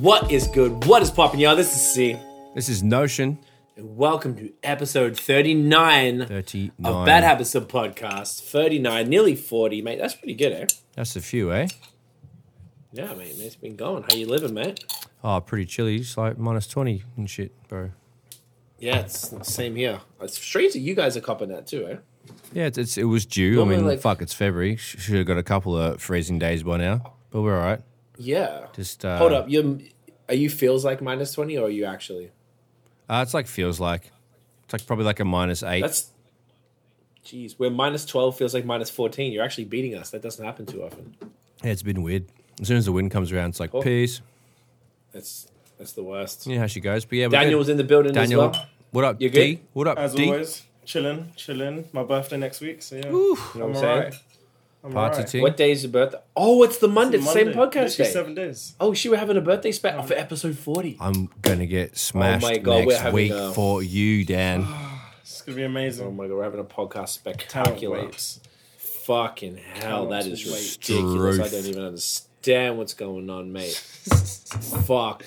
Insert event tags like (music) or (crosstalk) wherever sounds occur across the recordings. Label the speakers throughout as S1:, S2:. S1: What is good? What is poppin', y'all? This is C.
S2: This is Notion
S1: And welcome to episode 39
S2: 39.
S1: of Bad Habits of Podcast. 39, nearly 40, mate. That's pretty good, eh?
S2: That's a few, eh?
S1: Yeah, mate. It's been going. How you living, mate?
S2: Oh, pretty chilly. It's like minus 20 and shit, bro.
S1: Yeah, it's the same here. It's strange that you guys are copping that too, eh?
S2: Yeah, it's, it's, it was due.
S1: Normally,
S2: I mean,
S1: like-
S2: fuck, it's February. Sh- Should have got a couple of freezing days by now, but we're all right.
S1: Yeah.
S2: Just uh,
S1: Hold up. You are you feels like minus 20 or are you actually?
S2: Uh, it's like feels like it's like probably like a minus eight.
S1: That's. Jeez, where minus 12 feels like minus 14. You're actually beating us. That doesn't happen too often.
S2: yeah, it's been weird. As soon as the wind comes around, it's like
S1: Oh.
S2: peace.
S1: That's that's the worst.
S2: Yeah, how she goes. But yeah, we're
S1: Daniel
S2: good.
S1: was in the building
S2: Daniel,
S1: as well.
S2: what up,
S1: You
S2: D?
S1: good?
S2: What up,
S3: As
S2: D?
S3: always, chilling, chilling. My birthday next week, so
S1: You
S3: yeah.
S1: know
S3: I'm
S1: what I'm saying?
S3: alright. I'm
S2: Party
S3: alright.
S2: team.
S1: What day is your birthday? Oh, it's the Monday,
S3: It's
S1: the same
S3: Monday,
S1: podcast
S3: literally
S1: day.
S3: Seven Oh. days.
S1: Oh, she were having a birthday spat for episode 40.
S2: I'm gonna get smashed
S1: God, we're
S2: next
S1: having
S2: week
S1: a-
S2: for you,
S1: (sighs)
S2: Dan.
S3: It's gonna be
S1: Oh
S3: amazing.
S1: my god, we're having a podcast
S3: Can't
S1: spectacular.
S3: wait.
S1: Fucking hell,
S3: Cannot
S1: that is
S3: wait.
S1: ridiculous. I
S2: Struth.
S1: don't even understand what's going on,
S3: (laughs)
S1: mate. Fuck.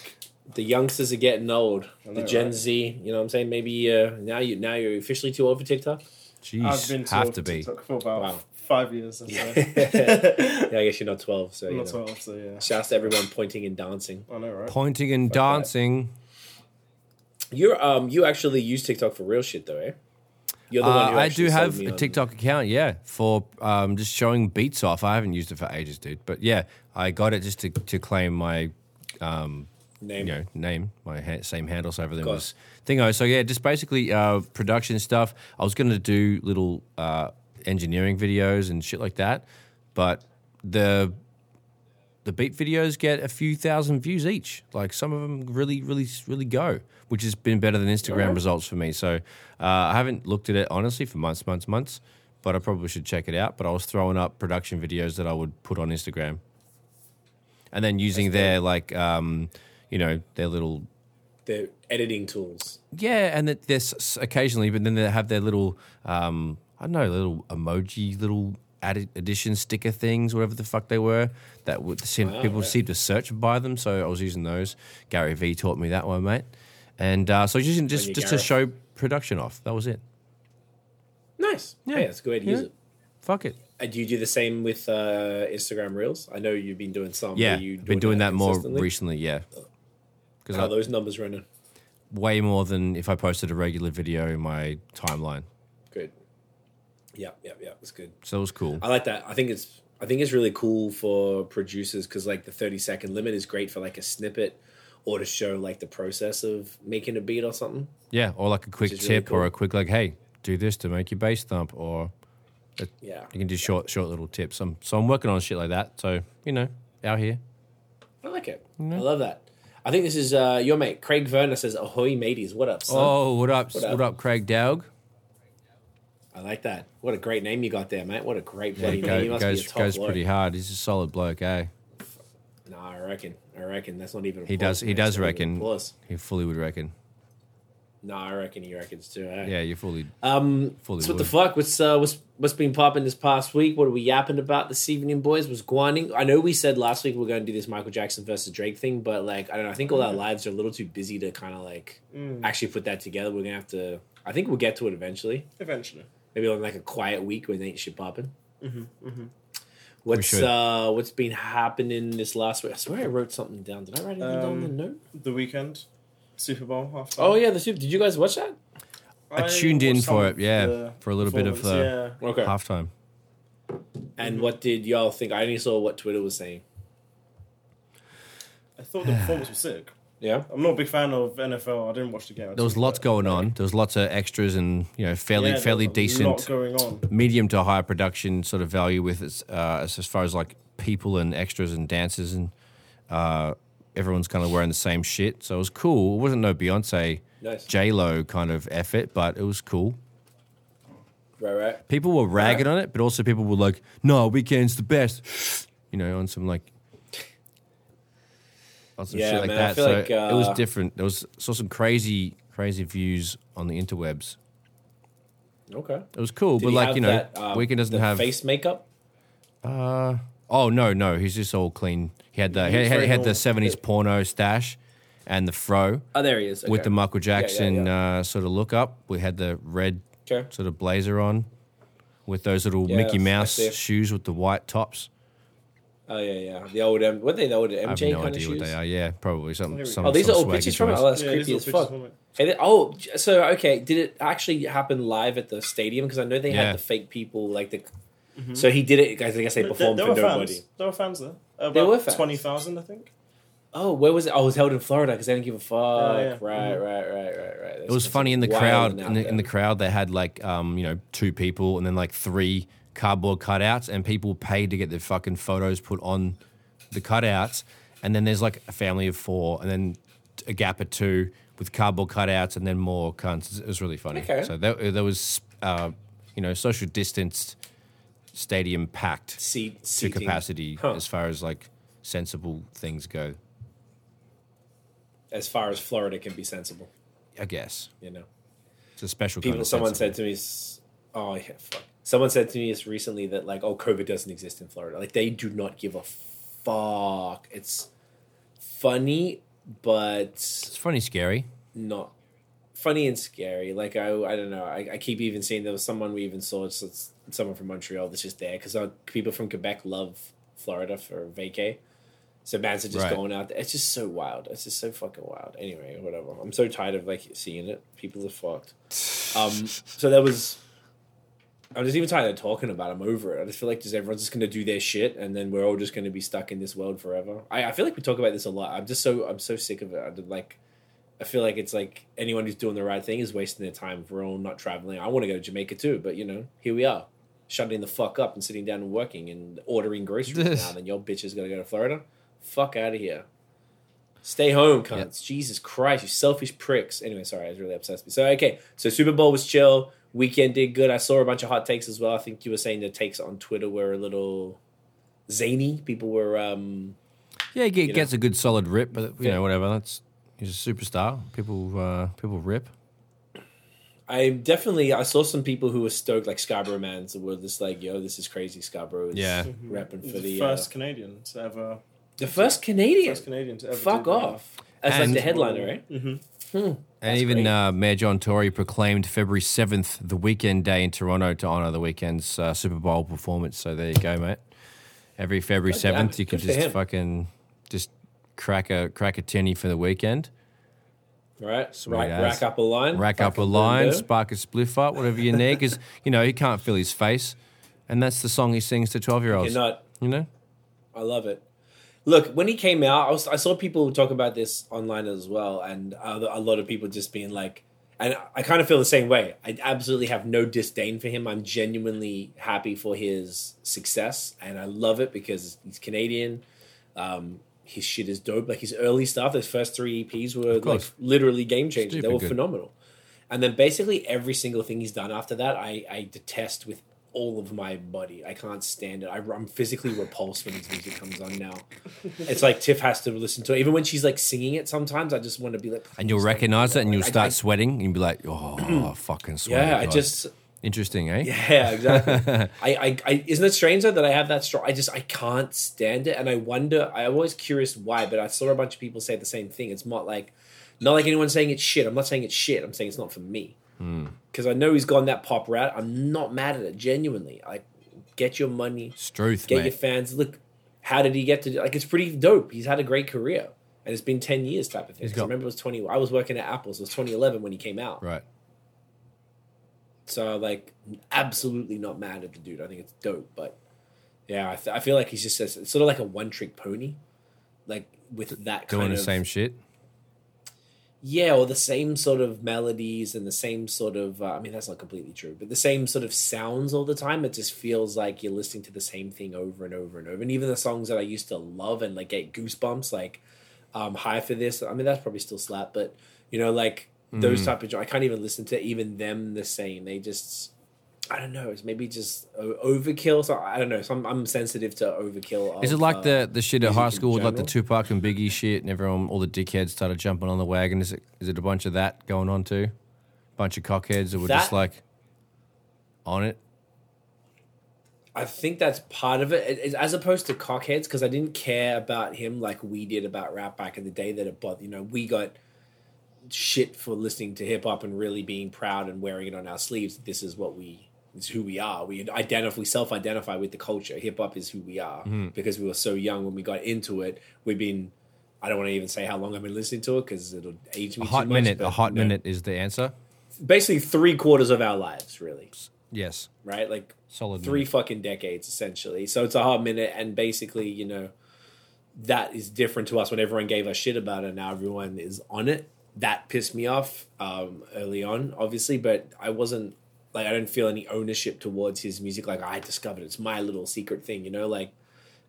S1: The youngsters are getting old. the
S3: know,
S1: Gen
S3: right?
S1: Z, you know what I'm saying? Maybe uh, now you now you're officially too old for TikTok.
S2: Jeez,
S3: I've been to
S2: have to be.
S3: TikTok for about
S1: Wow.
S3: five years. Or so.
S1: Yeah, I guess you're not 12, so
S3: I'm
S1: you
S3: not
S1: know.
S3: twelve, so yeah.
S1: Shouts to everyone pointing and dancing.
S3: I know, right?
S2: Pointing and dancing.
S1: You're um you actually use TikTok for real shit though, eh? You're the
S2: Uh, I
S1: actually
S2: do
S1: sold
S2: have
S1: me
S2: a
S1: on-
S2: TikTok account, yeah, for um, just showing beats off. I haven't used it for ages, dude. But yeah, I got it just to, to claim my
S1: name.
S2: you know name, my ha- same handle. So everything
S1: Got
S2: was thingo. So yeah, just basically uh, production stuff. I was gonna do little uh, engineering videos and shit like that, but the the beat videos get a few thousand views each. Like some of them really, really, really go, which has been better than Instagram results for me. So uh, I haven't looked at it honestly for months, months, months. But I probably should check it out. But I was throwing up production videos that I would put on Instagram, and then using their like, um, you know, their little
S1: The editing tools.
S2: yeah, and that there's s- occasionally, but then they have their little, um, I don't know, little emoji, little added addition sticker things, whatever the fuck they were, that would seem, people seem to search by them. So I was using those. Gary V taught me that one, mate. And uh, so I was using just
S1: you,
S2: just to
S1: Gareth.
S2: show production off. That was it.
S1: Nice. Yeah, hey, that's a good way to use
S2: Yeah.
S1: it.
S2: Fuck it.
S1: Uh, do you do the same with uh, Instagram Reels? I know you've been doing some.
S2: Yeah,
S1: Are you
S2: I've been doing that more
S1: consistently?
S2: recently. Yeah, because
S1: How are
S2: I
S1: those numbers running?
S2: way more than if I posted a regular video in my timeline.
S1: Good. Yeah, yeah, yeah. It's good.
S2: So it was cool.
S1: I like that. I think it's I think it's really cool for producers because like the thirty second limit is great for like a snippet or to show like the process of making a beat or something.
S2: Yeah, or like a quick
S1: is really
S2: tip or
S1: cool.
S2: a quick like, hey, do this to make your bass thump, or
S1: Yeah.
S2: you can do short, short little tips. I'm so I'm working on shit like that. So you know, out here.
S1: I like it. I love that. I think this is uh, your mate Craig Verner says, "Ahoy, mateys! What up, son?"
S2: Oh, what up? What
S1: What
S2: up,
S1: up?
S2: Craig Dowg?
S1: I like that. What a great name you got there, mate. What a great bloody
S2: Go-
S1: name. You must
S2: goes
S1: be a top
S2: goes
S1: bloke.
S2: pretty hard. He's a solid bloke, eh?
S1: Nah, I reckon. I reckon that's not even.
S2: He does. He does reckon.
S1: Plus,
S2: He fully would reckon.
S1: nah, I reckon he reckons too. eh?
S2: Yeah, you fully.
S1: Um.
S2: fully
S1: so what
S2: would.
S1: the fuck? What's uh? What's what's been popping this past week? What are we yapping about this evening, boys? Was grinding. I know we said last week we are going to do this Michael Jackson versus Drake thing, but like I don't know. I think all our lives are a little too busy to kind of like actually put that together. We're gonna have to. I think we'll get to it eventually.
S3: Eventually,
S1: maybe on like a quiet week when ain't shit popping. What's
S2: should.
S1: uh what's been happening this last week? I swear I wrote something down. Did I write anything down in the note?
S3: the weekend, Super Bowl. After
S1: Um, Oh yeah, the soup. Did you guys watch that?
S2: I tuned in
S3: watched
S2: for it,
S3: some
S2: yeah,
S3: the
S2: for a little bit of, uh,
S3: performance, yeah.
S1: Okay.
S2: Halftime.
S1: And what did y'all think? I only saw what Twitter was saying.
S3: I thought the performance was sick.
S1: Yeah.
S3: I'm not a big fan of NFL. I didn't watch the game.
S2: There was lots going on. There was lots of extras and you know fairly fairly
S3: Lot
S2: decent
S3: going on.
S2: medium to high production sort of value with its, uh, as, as far as like people and extras and dancers and uh, everyone's kind of wearing the same shit. So it was cool. It wasn't no Beyonce,
S1: Nice.
S2: J Lo kind of effort, but it was cool.
S1: Right, right.
S2: People were ragging on it, but also people were like, "No, weekend's the best," you know, on some like. On some
S1: Yeah,
S2: shit like
S1: man, I
S2: that.
S1: feel
S2: so
S1: like,
S2: it was
S1: uh,
S2: different. There was saw some crazy, crazy views on the interwebs.
S1: Okay.
S2: It was cool,
S1: Did
S2: but
S1: he
S2: like
S1: have
S2: you know,
S1: that, um,
S2: Weekend doesn't
S1: the
S2: have
S1: face makeup.
S2: Oh no, no, he's just all clean. He had the he
S3: He's
S2: had,
S3: very
S2: he had the
S3: normal.
S2: seventies porno stash and the fro
S1: Oh, there he is.
S2: with
S1: Okay.
S2: the Michael Jackson
S1: yeah.
S2: Uh, sort of look up. We had the red
S1: Okay.
S2: sort of blazer on with those little
S1: Yeah,
S2: Mickey
S1: I
S2: Mouse
S1: see.
S2: shoes with the white tops.
S1: Oh yeah, yeah. The old M. What they? The old MJ
S2: I have
S1: kind
S2: no
S1: of
S2: idea
S1: shoes.
S2: what they are. Yeah, probably something.
S3: Here we go.
S2: some,
S1: Oh, these
S2: some
S1: are old
S2: swaggy
S1: pictures from it.
S2: choice.
S1: Oh, that's
S3: Yeah,
S1: creepy
S3: these are
S1: as
S3: pictures
S1: fuck.
S3: from it.
S1: Hey, th- oh, j- so okay, did it actually happen live at the stadium? Because I know they
S2: Yeah.
S1: had the fake people, like the. So he did it. I guess they
S3: Mm-hmm. But
S1: performed
S3: there,
S1: for
S3: there were
S1: nobody.
S3: fans. There were fans there. About
S1: There were fans.
S3: twenty thousand, I think.
S1: Oh, where was it? Oh, it was held in Florida because they didn't give a fuck.
S3: Oh, Yeah, Mm-hmm. yeah.
S1: Right, right, right, right, right.
S2: It was funny in the crowd. In the, in the crowd, they had like um, you know two people and then like three cardboard cutouts, and people paid to get their fucking photos put on the cutouts. And then there's like a family of four, and then a gap of two with cardboard cutouts, and then more cunts. It was really funny.
S1: Okay.
S2: So there, there was uh, you know social distanced stadium packed
S1: seat
S2: to
S1: seating.
S2: capacity
S1: Huh.
S2: as far as like sensible things go.
S1: as far as Florida can be sensible,
S2: I guess
S1: you know.
S2: it's a special kind
S1: People,
S2: of
S1: someone
S2: sensible.
S1: said to me, s- "Oh yeah, fuck." Someone said to me just recently that like, "Oh, COVID doesn't exist in Florida." Like they do not give a fuck. It's funny, but
S2: it's funny, scary.
S1: not funny and scary. Like I, I don't know. I, I keep even seeing there was someone we even saw. It's, it's someone from Montreal that's just there because people from Quebec love Florida for vacay. So bands are just
S2: Right.
S1: going out there. It's just so wild. It's just so fucking wild. Anyway, whatever. I'm so tired of like seeing it. People are fucked. Um, so there was. I'm just even tired of talking about. it. I'm over it. I just feel like just everyone's just gonna do their shit, and then we're all just gonna be stuck in this world forever. I, I feel like we talk about this a lot. I'm just so I'm so sick of it. I did like I feel like it's like anyone who's doing the right thing is wasting their time. We're all not traveling. I want to go to Jamaica too, but you know, here we are, shutting the fuck up and sitting down and working and ordering groceries now. Then your bitch is gonna go to Florida. Fuck out of here. Stay home, cunts. Jesus Christ, you selfish pricks. Anyway, sorry, I was really obsessed. So okay, so Super Bowl was chill. Weekend did good. I saw a bunch of hot takes as well. I think you were saying the takes on Twitter were a little zany. People were um
S2: Yeah, he
S1: know?
S2: get, gets a good solid rip, but you
S1: Yeah.
S2: know whatever. That's he's a superstar. People uh, people rip.
S1: I definitely I saw some people who were stoked, like Scarborough mans, were just like, "Yo, this is crazy." Scarborough is
S2: Yeah.
S1: repping
S3: He's
S1: for
S3: Mm-hmm. the,
S1: the
S3: first
S1: uh,
S3: Canadian to ever.
S1: the first Canadian.
S3: First Canadian to ever.
S1: Fuck
S3: do that.
S1: off. That's like
S2: And-
S1: the headliner, right?
S2: And
S1: That's
S2: even
S1: great.
S2: uh, Mayor John Tory proclaimed February seventh the weekend day in Toronto to honor the weekend's uh, Super Bowl performance. So there you go, mate. Every February
S1: God damn
S2: seventh,
S1: it.
S2: you can
S1: Good for
S2: just
S1: him.
S2: fucking just crack a crack a tinny for the weekend,
S3: Mm-hmm.
S1: Right,
S2: Sweet
S1: rack,
S2: ass.
S1: rack up a line,
S2: rack up a
S1: fucking
S2: line,
S1: window.
S2: spark a spliff up, whatever you need, because you know he can't feel his face, and that's the song he sings to twelve year
S1: You're
S2: olds.
S1: not.
S2: You know,
S1: I love it. Look, when he came out, I, was, I saw people talk about this online as well, and uh, a lot of people just being like, and I kind of feel the same way. I absolutely have no disdain for him. I'm genuinely happy for his success, and I love it because he's Canadian. Um, his shit is dope. Like his early stuff, his first three EPs were like
S2: course.
S1: literally game changers. They
S2: Stupid
S1: were
S2: good.
S1: phenomenal. And then basically every single thing he's done after that, I, I detest with all of my body. I can't stand it. I, am physically repulsed when his music comes on now. It's like Tiff has to listen to it. Even when she's like singing it sometimes, I just want to be like.
S2: and you'll
S1: "Please don't
S2: recognize
S1: do
S2: it, and you'll
S1: Like, I-
S2: start
S1: I-
S2: sweating, and you'll be like,
S1: (clears throat)
S2: "Oh, fucking sweat."
S1: yeah, I just.
S2: Interesting, eh? (laughs)
S1: Yeah, exactly. I, I, I, isn't it strange though that I have that strong? I just I can't stand it, and I wonder. I'm always curious why, but I saw a bunch of people say the same thing. It's not like, not like anyone saying it's shit. I'm not saying it's shit. I'm saying it's not for me
S2: Hmm.
S1: because I know he's gone that pop route. I'm not mad at it. Genuinely, like, get your money,
S2: Struth,
S1: get
S2: mate.
S1: your fans. Look, how did he get to? Like, it's pretty dope. He's had a great career, and it's been ten years type of thing.
S2: He's
S1: 'Cause I
S2: got-
S1: remember it was twenty. I was working at Apple, so it was 2011 when he came out.
S2: right.
S1: So like, absolutely not mad at the dude. I think it's dope, but yeah, I, th- I feel like he's just a, it's sort of like a one trick pony, like with that
S2: Doing
S1: kind
S2: the
S1: of
S2: same shit.
S1: yeah, or the same sort of melodies and the same sort of uh, I mean that's not completely true, but the same sort of sounds all the time. It just feels like you're listening to the same thing over and over and over. And even the songs that I used to love and like get goosebumps, like um, "High for This." I mean that's probably still slap, but you know like
S2: Mm.
S1: those type of jo- I can't even listen to even them the same. They just I don't know. It's maybe just o- overkill. So I don't know. So I'm, I'm sensitive to overkill. Of,
S2: Is it like
S1: uh,
S2: the, the shit at high
S1: music in
S2: school with like the
S1: general?
S2: Tupac and Biggie shit and everyone, all the dickheads started jumping on the wagon? Is it is it a bunch of that going on too? Bunch of cockheads that were just
S1: That-
S2: like on it?
S1: I think that's part of it, It- it's- as opposed to cockheads, because I didn't care about him like we did about rap back in the day. That it bothered, you know, we got shit for listening to hip hop and really being proud and wearing it on our sleeves. This is what we, this is who we are. We identify, we self identify with the culture. Hip hop is who we are
S2: Mm.
S1: because we were so young when we got into it. We've been, I don't want to even say how long I've been listening to it because it'll age me.
S2: A hot
S1: too much,
S2: minute.
S1: but,
S2: A hot
S1: you know,
S2: minute is the answer.
S1: Basically, three quarters of our lives, really.
S2: Yes.
S1: Right, like
S2: Solid.
S1: three
S2: minute.
S1: fucking decades essentially. So it's a hard minute, and basically, you know, that is different to us when everyone gave us shit about it. Now everyone is on it. That pissed me off um, early on, obviously, but I wasn't like I didn't feel any ownership towards his music. Like I discovered it. it's my little secret thing, you know. Like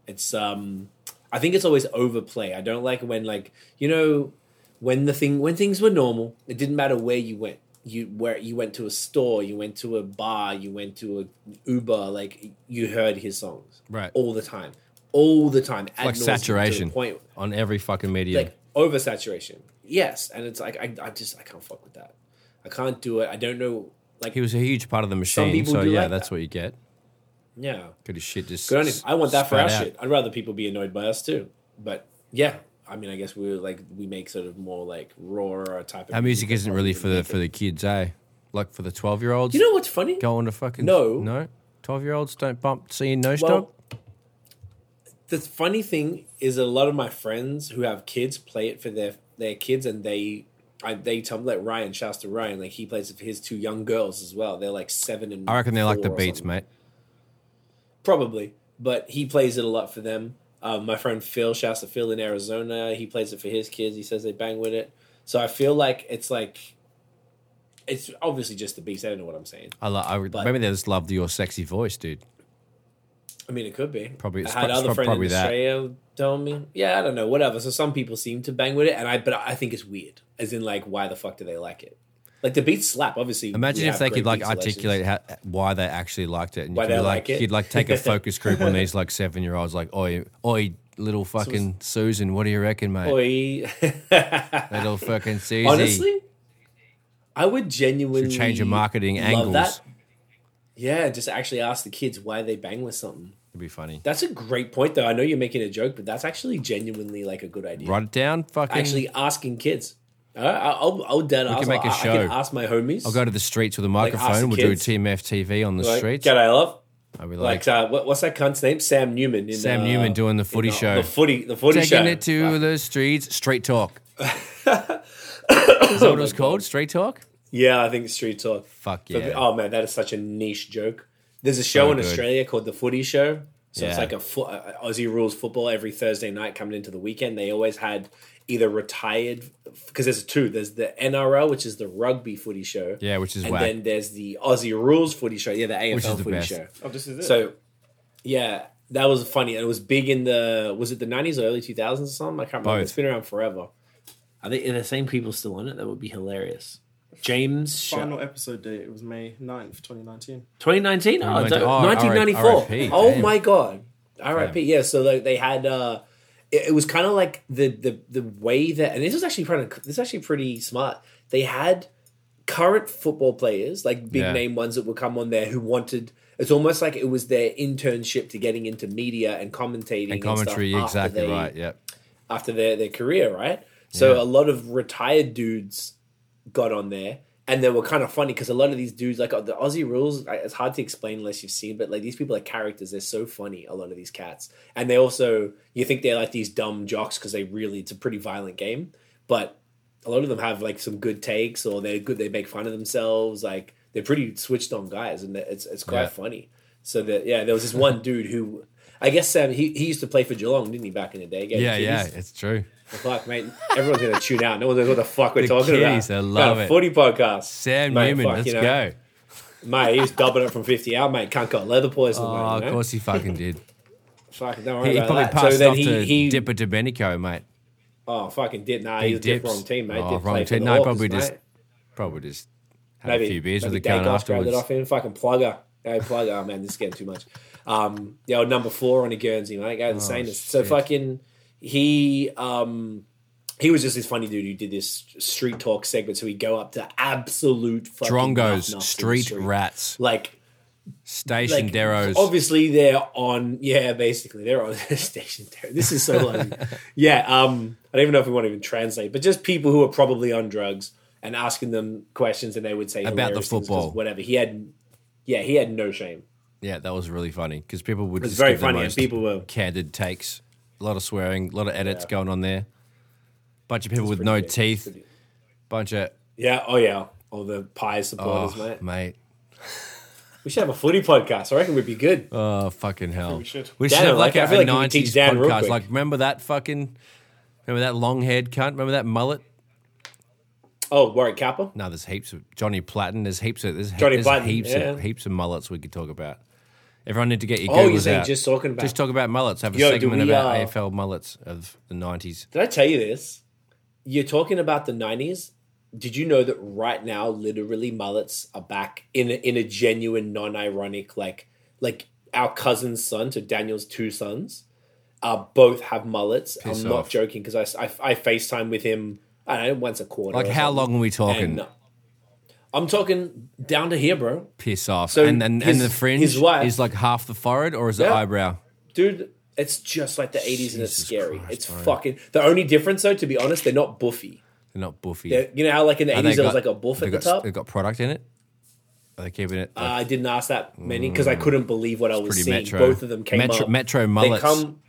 S1: it's um, I think it's always overplay. I don't like when like you know when the thing when things were normal, it didn't matter where you went. You where you went to a store, you went to a bar, you went to a Uber, like you heard his songs
S2: Right.
S1: all the time, all the time. ad
S2: Like
S1: nauseam, to the
S2: saturation.
S1: point
S2: on every fucking media.
S1: like oversaturation. Yes, and it's like I, I just I can't fuck with that. I can't do it. I don't know. Like
S2: he was a huge part of the machine.
S1: people
S2: So
S1: do
S2: yeah,
S1: like
S2: that's
S1: that.
S2: what you get.
S1: yeah,
S2: Good as shit. Just
S1: good on him. I want that for
S2: spat
S1: our
S2: out.
S1: shit. I'd rather people be annoyed by us too. But yeah, I mean, I guess we're like we make sort of more like raw type. of
S2: Our music
S1: that
S2: isn't
S1: probably
S2: really
S1: would
S2: for the
S1: make
S2: for
S1: it.
S2: the kids, eh? Like for the twelve year olds.
S1: You know what's funny?
S2: go on to fucking
S1: No.
S2: no. Twelve year olds don't bump seeing no
S1: Well,
S2: stop.
S1: the funny thing is a lot of my friends who have kids play it for their their kids and they I, they tell me like Ryan shouts to Ryan like he plays it for his two young girls as well they're like seven and
S2: I reckon they like the
S1: four or
S2: beats,
S1: something.
S2: mate.
S1: probably but he plays it a lot for them um, my friend Phil shouts to Phil in Arizona he plays it for his kids he says they bang with it so I feel like it's like it's obviously just the beats I don't know what I'm saying
S2: I love. I,
S1: But-
S2: maybe they just love your sexy voice, dude.
S1: I mean, it could be.
S2: Probably- it's
S1: I had
S2: prob-
S1: other
S2: prob-
S1: friends
S2: probably
S1: in
S2: that.
S1: Australia tell me. Yeah, I don't know, whatever. So some people seem to bang with it, and I but I think it's weird. As in, like, why the fuck do they like it? Like the beats slap, obviously.
S2: Imagine
S1: we
S2: if
S1: have
S2: they
S1: great
S2: could like
S1: beat selections.
S2: articulate how, why they actually liked it, and
S1: Why
S2: you could be
S1: they
S2: like,
S1: like it.
S2: you'd like take
S1: (laughs)
S2: a focus group on these like seven year olds, like, oi, oi, little fucking Susan, what do you reckon, mate?
S1: (laughs) Oi.
S2: Little fucking Susie,
S1: Honestly, I would
S2: Should
S1: genuinely
S2: change your marketing
S1: love
S2: angles.
S1: that. Yeah, just actually ask the kids why they bang with something.
S2: It'd be funny.
S1: That's a great point, though. I know you're making a joke, but that's actually genuinely like a good idea.
S2: Write it down, fucking.
S1: Actually, asking kids. I, I'll, I'll dead ask.
S2: can make a
S1: I- I can
S2: show.
S1: ask my homies.
S2: I'll go to the streets with a
S1: ask
S2: microphone.
S1: the
S2: we'll do
S1: kids.
S2: TMF TV on the
S1: like,
S2: streets.
S1: G'day, love.
S2: I'll be like,
S1: Like, uh, what, what's that cunt's name? Sam Newman. In,
S2: Sam
S1: uh,
S2: Newman doing the
S1: in
S2: footy
S1: the,
S2: show.
S1: The footy, the footy
S2: taking
S1: show.
S2: it to
S1: Fuck.
S2: the streets. Straight talk.
S1: (laughs)
S2: Is that what it was called? Straight talk.
S1: yeah, I think it's Street Talk.
S2: Fuck
S1: But-
S2: yeah.
S1: Oh man, that is such a niche joke. There's a show in
S2: good.
S1: Australia called the Footy Show. So it's
S2: Yeah.
S1: like a fo- uh, Aussie rules football every Thursday night coming into the weekend. They always had either retired because there's two. There's the NRL, which is the rugby footy show.
S2: Yeah, which is
S1: and
S2: whack.
S1: then there's the Aussie rules footy show. Yeah, the AFL
S2: is the
S1: footy
S2: best.
S1: show.
S3: Oh, this is it.
S1: So, yeah, that was funny. It was big in the was it the nineties or early two thousands or something? I can't remember.
S2: Both.
S1: It's been around forever. Are they are the same people still on it? That would be hilarious. James
S3: final episode date. It was May 9th, 2019.
S1: 2019? Oh,
S2: 2019.
S1: don't-
S2: Oh,
S1: 1994.
S2: RIP,
S1: oh
S2: damn.
S1: my god. RIP. Yeah, so like they had uh it, it was kind of like the the the way that and this is actually pretty this is actually pretty smart. They had current football players, like big
S2: Yeah.
S1: name ones that would come on there who wanted it's almost like it was their internship to getting into media and commentating
S2: and
S1: stuff
S2: commentary,
S1: after
S2: exactly
S1: they-
S2: right. Yep.
S1: after their, their career, right? So a lot of retired dudes got on there, and they were kind of funny because a lot of these dudes, like uh, the Aussie rules, I- it's hard to explain unless you've seen, but like these people are characters. They're so funny. A lot of these cats, and they also you think they're like these dumb jocks because they really it's a pretty violent game, but a lot of them have like some good takes or they're good. They make fun of themselves. Like they're pretty switched on guys, and it's it's quite
S2: Yeah.
S1: funny. So that yeah, there was this one dude who. I guess Sam he, he used to play for Geelong, didn't he, back in the day?
S2: Yeah,
S1: kiddies.
S2: yeah, it's true.
S1: Fuck, mate. Everyone's gonna tune out. No one knows what the fuck we're
S2: The
S1: talking
S2: kiddies,
S1: about.
S2: they love
S1: Got a
S2: it.
S1: Footy podcast.
S2: Sam
S1: Mate,
S2: Newman,
S1: fuck,
S2: let's
S1: you know,
S2: go.
S1: Mate, he's doubling it from fifty out. Mate, can't got leather poisoning.
S2: Oh,
S1: mate, you
S2: of
S1: know?
S2: course he fucking
S1: (laughs)
S2: did.
S1: Fuck, don't worry
S2: He, he
S1: about
S2: probably
S1: that.
S2: passed
S1: so then
S2: off to
S1: he, he
S2: Dipper Domenico, mate.
S1: oh fucking did. Nah,
S2: He
S1: he was the
S2: dips.
S1: wrong team, mate.
S2: Oh,
S1: Did
S2: wrong
S1: play for
S2: team.
S1: the
S2: No, he
S1: Hawks,
S2: probably
S1: mate.
S2: just- Probably just had
S1: maybe
S2: a few beers with
S1: maybe
S2: the cunt
S1: Dacos grabbed it
S2: afterwards.
S1: off him. Fucking plugger. Hey, plugger. Oh, man, this is getting too much. Um, yeah, well, number four on a Guernsey, mate. Go insane. so
S2: Oh, shit.
S1: fucking he um he was just this funny dude who did this street talk segment. So he'd go up to absolute fucking
S2: Drongos,
S1: nuff-nuff in the
S2: street rats.
S1: like
S2: Station
S1: like,
S2: Deros.
S1: Obviously, they're on. Yeah, basically, they're on (laughs) station. Deros. This is so
S2: (laughs)
S1: long. yeah, um, I don't even know if we want to even translate, but just people who are probably on drugs and asking them questions, and they would say
S2: About the
S1: hilarious things 'cause
S2: football.
S1: whatever. He had, yeah, he had no shame.
S2: Yeah, that was really funny because people would
S1: It was
S2: just
S1: very
S2: give the
S1: funny, and
S2: most
S1: people were
S2: candid takes, a lot of swearing, a lot of edits going on there. Bunch of people with
S1: pretty
S2: no
S1: good. It's
S2: teeth,
S1: pretty-
S2: bunch of
S1: Yeah. Oh yeah. All the pie supporters,
S2: oh,
S1: mate.
S2: mate,
S1: We should have a footy podcast. I reckon we'd be good.
S2: oh fucking hell.
S3: we should.
S2: We should
S1: Dan,
S2: have
S1: like,
S2: like,
S1: I
S2: a
S1: feel like we could teach
S2: nineties
S1: Dan real
S2: podcast.
S1: quick.
S2: Like, remember that fucking, remember that long haired cunt? Remember that mullet?
S1: Oh, Warwick Kappa.
S2: No, there's heaps of Johnny Platten. There's heaps of there's, he-
S1: Johnny
S2: there's
S1: Platten,
S2: heaps
S1: yeah.
S2: of heaps of mullets we could talk about. Everyone need to get your
S1: Oh, you're
S2: Googles
S1: saying
S2: out.
S1: just talking about.
S2: Just talk about mullets. Have a
S1: Yo, do
S2: segment
S1: we,
S2: about
S1: uh,
S2: AFL mullets of the nineties.
S1: Did I tell you this? You're talking about the '90s. Did you know that right now, literally, mullets are back in a, in a genuine, non-ironic, like like our cousin's son, so Daniel's two sons, uh, both have mullets.
S2: Piss
S1: I'm not
S2: off.
S1: joking because I, s- I- I FaceTime with him. I don't know once a quarter.
S2: Like,
S1: or
S2: how
S1: something.
S2: long are we talking?
S1: And, uh, I'm talking down to here, bro.
S2: Piss off.
S1: So
S2: and and,
S1: his-
S2: and the fringe
S1: his wife-
S2: is like half the forehead, or is it
S1: Yeah.
S2: eyebrow?
S1: dude it's just like the 80s and it's
S2: Jesus
S1: scary
S2: Christ,
S1: it's
S2: bro.
S1: fucking the only difference though to be honest they're not buffy
S2: They're not buffy.
S1: They're- you know how like in the
S2: Have
S1: 80s
S2: they
S1: there was
S2: got-
S1: like a buff
S2: have
S1: at
S2: they
S1: the
S2: got,
S1: top
S2: They've got product in it. Are they keeping it?
S1: Uh,
S2: Like,
S1: I didn't ask that many because I couldn't believe what I was
S2: Mm. pretty
S1: seeing.
S2: metro.
S1: Both of them came
S2: Metro-
S1: up.
S2: metro
S1: They
S2: mullets.
S1: come.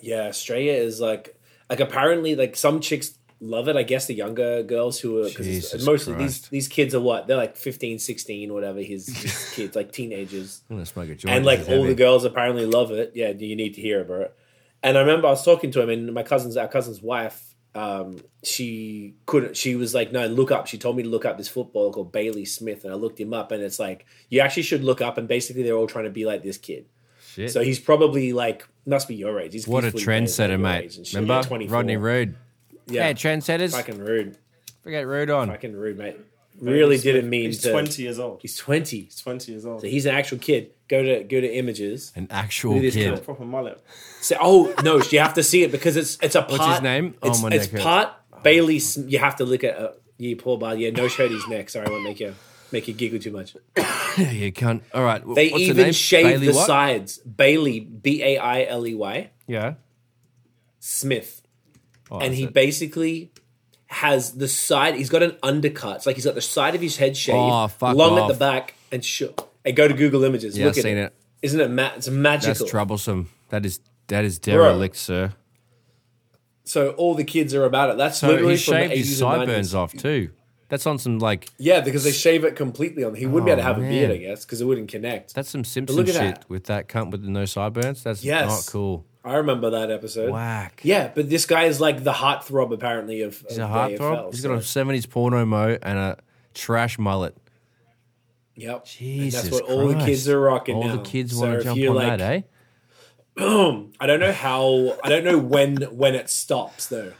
S1: Yeah, Australia is like like apparently like some chicks love it. I guess the younger girls who are because
S2: Jesus
S1: mostly these
S2: Christ.
S1: these kids are what they're like 15, 16, whatever. His, his kids like teenagers.
S2: I'm gonna smoke a joint.
S1: and
S2: this
S1: like
S2: is
S1: all the
S2: heavy.
S1: girls apparently love it. Yeah, you need to hear it, bro. And I remember I was talking to him, and my cousin's our cousin's wife. Um, she couldn't. She was like, "No, look up." She told me to look up this footballer called Bailey Smith, and I looked him up, and it's like you actually should look up. And basically, they're all trying to be like this kid.
S2: Shit.
S1: So he's probably like must be your age. He's
S2: what a
S1: he's probably
S2: trendsetter,
S1: your
S2: mate.
S1: age and shit.
S2: Remember
S1: Yeah, 24.
S2: Rodney Rude?
S1: Yeah,
S2: trendsetters.
S1: fucking rude,
S2: Forget Rude on.
S1: fucking rude, mate. Really didn't mean
S3: He's
S1: to.
S3: 20 years old. He's
S1: He's twenty.
S3: 20 years old.
S1: So he's an actual kid. Go to go to images.
S2: An actual
S1: Who this
S2: kid.
S1: cunt?
S3: Proper mullet.
S1: Say, oh no, (laughs) you have to see it because it's it's a part.
S2: his name? Oh,
S1: It's,
S2: my
S1: it's
S2: neck hurts.
S1: part Bailey. Sm- You have to look at uh, you poor bad. Yeah, no shirt. He's neck. Sorry, I won't make you make you giggle too much.
S2: Yeah, (laughs) you can't. All right. wh-
S1: They
S2: what's her name?
S1: even shave
S2: Bailey
S1: the
S2: what?
S1: sides. Bailey B A I L E Y
S2: Yeah.
S1: Smith,
S2: Oh,
S1: and
S2: that's
S1: he
S2: it.
S1: basically has the side. He's got an undercut. It's like he's got the side of his head shaved,
S2: Oh, fuck
S1: long at
S2: off.
S1: the back, and shook. And go to Google Images.
S2: Yeah,
S1: Look
S2: I've
S1: at
S2: seen
S1: it.
S2: it.
S1: Isn't it? Ma- it's magical.
S2: That's troublesome. That is that is derelict, sir.
S1: so all the kids are about it. That's
S2: So
S1: literally
S2: he
S1: from the
S2: shaved
S1: 80s
S2: his
S1: and 90s.
S2: sideburns off too. That's on some like
S1: Yeah, because they shave it completely on. He wouldn't be able to
S2: Oh,
S1: have a beard,
S2: man.
S1: I guess, because it wouldn't connect.
S2: that's some Simpson
S1: look at
S2: shit
S1: that.
S2: with that cunt with the no sideburns. That's
S1: Yes.
S2: not cool.
S1: I remember that episode.
S2: Whack.
S1: Yeah, but this guy is like the heartthrob, apparently, of,
S2: He's a
S1: of the
S2: heartthrob.
S1: AFL,
S2: He's got a
S1: so-
S2: seventies porno mo and a trash mullet.
S1: Yep. And
S2: Jesus
S1: that's what all the
S2: Christ.
S1: kids are rocking
S2: All
S1: now.
S2: the kids
S1: So
S2: want
S1: if
S2: to jump
S1: you're
S2: on
S1: like-
S2: that, eh?
S1: I don't know how. I don't know when when it stops though.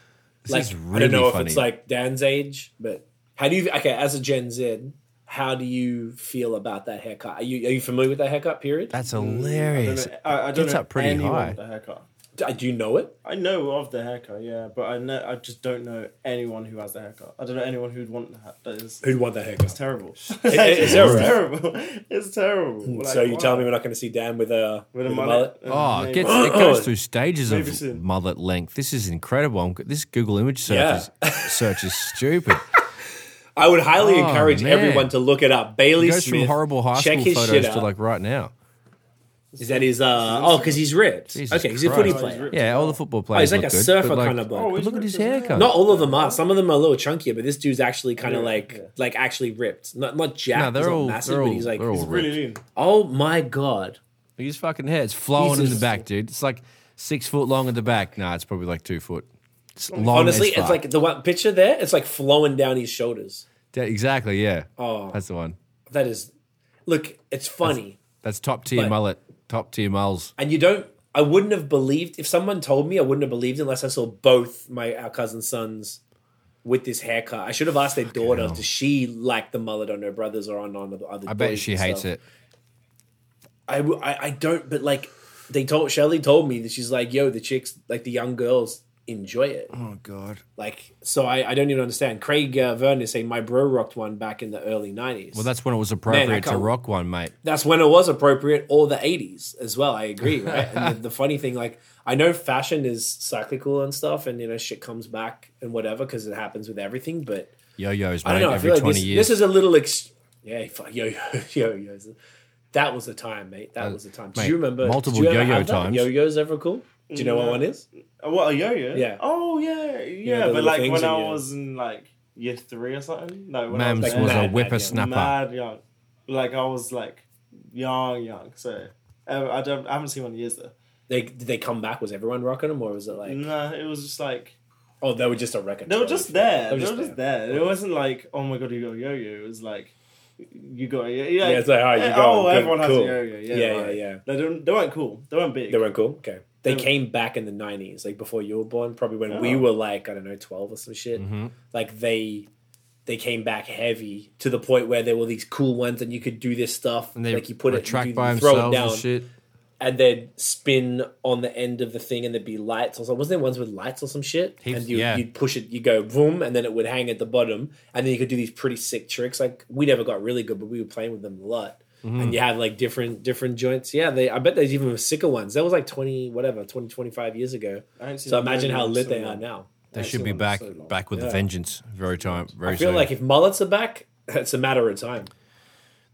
S1: like
S2: is
S1: I don't
S2: really
S1: know if
S2: funny.
S1: it's like Dan's age, but how do you? Okay, as a Gen Z, how do you feel about that haircut? Are you are you familiar with that haircut period?
S2: That's
S3: I
S2: hilarious.
S3: don't know, I, I don't
S2: Gets
S3: know
S2: up pretty
S3: anyone
S2: high.
S3: with the haircut.
S1: Do do you know it?
S3: I know of the haircut, yeah, but I know I just don't know anyone who has the haircut. I don't know anyone who'd want that. That is
S1: Who'd want that haircut?
S3: it's terrible. (laughs) it's
S1: is that right?
S3: terrible. It's terrible.
S1: so
S3: Like,
S1: you
S3: wow.
S1: tell me we're not going to see Dan with a
S3: with a mullet.
S2: Oh,
S3: Maybe.
S2: it, gets, it goes through stages
S3: Maybe
S2: of
S3: soon.
S2: mullet length. This is incredible. I'm, this Google image search,
S1: Yeah.
S2: is, search is
S1: (laughs)
S2: stupid.
S1: I would highly
S2: Oh,
S1: encourage
S2: man.
S1: everyone to look it up. Bailey
S2: It goes
S1: Smith.
S2: from horrible high
S1: check
S2: school
S1: his shit
S2: photos
S1: out.
S2: to like right now.
S1: is that his? Uh, oh, because he's ripped.
S2: Jesus
S1: okay, he's a footy
S2: Christ.
S1: player.
S2: Yeah, all the football
S1: Oh,
S2: players.
S1: he's like a
S2: look good,
S1: surfer
S2: but, like,
S1: kind of bloke.
S3: Oh, he's
S2: Look at
S3: ripped
S2: his
S3: as well.
S2: haircut.
S1: Not all of them are. Some of them are a little chunkier, but this dude's actually kind of
S3: Yeah,
S1: like,
S3: yeah.
S1: like actually ripped. Not not jacked.
S2: No,
S1: he's
S2: they're
S1: not
S2: all,
S1: massive,
S2: they're all,
S1: but he's like,
S2: they're all
S3: really
S2: ripped.
S3: lean.
S1: oh my god.
S2: Look at His fucking hair, it's flowing in
S1: Jesus.
S2: the back, dude. It's like six foot long at the back. Nah, it's probably like two foot. It's long
S1: Honestly,
S2: as
S1: it's
S2: fuck.
S1: like the one picture there. It's like flowing down his shoulders.
S2: Yeah, exactly, yeah.
S1: Oh.
S2: That's the one.
S1: That is, look, it's funny,
S2: That's top tier
S1: But-
S2: mullet, top tier mulls.
S1: and you don't. I wouldn't have believed if someone told me. I wouldn't have believed unless I saw both my our cousin's sons with this haircut. I should have asked their daughter.
S2: hell.
S1: Does she like the mullet on her brothers or on on the other?
S2: I bet she hates it.
S1: I, w- I- I don't, but like they told Shelly told me that she's like, yo, the chicks, like the young girls enjoy it.
S2: Oh God.
S1: Like, so I, I don't even understand. Craig uh, Vernon is saying my bro rocked one back in the early nineties.
S2: Well, that's when it was appropriate to
S1: can't-
S2: rock one, mate.
S1: that's when it was appropriate or the 80s as well i agree right
S2: (laughs)
S1: and the, the funny thing like i know fashion is cyclical and stuff and you know shit comes back and whatever because it happens with everything but
S2: Yo-yos,
S1: i
S2: mate.
S1: don't know i
S2: every
S1: feel like
S2: twenty
S1: this,
S2: years.
S1: this is a little ex- yeah fuck, yo (laughs) yo yo that was the time mate that was the time do
S2: Uh, mate,
S1: you remember
S2: multiple
S1: did you ever
S2: yo-yo
S1: have that?
S2: times.
S1: yo-yos ever cool do you know what
S3: No.
S1: one is
S3: Uh, What a yo-yo?
S1: Yeah.
S3: Oh yeah, yeah.
S1: the
S3: but
S1: little
S3: like
S1: things
S3: when
S1: in
S3: I
S1: your-
S3: was in like year three or something. No, when
S2: Mams
S3: I was,
S2: was
S1: like
S3: like,
S1: mad,
S2: a
S1: mad,
S2: whippersnapper.
S3: mad young. Like I was like young, young. So uh, I don't. I haven't seen one in years though.
S1: they did they come back was everyone rocking them or was it like
S3: Nah, it was just like
S1: oh they were just a record
S3: they were just there. They
S1: They
S3: were
S1: were
S3: just, there. It wasn't like oh my god, you got a yo-yo. It was like you got a yo-yo. Yeah,
S1: it's like, alright, you
S3: eh,
S1: got
S3: Oh,
S1: one. Good,
S3: everyone has a
S1: cool.
S3: yo-yo. Yeah,
S1: Yeah,
S3: right.
S1: yeah, yeah.
S3: No, They don't. They weren't cool. They weren't big.
S1: They weren't cool. Okay. They
S3: They-
S1: came back in the nineties, like before you were born, probably when we
S3: Oh.
S1: were like, I don't know, twelve or some shit.
S2: Mm-hmm.
S1: Like they they came back heavy to the point where there were these cool ones and you could do this stuff.
S2: and they
S1: like you put it, you
S2: retract
S1: do-
S2: by
S1: you throw it
S2: themselves
S1: down
S2: and shit.
S1: and then spin on the end of the thing and there'd be lights or something. Wasn't there ones with lights or some shit?
S2: Heaps,
S1: and you,
S2: yeah.
S1: you'd push it, you go boom, and then it would hang at the bottom. And then you could do these pretty sick tricks. Like we never got really good, but we were playing with them a lot.
S2: Mm-hmm.
S1: And you had like different different joints. Yeah, they I bet there's even sicker ones. That was like 20, whatever, 20, 25 years ago.
S3: I ain't seen
S1: So
S3: a
S1: imagine
S3: yo-yo
S1: how
S3: in
S1: lit
S3: so
S1: they are
S3: long.
S1: now.
S2: They
S3: That's
S2: should
S3: the
S2: be
S3: one,
S2: back
S3: so long.
S2: back with a vengeance very time very
S1: I feel
S2: soon.
S1: like if mullets are back, (laughs) it's a matter of time.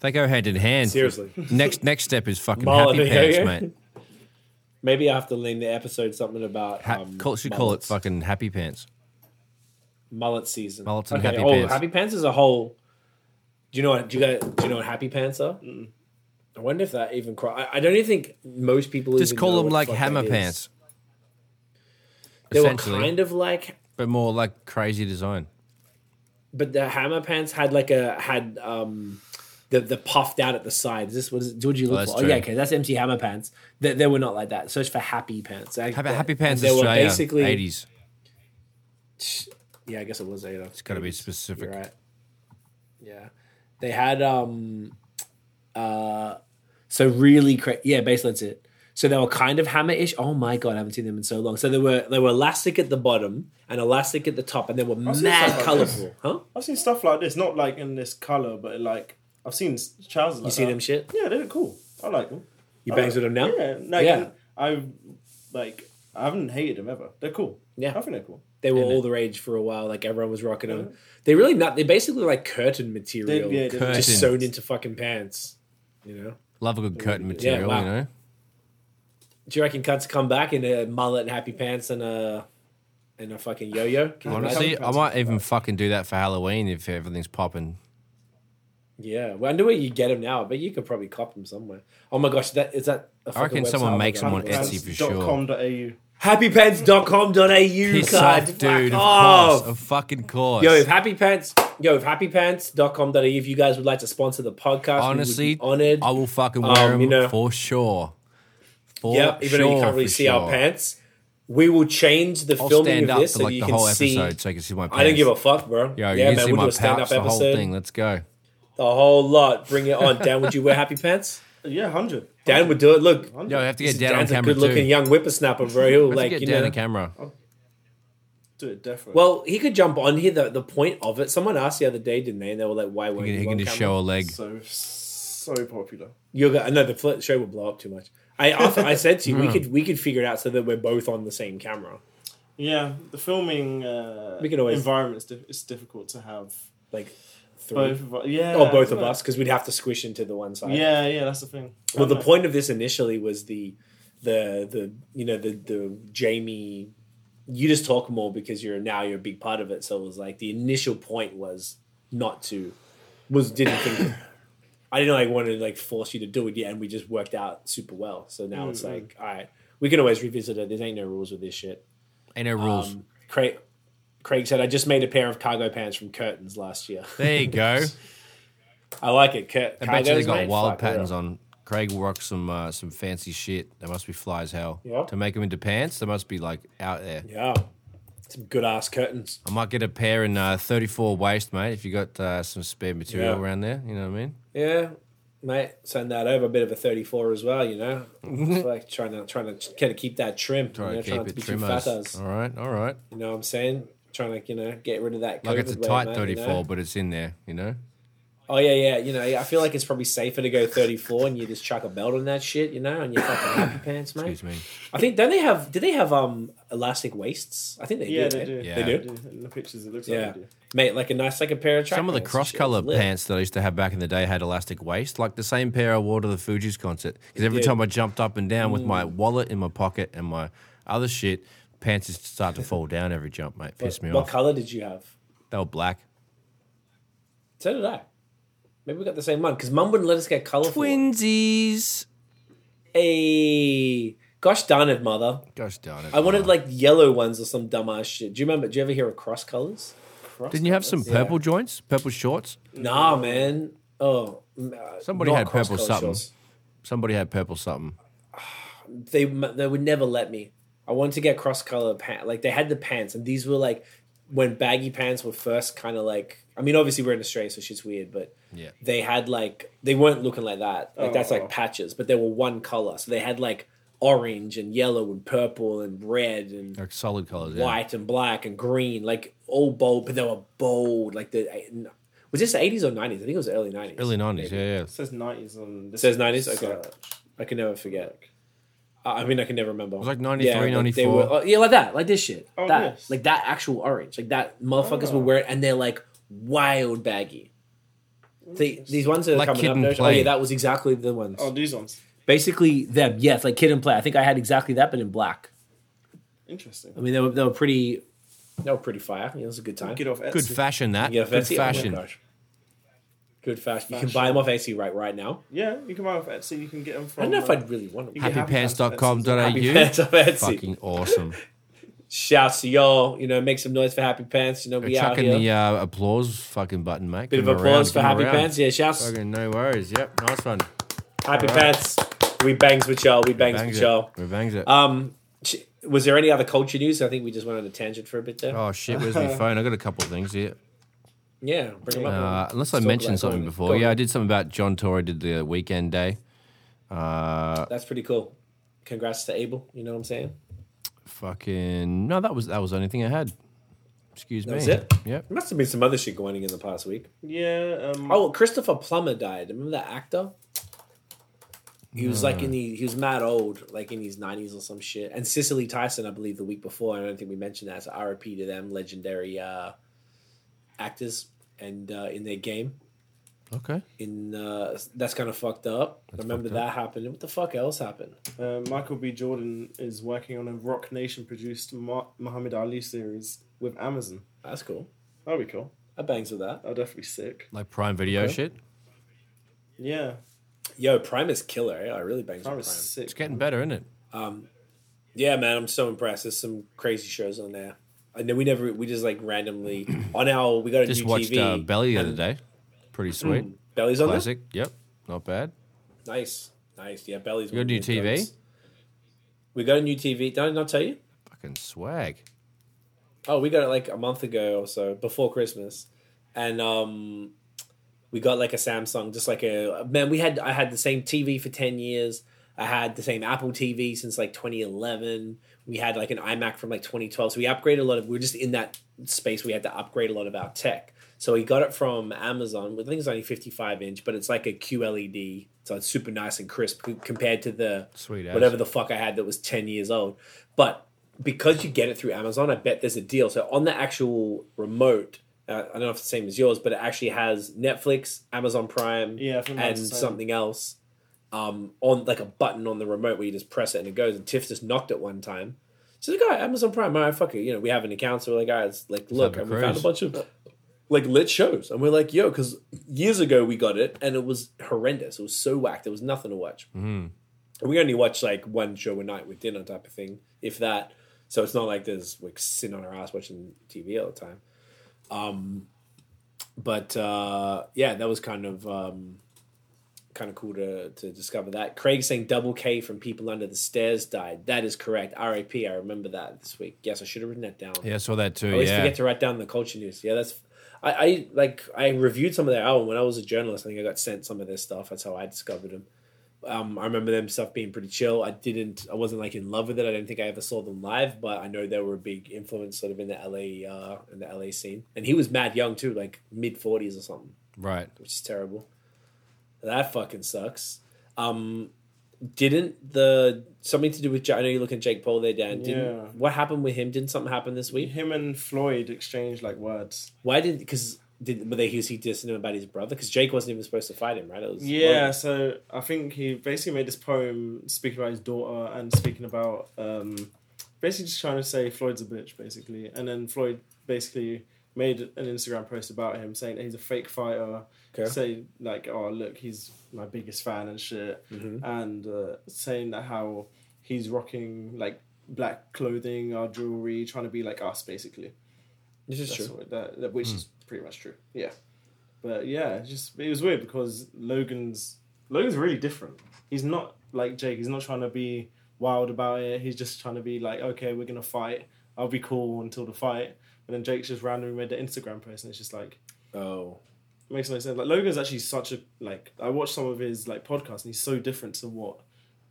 S2: they go hand in hand.
S1: Seriously.
S2: Next next step is fucking
S1: (laughs) Mullet
S2: happy
S1: and
S2: pants,
S1: yo-yo.
S2: mate.
S1: Maybe I have to lean the episode something about
S2: Ha-
S1: um,
S2: call, should call it
S1: mullets.
S2: fucking happy pants.
S1: mullet season.
S2: Mullets and
S1: Okay,
S2: happy
S1: oh,
S2: pants.
S1: happy pants is a whole. Do you know what? Do you guys, Do you know what happy pants are? I wonder if that even. Cro- I, I don't even think most people
S2: Just
S1: even
S2: call
S1: know
S2: them
S1: what the
S2: like
S1: fuck
S2: hammer
S1: that is.
S2: pants.
S1: They were
S2: Essentially,
S1: kind of like,
S2: but more like crazy design.
S1: but the hammer pants had like a had um. The, the puffed out at the sides. This was what did you look
S2: that's
S1: for? Oh yeah,
S2: true.
S1: okay, that's empty hammer pants. They, they were not like that. Search for happy pants. Like,
S2: Happy,
S1: they-
S2: happy pants
S1: They were
S2: Australia,
S1: basically
S2: eighties.
S1: Yeah, I guess it was eight. It's
S2: Got to be specific.
S1: You're right. Yeah, they had um, uh, so really cra- yeah, basically that's it. So they were kind of hammer-ish. Oh my god, I haven't seen them in so long. So they were they were elastic at the bottom and elastic at the top, and they were
S3: seen
S1: mad
S3: stuff like Uh-huh.
S1: colorful, huh?
S3: I've seen stuff like this, not like in this color, but like I've seen s- trousers. Like
S1: You see
S3: that.
S1: them shit?
S3: Yeah, they look cool. I like them.
S1: You bangs with them now?
S3: Uh, Yeah, no,
S1: Yeah.
S3: I like. I haven't hated them ever. They're cool.
S1: Yeah.
S3: I think they're cool.
S1: They were all the rage for a while. Like everyone was rocking them. They really not. They're basically like curtain material,
S3: They- yeah, they-
S2: Curtain.
S1: just sewn into fucking pants. You know?
S2: Love a good curtain material,
S1: wow.
S2: you know.
S1: Do you reckon cunts come back in a mullet and happy pants and a and a fucking yo-yo? Can you imagine?
S2: Honestly, I might even fucking do that for Halloween if everything's popping.
S1: Yeah, well, I know where you get them now, but you could probably cop them somewhere. Oh my gosh, that is that. a
S2: reckon
S1: fucking
S2: someone
S1: website?
S2: makes
S1: Like,
S2: them on Etsy for sure.
S3: Com.au.
S1: Happypants.com.au.
S2: Piss
S1: God,
S2: off, dude.
S1: fuck
S2: Of
S1: off.
S2: course, of fucking course.
S1: Yo, if happy pants, yo, if happypants.com.au, if you guys would like to sponsor the podcast,
S2: Honestly,
S1: we would be honored.
S2: I will fucking wear
S1: Um,
S2: them
S1: you know-
S2: for sure. For
S1: yeah, even though you
S2: sure,
S1: can't really
S2: for
S1: see
S2: sure.
S1: our pants, we will change the
S2: I'll
S1: filming
S2: stand
S1: of
S2: up
S1: this
S2: for
S1: so
S2: like
S1: you
S2: the
S1: can
S2: whole
S1: see.
S2: episode so I can see my pants.
S1: I don't give a fuck, bro.
S2: Yo,
S1: yeah,
S2: you can
S1: man,
S2: see
S1: we'll do
S2: my
S1: a stand-up
S2: pouch, the whole
S1: episode.
S2: thing. Let's go.
S1: The whole lot. Bring it on. Dan, would you wear happy pants?
S3: Yeah, hundred.
S1: Dan would do it. Look,
S2: Yo, I have to get down on
S1: Dan's a
S2: camera too.
S1: good-looking young whippersnapper, bro. He'll
S2: I have
S1: like
S2: to get
S1: you
S2: down
S1: know.
S2: on camera.
S3: Do it definitely.
S1: Well, he could jump on here. The, the point of it, someone asked the other day, didn't they? And they were like, "Why won't
S2: He
S1: you?"
S2: can, he
S1: on
S2: can just
S1: camera?
S2: show a leg.
S3: so so popular.
S1: You're go- no, the fl- show will blow up too much. I after I
S2: (laughs)
S1: said to you, we could we could figure it out so that we're both on the same camera.
S3: Yeah, the filming uh,
S1: We can always-
S3: environment is diff- it's difficult to have
S1: Like three
S3: both. Of, yeah,
S1: or Oh, both of
S3: yeah.
S1: us because we'd have to squish into the one side.
S3: Yeah, yeah, that's the thing.
S1: Well, the
S3: I know.
S1: point of this initially was the the the you know the the Jamie. You just talk more because you're now you're a big part of it. So it was like the initial point was not to was didn't think. (coughs) I didn't like want to like force you to do it yet, and we just worked out super well. So now it's like, all right, we can always revisit it. There ain't no rules with this shit.
S2: Ain't no rules.
S1: Um, Craig, Craig said, I just made a pair of cargo pants from curtains last year.
S2: there you
S1: (laughs)
S2: go.
S1: I like it. Cur-
S2: I bet you they
S1: cargos,
S2: got
S1: mate?
S2: wild
S1: Fuck,
S2: patterns
S1: yeah.
S2: on. Craig will rock some uh, some fancy shit. They must be fly as hell.
S1: Yeah.
S2: To make them into pants, they must be like out there.
S1: Yeah, some good ass curtains.
S2: I might get a pair in uh, 34 waist, mate, if you got uh, some spare material
S1: Yeah.
S2: around there. You know what I mean?
S1: Yeah. mate, send that over. A bit of a 34 as well,
S2: (laughs)
S1: you know. It's like trying to trying to kind of keep that trim.
S2: Try
S1: you
S2: to
S1: know,
S2: keep
S1: trying to
S2: it
S1: be too
S2: trimmers.
S1: fatas.
S2: All right, all right.
S1: You know what I'm saying? Trying to you know get rid of that.
S2: Like it's a
S1: COVID weight,
S2: tight
S1: mate, you know?
S2: 34, but it's in there, you know?
S1: Oh yeah, yeah. You know, I feel like it's probably safer to go 34 and you just chuck a belt on that shit, you know, and you're fucking
S2: (coughs)
S1: happy pants, mate.
S2: Excuse me.
S1: I think don't they have? Do they have um elastic waists? I think they
S3: Yeah,
S1: do.
S3: they
S1: mate.
S3: do.
S2: Yeah.
S1: They do?
S3: In the pictures, it looks
S1: Yeah,
S3: like they do.
S1: mate, like a nice like a pair of track
S2: Some of the
S1: pants.
S2: cross
S1: Shit,
S2: color
S1: it's lit.
S2: pants that I used to have back in the day had elastic waist, like the same pair I wore to the Fuji's concert. Because every
S1: did.
S2: time I jumped up and down with
S1: Mm.
S2: my wallet in my pocket and my other shit, pants just start to fall down every jump, mate. Pissed me
S1: What
S2: off.
S1: color did you have?
S2: They were black.
S1: So did I. Maybe we got the same one because mum wouldn't let us get colorful.
S2: Twinsies.
S1: Hey, gosh darn it, mother!
S2: Gosh darn it.
S1: I wanted
S2: man.
S1: like yellow ones or some dumbass shit. Do you remember? Do you ever hear of cross colors?
S3: Cross
S2: Didn't you have some
S3: colours.
S2: purple joints? Purple shorts?
S1: Nah, man. Oh, m- uh,
S2: Somebody
S1: not
S2: had purple
S1: cross-colour
S2: something.
S1: shorts.
S2: Somebody had purple something.
S1: They m- they would never let me. I wanted to get cross color pants. Like they had the pants, and these were like when baggy pants were first kind of like. I mean, obviously we're in Australia, so shit's weird, but
S2: Yeah.
S1: they had like they weren't looking like that. Like that's
S3: Oh.
S1: like patches, but they were one color. So they had like orange and yellow and purple and red and
S2: Like solid colors. Oh, Yeah.
S1: white and black and green, like all bold, but they were bold. Like the eh, was this the eighties or nineties? I think it was the early nineties.
S2: Early 90s. Yeah, yeah.
S3: It says 90s on this.
S1: Says 90s? Okay.
S3: search.
S1: I can never forget. I I mean, I can never remember. It
S2: was like 93,
S1: They
S2: 94.
S1: were, oh, yeah, like that, like this shit.
S3: Oh,
S1: that,
S3: nice.
S1: like that actual orange, like that. Motherfuckers
S2: Oh.
S1: will wear it, and they're like wild baggy. The, these ones that are
S2: Like
S1: coming
S2: Kid
S1: up.
S2: and
S1: no- Oh
S2: Play.
S1: yeah, that was exactly the ones.
S3: Oh, these ones.
S1: Basically them, yes, like kid and play. I think I had exactly that, but in black.
S3: Interesting.
S1: I mean, they were they were pretty, they were pretty fire. I mean, it was a good time.
S3: Get off Etsy.
S2: Good fashion, that.
S1: Yeah,
S2: Good
S1: Etsy. Oh my
S2: fashion.
S1: gosh. Good fashion. You can buy them off Etsy right right now.
S3: Yeah, you can buy off Etsy. You can get them from.
S1: I don't know if
S3: uh,
S1: I'd really want them.
S3: Happy
S1: Happy
S2: Happypants.com.au.
S1: pants off Etsy.
S2: Fucking awesome.
S1: Shouts to y'all. You know, make some noise for Happy Pants. You know, we out
S2: chucking
S1: here.
S2: the uh, applause fucking button, mate.
S1: Bit of applause for Happy Pants. Yeah, shouts.
S2: Fucking no worries. Yep, nice one.
S1: Happy
S2: All right.
S1: Pants. We bangs with y'all. We bangs,
S2: Bangs
S1: with
S2: it.
S1: y'all.
S2: We bangs it.
S1: Um, sh- was there any other culture news? I think we just went on a tangent for a bit there.
S2: oh shit, where's my
S1: (laughs)
S2: phone? I got a couple of things here.
S1: yeah, bring them up.
S2: Uh, unless I
S1: Let's talk about
S2: mentioned
S1: it. Go
S2: something
S1: on.
S2: before.
S1: Go on.
S2: Yeah, I did something about John Tory did the weekend day. Uh,
S1: That's pretty cool. Congrats to Abel. You know what I'm saying?
S2: fucking no, that was that was the only thing I had. Excuse me.
S1: was it?
S2: Yep.
S1: There must have been some other shit going on in the past week.
S3: Yeah. Um,
S1: Oh, Christopher Plummer died. Remember that actor? He was like in the he was mad old, like in his nineties or some shit. And Cicely Tyson, I believe, the week before. I don't think we mentioned that. So RIP to them, legendary uh, actors, and uh, in their game.
S2: Okay.
S1: In uh, that's kind of fucked up. I remember
S2: fucked
S1: that happened. What the fuck else happened?
S3: Uh, Michael B. Jordan is working on a Rock Nation produced Ma- Muhammad Ali series with Amazon.
S1: That's cool.
S3: That'd be cool.
S1: I bangs with that.
S3: That'd definitely be sick.
S2: Like Prime Video
S1: Okay.
S2: shit.
S3: Yeah,
S1: Yo, Prime is killer. eh? I really bangs
S3: that
S1: with
S3: was
S1: Prime.
S2: It's
S3: sick.
S2: getting better, isn't it?
S1: Yeah, man, I'm so impressed. There's some crazy shows on there. I know we never we just like
S2: (clears throat)
S1: randomly on our we got a
S2: Just
S1: new
S2: watched
S1: TV.
S2: uh, Belly the other
S1: and Hmm.
S2: day. Pretty sweet.
S1: Belly's on
S2: Classic. Yep. Not bad.
S1: there. Nice, nice. Yeah, Belly's. You
S2: got a new TV?
S1: We got a new TV. Did I not tell you?
S2: Fucking swag.
S1: Oh, we got it like a month ago or so before Christmas, and um, we got like a Samsung, just like a man. We had I had the same TV for ten years. I had the same Apple TV since like 2011. We had like an iMac from like 2012. So we upgraded a lot of. We were just in that space. We had to upgrade a lot of our tech. So we got it from Amazon. I think it's only 55 inch, but it's like a QLED, so it's super nice and crisp c- compared to the
S2: Sweet ass.
S1: whatever the fuck I had that was 10 years old. But because you get it through Amazon, I bet there's a deal. So on the actual remote, uh, I don't know if it's the same as yours, but it actually has Netflix, Amazon Prime,
S3: Yeah, I think
S1: and
S3: that's the same.
S1: something else um, on like a button on the remote where you just press it and it goes. And Tiff just knocked it one time. She's like, "All right, Amazon Prime, all right, fuck it. You know, we have an account, so we're like, guys, like, look,
S2: have
S1: and
S2: a
S1: we found a
S2: cruise.
S1: bunch of like lit shows, and we're like, yo, because years ago we got it and it was horrendous. It was so whack. There was nothing to watch. And we only watch like one show a night with dinner type of thing, if that. So it's not like there's like sitting on our ass watching TV all the time. Um, but uh, yeah, that was kind of um, kind of cool to to discover that. Craig saying double K from People Under the Stairs died. That is correct. R.I.P. I remember that this week. Yes, I should have written that down.
S2: Yeah, I saw that too.
S1: I always
S2: yeah.
S1: forget to write down the culture news. Yeah, that's. I, I like I reviewed some of their album when I was a journalist. I think I got sent some of their stuff. That's how I discovered them. Um, I remember them stuff being pretty chill. I didn't, I wasn't like in love with it. I don't think I ever saw them live, but I know they were a big influence sort of in the LA, uh, in the LA scene. And he was mad young too, like mid forties or something,
S2: Right.
S1: which is terrible. That fucking sucks. Um, didn't the something to do with? Ja- I know you're looking at Jake Paul there, Dan. Didn't
S3: Yeah.
S1: what happened with him? Didn't something happen this week?
S3: Him and Floyd exchanged like words.
S1: Why did? Because did were they? Was he dissing him about his brother? Because Jake wasn't even supposed to fight him, right? It was
S3: Yeah, so I think he basically made this poem speaking about his daughter and speaking about um, basically just trying to say Floyd's a bitch, basically. And then Floyd basically made an Instagram post about him saying that he's a fake fighter.
S1: Okay.
S3: Say like, oh look, he's my biggest fan and shit, and uh, saying that how he's rocking like black clothing, our jewelry, trying to be like us, basically.
S1: this is
S3: That's
S1: true. Hmm.
S3: what, that, that, which is pretty much true. Yeah, but yeah, it's just it was weird because Logan's Logan's really different. He's not like Jake. He's not trying to be wild about it. He's just trying to be like, okay, we're gonna fight. I'll be cool until the fight. And then Jake's just randomly made the Instagram post, and it's just like
S1: Oh,
S3: makes no sense. Like Logan's actually such a like. I watched some of his like podcasts, and he's so different to what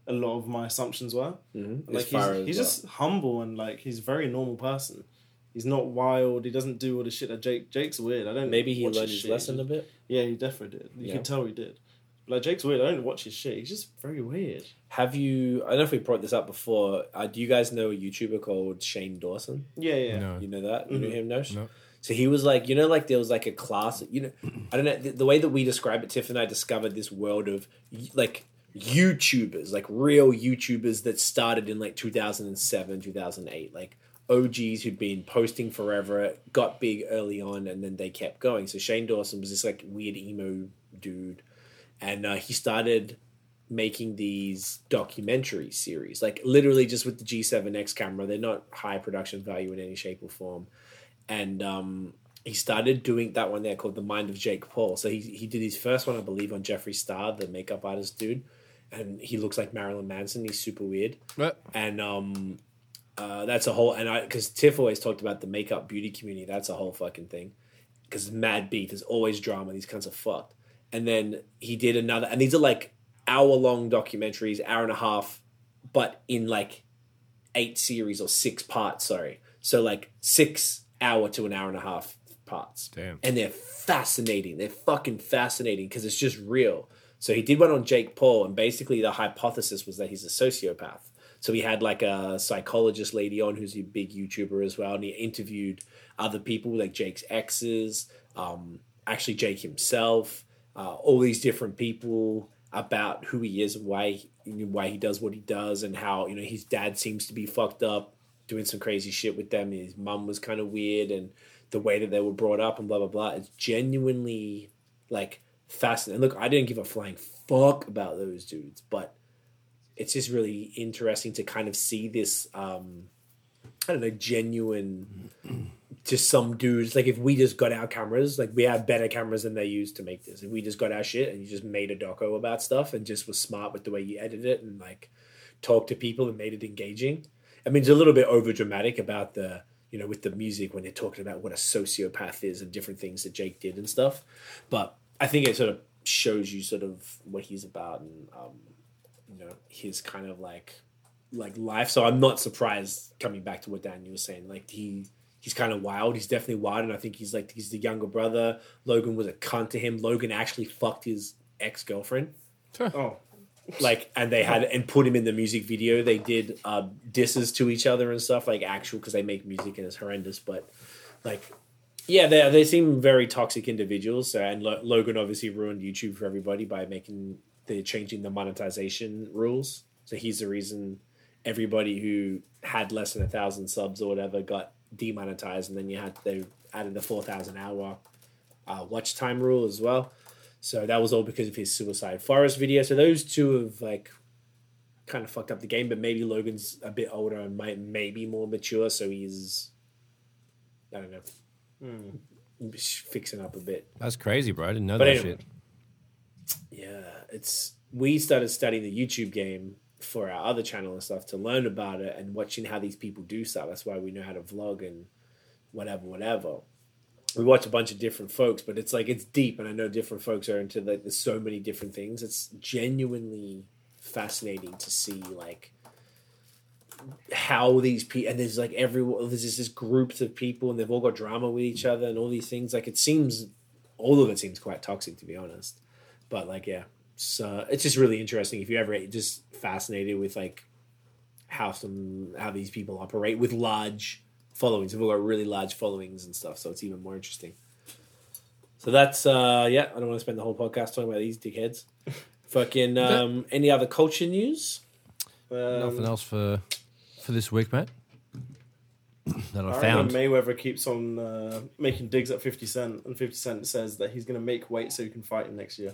S3: a lot of my assumptions were.
S1: mm-hmm.
S3: Like he's, he's just humble and like he's a very normal person. He's not wild. He doesn't do all the shit that Jake. Jake's weird. I don't.
S1: uh, maybe he
S3: watch
S1: learned his
S3: shit.
S1: lesson a bit.
S3: Yeah, he definitely did. You
S1: Yeah.
S3: can tell he did. Like Jake's weird. I don't watch his shit. He's just very weird.
S1: Have you? I don't know if we brought this up before. Uh, do you guys know a YouTuber called Shane Dawson?
S3: Yeah, yeah.
S2: No.
S1: You know that? You know
S3: Mhm.
S1: him, Nosh?
S2: No.
S1: So he was like, you know, like there was like a class, you know, I don't know, the, the way that we describe it, Tiff and I discovered this world of y- like YouTubers, like real YouTubers that started in like 2007, 2008, like OGs who'd been posting forever, got big early on, and then they kept going. So Shane Dawson was this like weird emo dude, and uh, he started making these documentary series, like literally just with the G7X camera. They're not high production value in any shape or form. And um, he started doing that one there called The Mind of Jake Paul. So he, he did his first one, I believe, on Jeffree Star, the makeup artist dude. And he looks like Marilyn Manson. He's super weird
S2: But
S1: and um uh, that's a whole and I because Tiff always talked about the makeup beauty community. That's a whole fucking thing. Because mad beef, there's always drama. These kinds of fucked. And then he did another, and these are like hour long documentaries, hour and a half, but in like eight series or six parts. Sorry, so like six hour to an hour and a half parts.
S2: Damn.
S1: And they're fascinating. They're fucking fascinating because it's just real. So he did one on Jake Paul, and basically the hypothesis was that he's a sociopath. So he had like a psychologist lady on who's a big YouTuber as well, and he interviewed other people like Jake's exes, um, actually Jake himself, uh, all these different people about who he is and why he, why he does what he does, and how you know his dad seems to be fucked up, doing some crazy shit with them. His mum was kind of weird, and the way that they were brought up and blah blah blah. It's genuinely like fascinating. And look, I didn't give a flying fuck about those dudes, but it's just really interesting to kind of see this. Um, I don't know, genuine. Just some dudes. Like if we just got our cameras, like we have better cameras than they use to make this. If we just got our shit and you just made a doco about stuff and just was smart with the way you edit it and like talked to people and made it engaging. I mean, it's a little bit over dramatic about the, you know, with the music when they're talking about what a sociopath is and different things that Jake did and stuff. But I think it sort of shows you sort of what he's about and, um, you know, his kind of like, like life. So I'm not surprised coming back to what Daniel was saying. Like he, he's kind of wild. He's definitely wild, and I think he's like he's the younger brother. Logan was a cunt to him. Logan actually fucked his ex girlfriend
S3: Oh,
S1: like and they had and put him in the music video they did uh disses to each other and stuff like actual because they make music and it's horrendous but like yeah they they seem very toxic individuals so, and Lo- logan obviously ruined youtube for everybody by making the changing the monetization rules so he's the reason everybody who had less than a thousand subs or whatever got demonetized and then you had they added the 4000 hour uh, watch time rule as well so that was all because of his Suicide Forest video. So those two have like kind of fucked up the game, but maybe Logan's a bit older and might maybe more mature, so he's I don't know. Fixing up a bit.
S2: that's crazy, bro. I didn't know
S1: But
S2: that
S1: anyway.
S2: shit.
S1: Yeah, it's we started studying the YouTube game for our other channel and stuff to learn about it and watching how these people do stuff. That's why we know how to vlog and whatever, whatever. we watch a bunch of different folks, but it's like it's deep, and I know different folks are into like there's so many different things. It's genuinely fascinating to see like how these people and there's like everyone there's just this groups of people and they've all got drama with each other and all these things. Like it seems all of it seems quite toxic to be honest, but like yeah, so it's just really interesting if you ever just fascinated with like how some how these people operate with large followings. People got really large followings and stuff, so it's even more interesting. So that's uh yeah, I don't want to spend the whole podcast talking about these
S3: (laughs)
S1: dickheads. Fucking um any other culture news?
S3: Um,
S2: Nothing else for for this week, mate. (clears throat) That I,
S3: I
S2: found.
S3: remember Mayweather keeps on uh, making digs at 50 Cent, and 50 Cent says that he's going to make weight so he can fight him next year.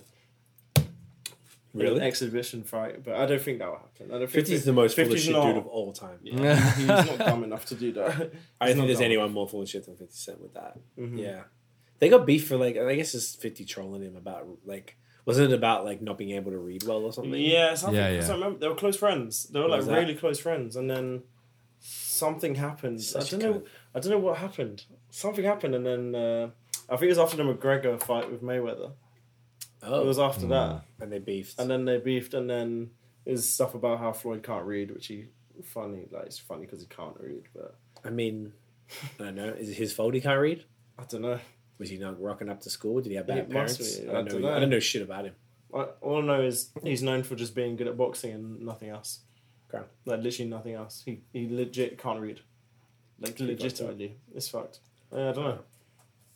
S3: In an exhibition fight, but I don't think that will happen. I don't think
S1: Fifty's the most full of
S3: 50's
S1: shit
S3: not-
S1: dude of all time.
S2: (laughs)
S3: Yeah, he's not dumb enough to do that.
S1: I don't
S3: He's not
S1: think there's
S3: dumb.
S1: anyone more full of shit than Fifty Cent with that.
S3: Mhm.
S1: Yeah, they got beef for like I guess it's Fifty trolling him about like wasn't it about like not being able to read well or something?
S3: Yeah, something.
S2: Yeah, yeah.
S3: 'cause I remember they were close friends. They were
S1: What
S3: like
S1: was that?
S3: really close friends, and then something happened.
S1: Such
S3: I
S1: a
S3: don't know.
S1: cunt.
S3: I don't know what happened. Something happened, and then uh, I think it was after the McGregor fight with Mayweather. It
S1: Oh,
S3: was
S2: Mm.
S3: after that,
S1: and they beefed.
S3: and then they beefed, and then there's stuff about how Floyd can't read, which he funny like it's funny because he can't read, but
S1: I mean, I don't know. Is it his fault he can't read?
S3: I don't know.
S1: Was he not rocking up to school? Did he have bad
S3: It must
S1: parents?
S3: be.
S1: I, don't know. I don't know shit about him.
S3: I, all I know is he's known for just being good at boxing and nothing else.
S1: Okay.
S3: Like literally nothing else. He he legit can't read. Like
S1: Pretty fucked up.
S3: legitimately, it's fucked. Yeah, I don't know.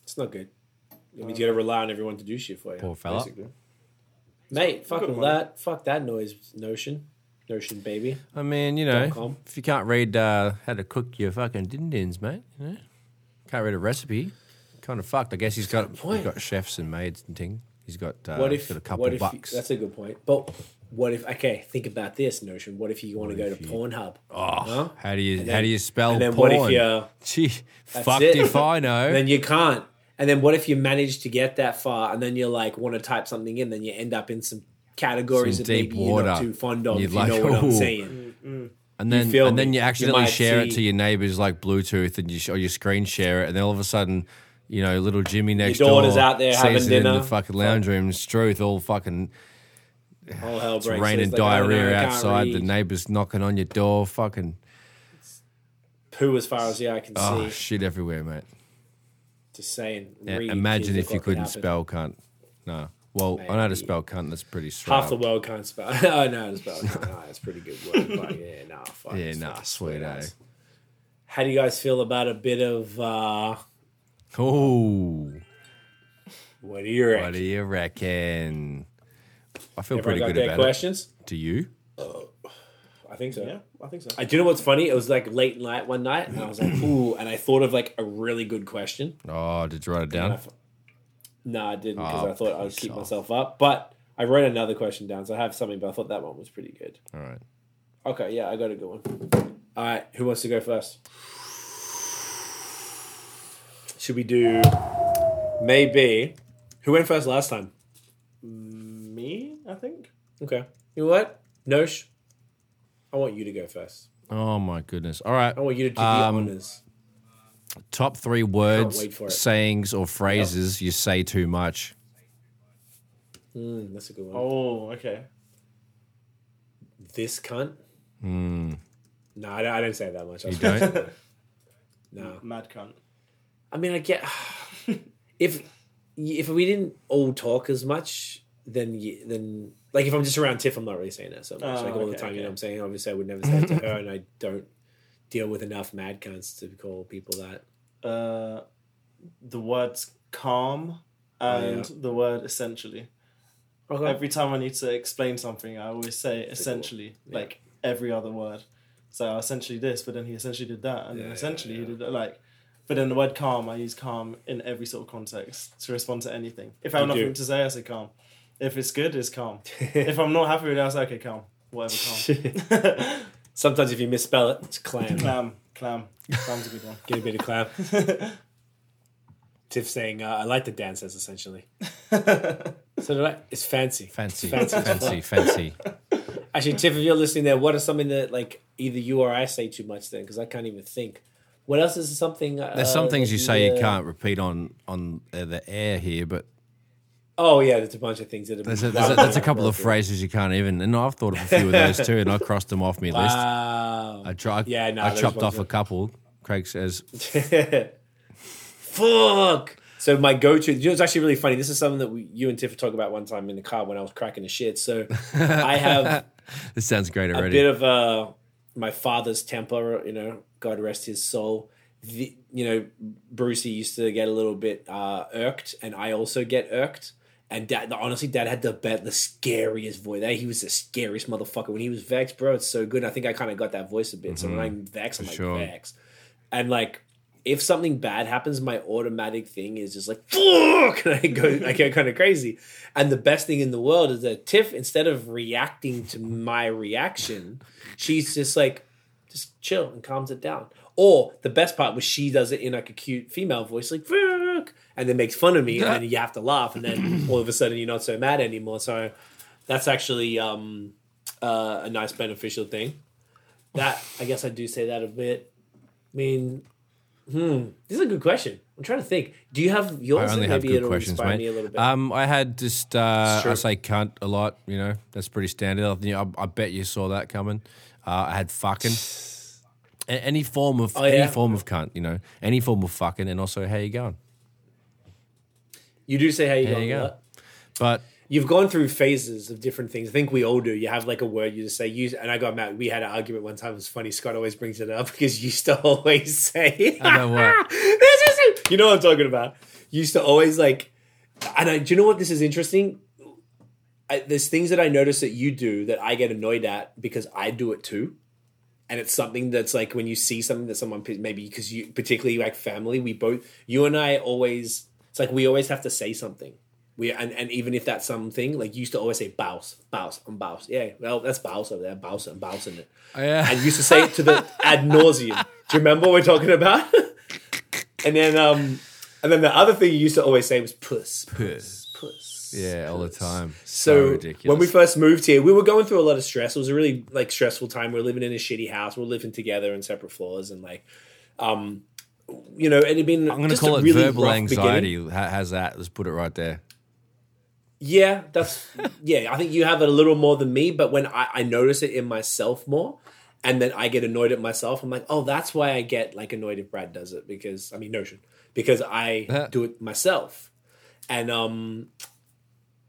S1: It's not good. It means you gotta rely on everyone to do shit for you.
S2: Poor fella.
S3: Basically.
S1: Mate, fuck
S3: Good
S1: all
S3: money.
S1: that. Fuck that noise notion. Notion baby.
S2: I mean, you
S1: Dot
S2: know,
S1: com.
S2: if you can't read uh, how to cook your fucking din dins, mate, you know, can't read a recipe, kind of fucked. I guess he's got
S1: point.
S2: he's got chefs and maids and thing. He's got uh,
S1: what
S2: he's
S1: if
S2: got a couple
S1: what if
S2: bucks.
S1: that's a good point. But what if okay, think about this notion. What if you want to go to
S2: if you-
S1: Pornhub?
S2: oh,
S1: Huh?
S2: how do you
S1: And
S2: how
S1: then-
S2: do you spell
S1: and then
S2: porn?
S1: what if you uh,
S2: Gee,
S1: That's
S2: fucked
S1: it.
S2: if I know.
S1: (laughs) and then you can't. And then what if you manage to get that far and then you like want to type something in, then you end up in some categories
S2: Some
S1: that maybe
S2: deep
S1: you're not
S2: water.
S1: too fond of,
S2: You're
S1: if
S2: like,
S1: you know what
S2: "Ooh."
S1: I'm saying.
S2: and then
S1: feel
S2: and then
S1: me?
S2: you
S1: You
S2: accidentally
S1: might
S2: share it
S1: see-
S2: to your neighbors like Bluetooth, and you sh- or you screen share it, and then all of a sudden. You know, little Jimmy next
S1: daughter's
S2: door
S1: out there
S2: sees
S1: having
S2: it in
S1: dinner.
S2: the fucking lounge room. and Struth all fucking
S1: All hell
S2: It's
S1: breaks
S2: raining
S1: loose. Like, I don't know,
S2: diarrhea
S1: I can't
S2: outside. The
S1: read.
S2: neighbors knocking on your door. Fucking
S1: poo as far as the eye can
S2: oh,
S1: see.
S2: shit everywhere, mate.
S1: Just saying.
S2: Yeah,
S1: read,
S2: imagine
S1: kids,
S2: if
S1: look
S2: you
S1: what can
S2: couldn't
S1: happen.
S2: spell cunt. No. Well, I know how to
S1: Maybe.
S2: spell cunt. That's pretty straight.
S1: Half the
S2: up.
S1: world can't spell. (laughs) I know how to spell. Oh,
S2: (laughs)
S1: No, no, it's a pretty good word. But yeah, nah, fuck.
S2: Yeah,
S1: it's
S2: nah,
S1: fucking
S2: sweet, eh?
S1: ass. How do you guys feel about a bit of uh,
S2: Oh,
S1: what do you reckon?
S2: what do you reckon? I feel
S1: Everyone
S2: pretty
S1: got
S2: good
S1: their
S2: about
S1: questions?
S2: it. Do you?
S1: I think so.
S3: Yeah, I think so.
S1: I do know what's funny. It was like late night one night, and I was
S2: (clears throat)
S1: like, "Ooh!" And I thought of like a really good question.
S2: Oh, did you write it
S1: And I
S2: down?
S1: thought- no, I didn't because
S2: Oh,
S1: I thought I would
S2: piss
S1: keep
S2: off.
S1: myself up. But I wrote another question down, so I have something. But I thought that one was pretty good.
S2: All right.
S1: Okay, yeah, I got a good one. All right, who wants to go first? Should we do maybe? Who went first last time?
S3: Me, I think.
S1: Okay, you know what? Nosh, I want you to go first.
S2: Oh my goodness. All right.
S1: I want you to do
S2: Um,
S1: the honors.
S2: Top three words,
S1: wait for it.
S2: sayings, or phrases you say too
S1: (laughs)
S2: much.
S1: Mm, that's a good one.
S3: Oh, okay.
S1: this cunt. No, I don't, I don't say that much. I
S2: Hmm. You
S1: swear.
S2: don't.
S1: No,
S3: Mad cunt.
S1: I mean, I get (sighs) if if we didn't all talk as much, then you, then like if I'm just around Tiff, I'm not really saying that so much.
S3: Oh,
S1: like all the
S3: okay,
S1: time, you
S3: okay.
S1: know what I'm saying. Obviously, I would never say
S3: (laughs)
S1: it to her, and I don't deal with enough mad cunts to call people that.
S3: Uh, the words calm and
S1: Oh, yeah.
S3: the word essentially.
S1: Okay.
S3: Every time I need to explain something, I always say essentially, like every other word. So essentially this, but then he essentially did that, and then
S1: Yeah,
S3: essentially
S1: yeah,
S3: he did that, like. But then the word calm, I use calm in every sort of context to respond to anything. If I have
S1: You do.
S3: nothing to say, I say calm. If it's good, it's
S1: (laughs)
S3: calm. if I'm not happy with it, I say okay, calm. Whatever, (laughs) calm.
S1: Sometimes if you misspell it, it's
S3: (laughs)
S1: clam.
S3: clam, clam, clam's a good one.
S1: Get a bit of clam.
S3: (laughs)
S1: Tiff saying, uh, "I like the dances." Essentially, so do I. It's fancy.
S2: Fancy,
S1: Fancy as
S2: fancy, fancy.
S1: Actually, Tiff, if you're listening there, what is something that like either you or I say too much then? Because I can't even think. What else is something?
S2: There's
S1: uh,
S2: some things
S1: that
S2: you say you
S1: uh,
S2: can't repeat on on uh, the air here, but
S1: Oh yeah, there's a bunch of things that. Have
S2: there's
S1: (laughs)
S2: a, there's a, there's a couple of phrases you can't even. And I've thought of a few of those too, and I crossed them off my list.
S1: (laughs) Wow.
S2: I tried.
S1: Yeah, no,
S2: I
S1: those
S2: chopped
S1: ones
S2: off
S1: are-
S2: a couple. Craig says, (laughs)
S1: Fuck. So my go-to, you know, it's actually really funny. This is something that we, you and Tiff talked about one time in the car when I was cracking the shit. So I have
S2: "This sounds great
S1: a
S2: already."
S1: bit of uh, my father's temper, you know, God rest his soul. The, you know, Brucey used to get a little bit uh, irked, and I also get irked. And dad, honestly, dad had the bet the scariest voice. That he was the scariest motherfucker when he was vexed, bro. It's so good. I think I kind of got that voice a bit. So when I'm vexed, I'm like
S2: sure.
S1: vexed, and like. If something bad happens, my automatic thing is just like fuck, (laughs) and I go, I go kind of crazy. And the best thing in the world is that Tiff, instead of reacting to my reaction, she's just like, just chill and calms it down. Or the best part was she does it in like a cute female voice, like fuck, and then makes fun of me,
S2: (laughs)
S1: and then you have to laugh, and then all of a sudden you're not so mad anymore. So that's actually um, uh, a nice beneficial thing. That I guess I do say that a bit. I mean, hmm, this is a good question. I'm trying to think. Do you have
S2: I
S1: yours?
S2: only
S1: that
S2: have
S1: maybe
S2: good
S1: it'll
S2: questions,
S1: inspire me a little
S2: mate.
S1: bit.
S2: Um, I had just uh,
S1: true.
S2: I say cunt a lot. You know, that's pretty standard. I, think- I, I bet you saw that coming. Uh, I had fucking A- any form of
S1: Oh,
S2: any
S1: yeah.
S2: form of cunt. You know, any form of fucking, and also how you going.
S1: you do say how you,
S2: There
S1: go.
S2: you
S1: a
S2: go.
S1: lot.
S2: But
S1: you've gone through phases of different things. I think we all do. You have like a word you just say. You and I got mad. We had an argument one time. It was funny. Scott always brings it up (laughs) because you used to always say,
S2: About
S1: (laughs)
S2: what?
S1: This is- "You know what I'm talking about." You used to always like, and I, do you know what? This is interesting. I, there's things that I notice that you do that I get annoyed at because I do it too. And it's something that's like when you see something that someone pi- maybe because you particularly like family, we both you and I always it's like we always have to say something. We and, and even if that's something like you used to always say bouse, bouse, and bouse. Yeah, well that's bouse over there, bouse and bouse in it.
S2: yeah,
S1: And you used to say it to the ad nauseum. Do you remember what we're talking about? (laughs) and then um and then the other thing you used to always say was puss, puss, puss.
S2: (laughs) yeah, all the time. So,
S1: So
S2: ridiculous.
S1: when we first moved here, we were going through a lot of stress. It was a really like stressful time. We are living in a shitty house. We are living together in separate floors, and like, um, you know, it had been.
S2: I'm going to
S1: just a
S2: call it
S1: really
S2: verbal
S1: rough
S2: anxiety.
S1: beginning.
S2: Ha- How's that? Let's put it right there.
S1: Yeah, that's yeah. I think you have it a little more than me, but when I, I notice it in myself more, and then I get annoyed at myself, I'm like, oh, that's why I get like annoyed if Brad does it because I mean Notion because I do it myself, and um,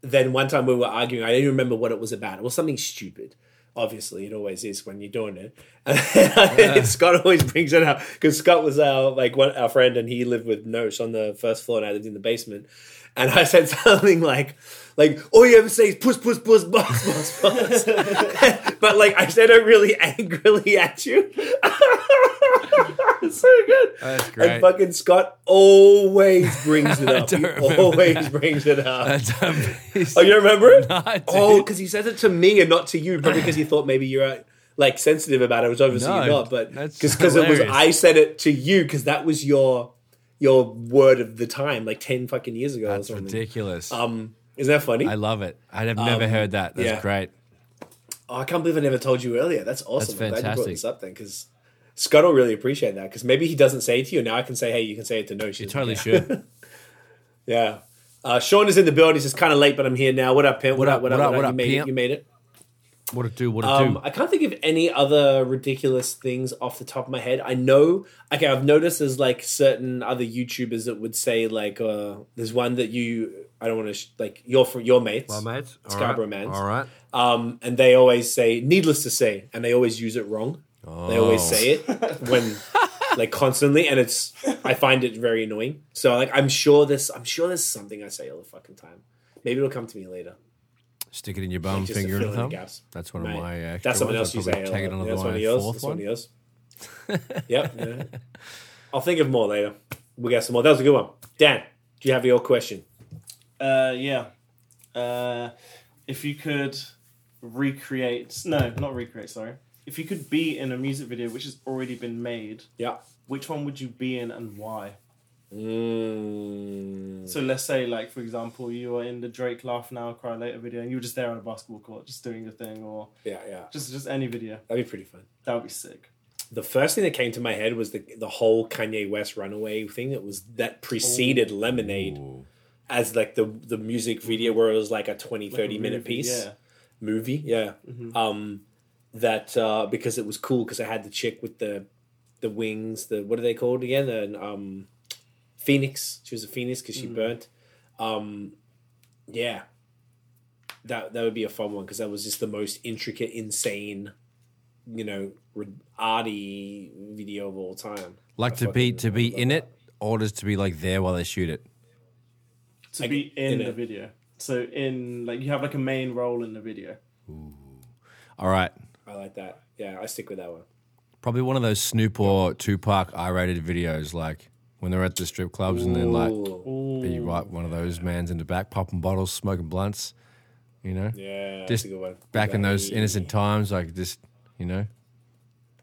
S1: then one time we were arguing. I don't even remember what it was about. It was something stupid. Obviously, it always is when you're doing it. (laughs) And Scott always brings it up because Scott was our like one our friend, and he lived with Nosh on the first floor, and I lived in the basement. And I said (laughs) something like, "Like all you ever say is puss, puss, puss, boss, boss, boss," (laughs) but like I said it really (laughs) angrily at you. (laughs) it's so good.
S2: That's
S1: And
S2: great.
S1: fucking Scott always
S2: (laughs)
S1: brings it up.
S2: don't
S1: He
S2: remember
S1: always
S2: that.
S1: brings it
S2: (laughs)
S1: up. (laughs)
S2: That's
S1: Oh, you don't remember
S2: (laughs)
S1: it?
S2: No, I do.
S1: oh, because he says it to me and not to you, but because he thought maybe you're uh, like sensitive about it, which obviously
S2: No,
S1: you're not. But
S2: that's
S1: because it was,
S2: hilarious.
S1: I said it to you because that was your your word of the time, like ten fucking years ago or something.
S2: ridiculous.
S1: Um, isn't that funny?
S2: I love it. I have never heard that. That's
S1: yeah.
S2: great.
S1: oh, I can't believe I never told you earlier. That's
S2: That's
S1: awesome. I'm glad you brought
S2: fantastic.
S1: this up then, because Scott will really appreciate that. Because maybe he doesn't say it to you, and now I can say, hey, you can say it to no. She
S2: You
S1: doesn't
S2: totally
S1: care. (laughs)
S2: should.
S1: Yeah. Uh, Sean is in the building. It's kind of late, but I'm here now. What up, Pimp? What, up? What up? What up?
S2: what
S1: you,
S2: up,
S1: made
S2: pimp?
S1: It, you made it.
S2: What it do? What it
S1: Um,
S2: do?
S1: I can't think of any other ridiculous things off the top of my head. I know, okay, I've noticed there's like certain other YouTubers that would say like, uh, there's one that you, I don't want to sh- like your fr- your mates,
S2: mates.
S1: Scarborough mans.
S2: All right.
S1: um, and they always say, needless to say, and they always use it wrong. They always
S2: Oh.
S1: say it when, like, constantly, and it's I find it very annoying. So like, I'm sure this, I'm sure there's something I say all the fucking time. Maybe it'll come to me later.
S2: Stick it in your bum,
S1: Just to
S2: finger
S1: fill
S2: and
S1: in the
S2: thumb.
S1: gaps.
S2: That's one of
S1: Mate,
S2: my. Uh,
S1: That's something else you
S2: you
S1: say.
S2: Tag it
S1: a lot.
S2: on
S1: That's
S2: the
S1: one of
S2: line.
S1: yours.
S2: Fourth
S1: That's one of
S2: one.
S1: yours. yep. yeah. I'll think of more later. We'll get some more. That was a good one. Dan, do you have your question?
S3: (laughs) Uh, yeah. Uh, if you could recreate, no, not recreate. Sorry. If you could be in a music video which has already been made,
S1: Yeah.
S3: which one would you be in and why?
S1: Mm.
S3: So let's say, like for example, you are in the Drake "Laugh Now, Cry Later" video, and you were just there on a basketball court, just doing your thing, or
S1: Yeah, yeah.
S3: just just any video.
S1: That'd be pretty fun.
S3: That would be sick.
S1: the first thing that came to my head was the the whole Kanye West Runaway thing that was that preceded Lemonade
S2: Ooh.
S1: as like the the music video where it was like a 20 30 minute
S3: movie,
S1: piece
S3: yeah.
S1: movie yeah um that uh because it was cool because I had the chick with the the wings the what are they called again and um phoenix she was a phoenix because she burnt um yeah that that would be a fun one because that was just the most intricate insane you know re- arty video of all time
S2: Like
S1: I
S2: to be
S1: fucking
S2: to be
S1: love
S2: in
S1: that.
S2: it, or just to be like there while they shoot it.
S3: to
S1: Like,
S3: be in,
S1: in
S3: the
S1: it.
S3: video. So in like you have like a main role in the video.
S2: All right,
S1: i like that yeah i stick with that one
S2: probably one of those Snoop or Tupac I-rated videos, like when they're at the strip clubs and then like
S1: Ooh,
S2: be right one of those mans in the back, popping bottles, smoking blunts. You know,
S1: yeah
S2: just
S1: that's a good one.
S2: back in those
S1: Like-
S2: innocent times, like just you know,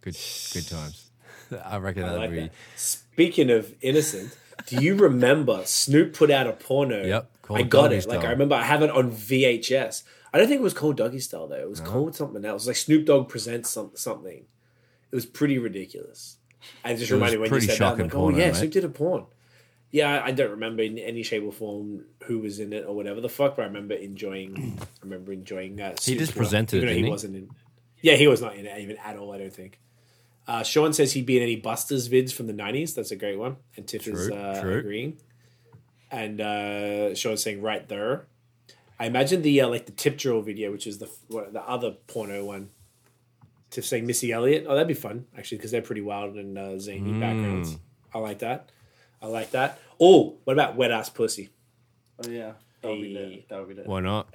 S2: good good times. (laughs) I reckon
S1: I
S2: that'd
S1: like
S2: be.
S1: that. Speaking of innocent, do you remember Snoop put out a porno?
S2: Yep, called
S1: I got
S2: Doggy
S1: it. Like
S2: Style.
S1: I remember, I have it on VHS. I don't think it was called Doggy Style though. It was called something else. Like Snoop Dogg presents some, something. It was pretty ridiculous. And it just
S2: It was
S1: reminded me when you
S2: pretty
S1: said that, I'm
S2: shocking
S1: like,
S2: porno,
S1: oh yeah,
S2: mate.
S1: Snoop did a porn. Yeah, I- I don't remember in any shape or form who was in it or whatever the fuck. But I remember enjoying. I remember enjoying that. Snoop's
S2: just
S1: work,
S2: presented it,
S1: even though
S2: didn't
S1: he
S2: he?
S1: wasn't in. Yeah, he was not in it even at all. I don't think. Uh, Sean says he'd be in any Busters vids from the 90s. That's a great one. And Tiff is
S2: True,
S1: uh,
S2: true.
S1: agreeing. And uh, Sean's saying right there. I imagine the uh, like the tip drill video, which is the f- what, the other porno one. Tiff saying Missy Elliott. Oh, that'd be fun actually because they're pretty wild and uh, zany backgrounds.
S2: Hmm.
S1: I like that. I like that. Oh, what about wet ass pussy?
S3: Oh yeah, that would be
S1: Hey.
S3: lit. That would be lit.
S2: Why not?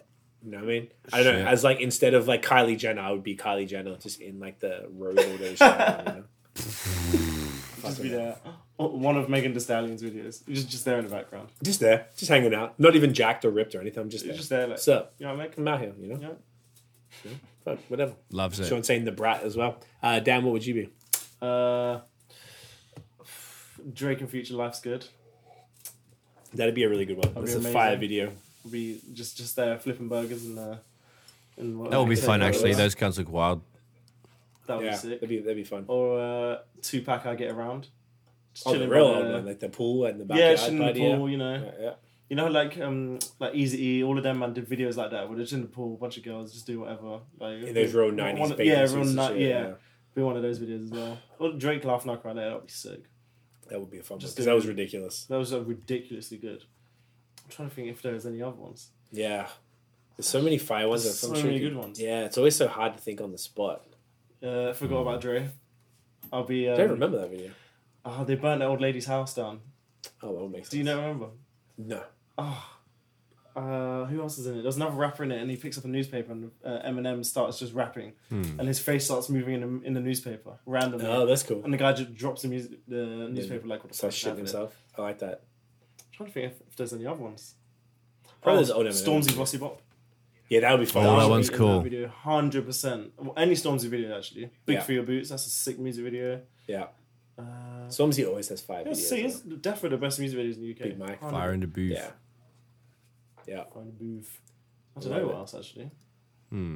S1: You know what I mean? I don't
S2: Shit.
S1: know. As like instead of like Kylie Jenner, I would be Kylie Jenner just in like the robe or those. you know?
S3: Just be there. Oh, One of Megan Thee Stallion's videos. You're just just there in the background.
S1: Just there, just hanging out. Not even jacked or ripped or anything. I'm just
S3: You're
S1: there.
S3: just there like.
S1: What's up?
S3: You know what I mean?
S1: I'm out here, you know?
S3: Yeah.
S1: Fuck, whatever.
S2: Loves it.
S1: Sean saying the brat as well. Uh, Dan, what would you be?
S3: Uh, Drake and Future Life's Good.
S1: That'd be a really good one. That's a
S3: amazing.
S1: fire video.
S3: We'll be just just there flipping burgers and uh, and what
S2: That would be fun,
S3: that
S2: actually.
S3: was-
S2: Those guns look wild.
S3: That would
S1: Yeah,
S3: be sick.
S1: that'd be that'd be fun.
S3: Or uh, two pack I get around. Just
S1: Oh, the
S3: chilling
S1: real
S3: by
S1: old
S3: the-
S1: one, like the pool and the
S3: yeah,
S1: backyard
S3: just in the
S1: party.
S3: pool.
S1: Yeah,
S3: You know,
S1: yeah. yeah.
S3: you know, like um, like Easy E, all of them man did videos like that. Where they're just in the pool, a bunch of girls just do whatever. Like
S1: In those real
S3: one-
S1: nineties
S3: one- Yeah, real ni- yeah. Be one of those videos as (sighs) well. Or Drake laugh knock right there. That'd be sick.
S1: That would be a fun one
S3: Just
S1: because
S3: do
S1: that
S3: it.
S1: was ridiculous.
S3: That was uh, ridiculously good. I'm trying to think if there was any other ones.
S1: Yeah. There's so many fire ones.
S3: There's
S1: I'm
S3: so
S1: sure
S3: many
S1: you-
S3: good ones.
S1: Yeah, it's always so hard to think on the spot.
S3: Uh, forgot about Dre. I'll be.
S1: I don't
S3: Um,
S1: remember that video.
S3: oh, they burnt the old lady's house down.
S1: Oh, well, it makes sense.
S3: Do you not remember? Ah,
S1: No.
S3: uh, who else is in it? There's another rapper in it, and he picks up a newspaper, and uh, Eminem starts just rapping,
S1: Hmm.
S3: and his face starts moving in the, in the newspaper randomly.
S1: Oh, that's cool.
S3: and the guy just drops the, music, the newspaper like what the fuck
S1: Starts
S3: is
S1: shitting
S3: happening? I'm
S1: himself. I like that.
S3: trying to think if, if there's any other ones. Oh,
S1: Probably there's oh, old Eminem.
S3: Stormzy Bossy Bop.
S1: Yeah, that would be fun.
S2: Oh, that
S1: would
S2: one's
S1: be-
S2: cool.
S3: Hundred percent. Any Stormzy video actually. Big
S1: Yeah.
S3: for your boots. That's a sick music video.
S1: Yeah.
S3: Uh,
S1: Stormzy always has five.
S3: yeah,
S1: videos,
S3: see,
S1: though.
S3: it's definitely the best music videos in the UK.
S1: Big Mike.
S3: 100%.
S2: Fire in the booth.
S1: Yeah. Yeah.
S3: Fire in the booth. I don't
S1: Love
S3: know
S1: it.
S3: what else actually.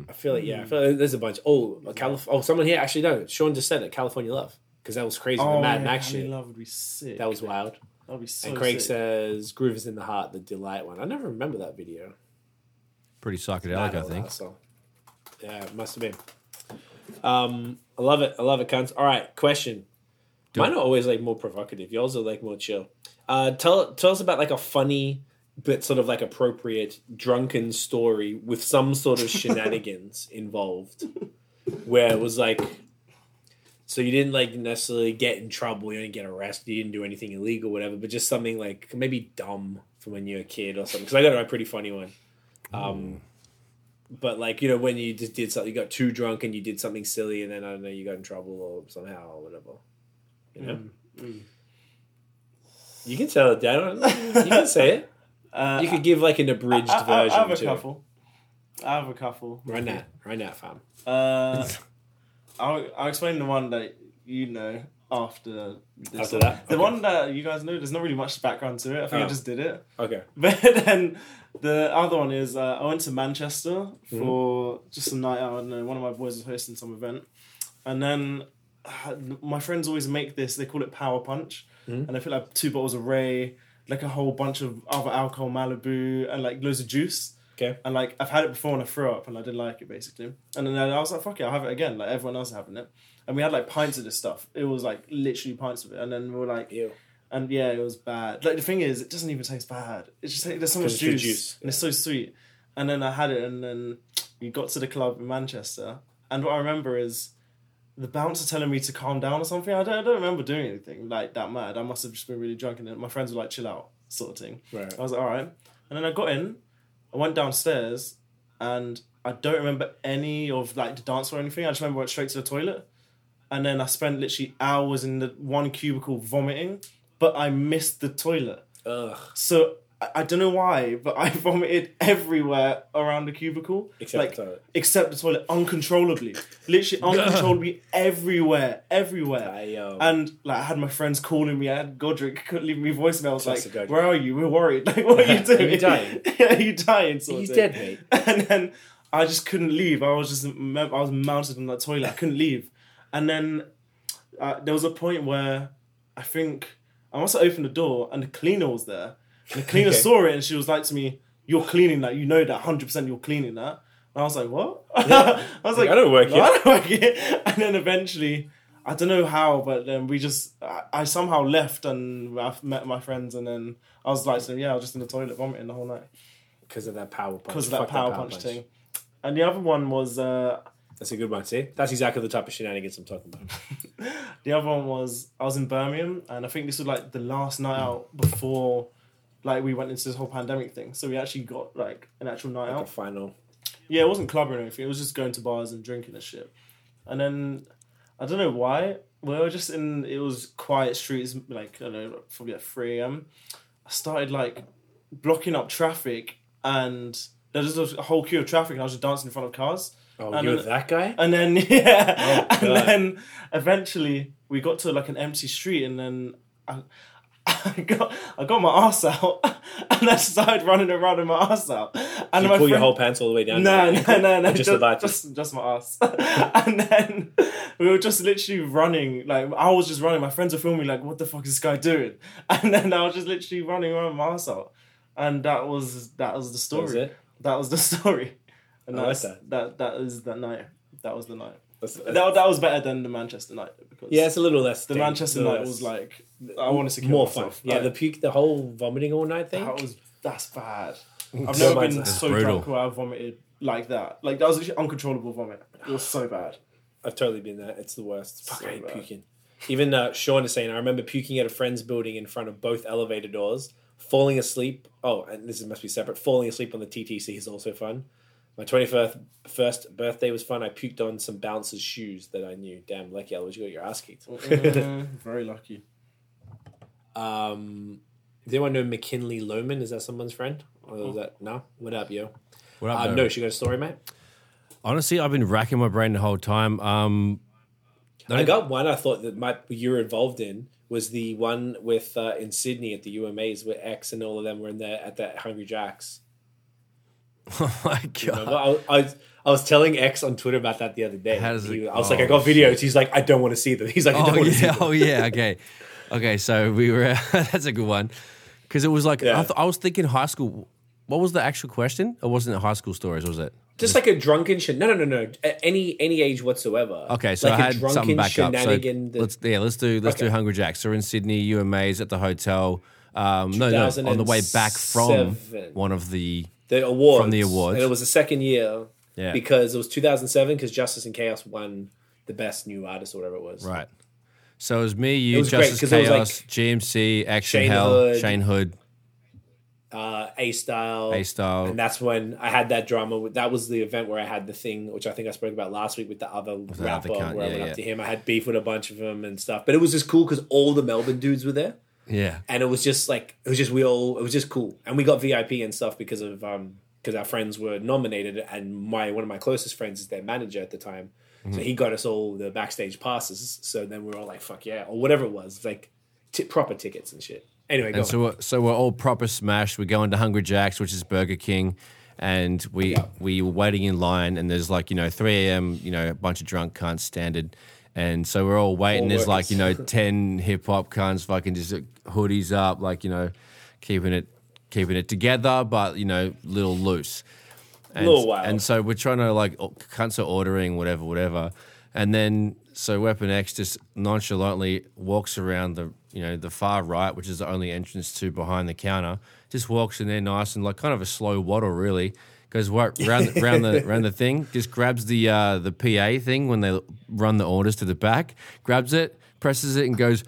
S1: I feel like yeah, I feel like there's a bunch. Oh, a Calif- oh, someone here actually no. Sean just said it. California Love because that was crazy. the Mad
S3: Oh, yeah,
S1: Max
S3: Cali
S1: shit.
S3: Love would be sick.
S1: That was wild.
S3: That'd be so
S1: and Craig
S3: sick.
S1: says Groove is in the Heart, the Delight one. I never remember that video.
S2: Pretty psychedelic, I
S1: Battle
S2: think.
S1: that song. Yeah, it must have been. Um, I love it. I love it, cunts. All right, question.
S2: Do
S1: Mine
S2: it.
S1: are always like more provocative. Yours are like more chill. Uh, tell tell us about like a funny but sort of like appropriate drunken story with some sort
S2: (laughs)
S1: of shenanigans involved, where it was like, so you didn't like necessarily get in trouble, you didn't get arrested, you didn't do anything illegal, whatever, but just something like maybe dumb from when you were a kid or something. Because I got a pretty funny one. Um, but like you know, when you just did something, you got too drunk and you did something silly, and then I don't know, you got in trouble or somehow or whatever. You
S3: Mm.
S1: know, you can tell it down. You can say
S3: (laughs)
S1: it.
S3: Uh,
S1: You could give like an abridged
S3: I, I, I
S1: version.
S3: have a
S1: too.
S3: couple. I have a couple.
S1: Right now, right now, fam.
S3: Uh,
S1: (laughs)
S3: I'll, I'll explain the one that you know after this
S1: After
S3: one.
S1: that?
S3: The
S1: Okay.
S3: one that you guys know, there's not really much background to it. I think
S1: Oh.
S3: I just did it.
S1: Okay.
S3: (laughs) But then the other one is uh, I went to Manchester for just a night out. I don't know, one of my boys was hosting some event. And then ah, my friends always make this. They call it power punch, and I feel like two bottles of Ray, like a whole bunch of other alcohol, Malibu, and like loads of juice.
S1: Okay.
S3: And like I've had it before and I threw up and I didn't like it basically. And then I was like, fuck it, I'll have it again. Like everyone else is having it. And we had like pints of this stuff. It was like literally pints of it. And then we were like,
S1: Ew.
S3: and yeah, it was bad. Like the thing is, it doesn't even taste bad. It's just like there's so
S1: 'Cause
S3: much
S1: it's the
S3: juice,
S1: juice,
S3: and it's so sweet. And then I had it, and then we got to the club in Manchester. And what I remember is the bouncer telling me to calm down or something. I don't, I don't remember doing anything like that mad. I must have just been really drunk, and then my friends were like, "Chill out," sort of thing.
S1: Right.
S3: I was like, "All right." And then I got in. I went downstairs, and I don't remember any of like the dance or anything. I just remember I went straight to the toilet and then I spent literally hours in the one cubicle vomiting, but I missed the toilet.
S1: Ugh.
S3: So I, I don't know why, but I (laughs) vomited everywhere around the cubicle,
S1: Except the toilet.
S3: except the toilet, uncontrollably,
S1: (laughs)
S3: literally uncontrollably everywhere, everywhere.
S1: I, um,
S3: and like I had my friends calling me. I had Godric (laughs) couldn't leave me voicemail. I was
S1: Classic
S3: like,
S1: Godric.
S3: "Where are you? We're worried. (laughs) Like, what are you doing?
S1: Are you dying?
S3: (laughs) yeah, are you dying? Sort of
S1: He's
S3: thing.
S1: dead, mate.
S3: (laughs) And then I just couldn't leave. I was just I was mounted on that toilet. I couldn't leave. And then uh, there was a point where I think I must have opened the door and the cleaner was there. And the
S1: (laughs)
S3: cleaner
S1: Okay.
S3: saw it and she was like to me, "You're cleaning that. You know that. Hundred percent. You're cleaning that." And I was like, "What?" (laughs) I was like,
S1: I don't work
S3: "No,
S1: here."
S3: I don't work here." (laughs) And then eventually, I don't know how, but then we just I, I somehow left and I met my friends and then I was like, to them, "Yeah, I was just in the toilet vomiting the whole night
S1: because of that power punch.
S3: because of that
S1: Fuck
S3: power, punch, thing." And the other one was uh,
S1: That's a good one. See, that's exactly the type of shenanigans I'm talking about.
S3: The other one was I was in Birmingham, and I think this was like the last night out before, like we went into this whole pandemic thing. So we actually got like an actual night
S1: Like a
S3: out.
S1: final.
S3: Yeah, it wasn't clubbing or anything. It was just going to bars and drinking and shit. And then I don't know why we were just in. It was quiet streets, like I don't know, probably at three a.m. I started like blocking up traffic, and there was a whole queue of traffic, and I was just dancing in front of cars.
S1: Oh,
S3: And
S1: you're
S3: then-
S1: that guy.
S3: And then (laughs) yeah,
S1: Oh,
S3: and
S1: God.
S3: then eventually we got to like an empty street, and then I, (laughs) I got I got my ass out, (laughs) and I started running around with my ass out, and
S1: You
S3: my
S1: pull your
S3: friend-
S1: whole pants all the way down.
S3: no, no,
S1: (laughs)
S3: no, no.
S1: Just
S3: Just,
S1: the
S3: just,
S1: latter.
S3: just, my ass. (laughs) and then we were just literally running. Like, I was just running. My friends were filming, like, what the fuck is this guy doing? (laughs) And then I was just literally running around my ass out. And that was that was the story.
S1: That was it?
S3: That was the (laughs) story. And
S1: I like
S3: that's, that. That is the night. That was the night.
S1: That's-
S3: That, that was better than the Manchester night because
S1: yeah, it's a little less.
S3: the Manchester night was like I wanted to kill
S1: more fun.
S3: myself.
S1: Yeah,
S3: Like,
S1: the puke, the whole vomiting all night thing.
S3: that was that's bad. I've
S1: So
S3: never
S1: bad's
S3: been
S1: that.
S3: so
S2: Brutal.
S3: drunk where I vomited like that. Like that was actually uncontrollable vomit. It was so
S1: (laughs)
S3: bad.
S1: I've totally been there. It's the worst. Fuck, I hate
S3: bad.
S1: puking. Even uh, Sean is saying, I remember puking at a friend's building in front of both elevator doors, falling asleep. Oh, and this is- must be separate. Falling asleep on the TTC is also fun. My 21st first birthday was fun. I puked on some bouncer's shoes that I knew. Damn, lucky Elwood, you got your ass kicked.
S3: Mm, very lucky.
S1: um, does anyone know McKinley Loman? Is that someone's friend? Or
S3: Mm.
S1: is that, no? What up, yo?
S2: What up,
S1: Uh,
S2: though?
S1: no, she got a story, mate.
S2: Honestly, I've been racking my brain the whole time. Um, (laughs)
S1: I got one I thought that might you were involved in was the one with uh, in Sydney at the UMAs where X and all of them were in there at that Hungry
S2: (laughs)
S1: Jacks.
S2: oh my god.
S1: Remember? I, I, was- I was telling X on Twitter about that the other day.
S2: How does
S1: He-
S2: it-
S1: I was like,
S2: oh,
S1: I got videos. He's like, I don't want to see them. (laughs) He's like, I don't
S2: (laughs) Oh
S1: want to see
S2: yeah,
S1: them.
S2: oh yeah. Okay, okay. So we were. (laughs) that's a good one because it was like
S1: Yeah.
S2: I, th- I was thinking high school. What was the actual question? Or wasn't it high school stories? Was it?
S1: Just like a drunken shit. No, no, no, no. A- Any any age whatsoever.
S2: Okay, so
S1: like
S2: I had something back up. So
S1: shenanigan that-
S2: let's yeah, let's do let's do
S1: Okay.
S2: Hungry Jacks. So we're in Sydney, UMA's at the hotel. Um, no, no, on the way back from
S1: 2007.
S2: one of the
S1: the awards
S2: From the awards.
S1: and it was the second year
S2: Yeah.
S1: because it was 2007 because Justice and Chaos won the best new artist or whatever it was.
S2: right. So it was me, you,
S1: was great,
S2: Justice
S1: 'cause it was
S2: Chaos,
S1: like
S2: GMC, Action
S1: Shane
S2: Hell,
S1: Hood.
S2: Shane Hood,
S1: uh, A Style.
S2: A Style.
S1: And that's when I had that drama. With, that was the event where I had the thing, which I think I spoke about last week with the other
S2: other
S1: rapper,
S2: cunt,
S1: where I
S2: yeah,
S1: went
S2: yeah.
S1: up to him. I had beef with a bunch of them and stuff. But it was just cool because all the Melbourne dudes were there.
S2: Yeah,
S1: And it was just like, it was just, we all, it was just cool. And we got VIP and stuff because of, um, because our friends were nominated. And my, one of my closest friends is their manager at the time.
S2: Mm-hmm.
S1: So he got us all the backstage passes. So then we were all like, fuck yeah, or whatever it was, like t- proper tickets and shit. Anyway, go
S2: and
S1: on.
S2: so we're, so we're all proper smashed. We're going to Hungry Jack's, which is Burger King, and we we were waiting in line. And there's like you know 3 a.m. You know a bunch of drunk cunts standard, And so we're all waiting.
S1: All
S2: There's like,
S1: workers.
S2: you know, 10 hip hop cunts fucking just hoodies up, like, you know, keeping it keeping it together, but, you know, little loose. And,
S1: Little wild.
S2: And so we're trying to like, o- cunts are ordering whatever, whatever. And then, so Weapon X just nonchalantly walks around the, you know, the far right, which is the only entrance to behind the counter, just walks in there nice and like kind of a slow waddle, really. Goes wa- round, the- round the round the thing, just grabs the uh, the PA thing when they run the orders to the back, grabs it, presses it, and goes,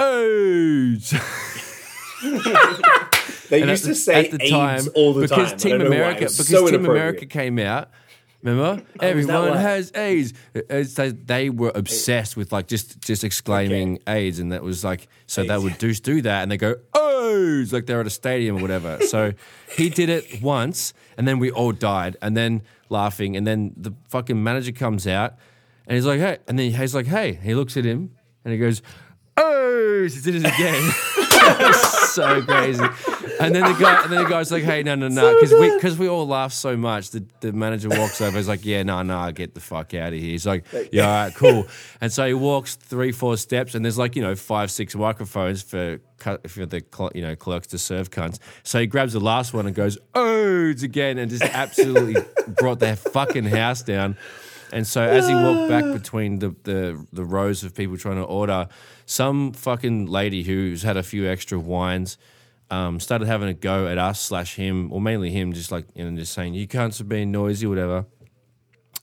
S2: "Ooze!"
S1: They
S2: And
S1: used
S2: at
S1: to
S2: the-
S1: say
S2: at the
S1: AIDS
S2: time
S1: all the
S2: because
S1: time. I
S2: Team
S1: don't know why.
S2: America
S1: It was
S2: because
S1: so
S2: Team
S1: inappropriate. Oh,
S2: America came out. Remember,
S1: why?
S2: everyone has AIDS. It's- they, they were obsessed with like just just exclaiming AIDS, and that was like so they would do do that, and they go oh, it's like they're at a stadium or
S1: (laughs)
S2: whatever. so he did it once, and then we all died, and then laughing, and then the fucking manager comes out, and he's like hey, and then he's like hey, he looks at him, and he goes oh, he did it again. (laughs) so crazy. And then the guy, and then the guy's like, "Hey, no, no, no," because we because we all laugh so much. The, the manager walks over. He's like, "Yeah, no, no, get the fuck out of here." He's like, "Yeah, all right, cool." And so he walks three, four steps, and there's like you know five, six microphones for cu- for the cl- you know clerks to serve cunts. So he grabs the last one and goes, "Oh, it's again," and just absolutely (laughs) brought their fucking house down. And so as he walked
S1: Ah.
S2: back between the, the, the rows of people trying to order, some fucking lady who's had a few extra wines um, started having a go at us slash him, or mainly him, just like you know, just saying you cunts are being noisy, whatever.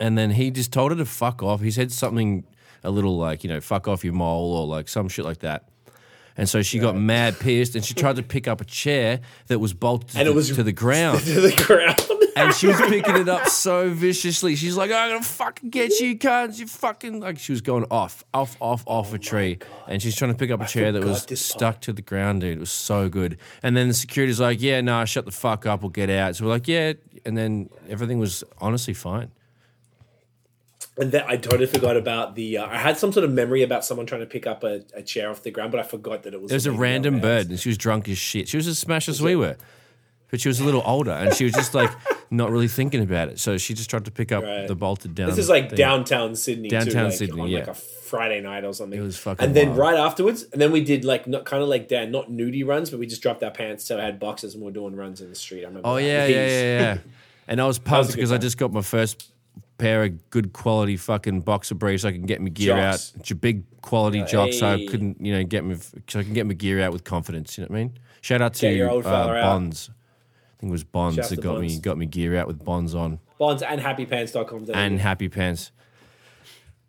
S2: And then he just told her to fuck off. He said something a little like you know fuck off your mole or like some shit like that. And so she got mad, pissed, and she tried to pick up a chair that was bolted to,
S1: And it
S2: the-
S1: was-
S2: to the
S1: (laughs)
S2: ground
S1: to the ground. (laughs)
S2: and she was picking it up so viciously. She's like, "I'm gonna fucking get you, cunts! You fucking like." She was going off, off, off, off a tree, and she's trying to pick up a chair that
S1: forgot
S2: was
S1: this
S2: stuck to the ground, dude. It was so good. And then the security's like, "Yeah, nah, shut the fuck up. We'll get out." So we're like, "Yeah," and then everything was honestly fine.
S1: And then I totally forgot about the. Uh, I had some sort of memory about someone trying to pick up a, a chair off the ground, but I forgot that it was.
S2: There was a
S1: like,
S2: random
S1: no,
S2: bird, and she was drunk as shit. She was as smashed as we were, but she was a little older, and she was just like not really thinking about it. So she just tried to pick up
S1: Right.
S2: the bolted down.
S1: This is like
S2: thing.
S1: downtown Sydney. too,
S2: Downtown
S1: like,
S2: Sydney,
S1: on
S2: yeah.
S1: like a Friday night or something. It
S2: was fucking
S1: And then
S2: wild.
S1: right afterwards, and then we did like not kind of like Dan, not nudie runs, but we just dropped our pants, so I had boxes, and we are doing runs in the street. I remember.
S2: Oh
S1: that.
S2: yeah,
S1: With
S2: yeah,
S1: these.
S2: yeah, yeah. (laughs) And I was pumped
S1: a good
S2: because I
S1: time.
S2: just got my first pair of good quality fucking boxer briefs. I can get my gear
S1: Jocks.
S2: out. It's your big quality jocks. So I
S1: Hey.
S2: couldn't, you know, get me. So I can get my gear out with confidence. You know what I mean? Shout out
S1: Get
S2: to
S1: your old
S2: uh,
S1: fella out.
S2: Bonds. I think it was Bonds
S1: Shout out
S2: that
S1: to
S2: got me
S1: Bonds.
S2: got me gear out with Bonds on
S1: Bonds and happypants.com.
S2: and Happy Pants.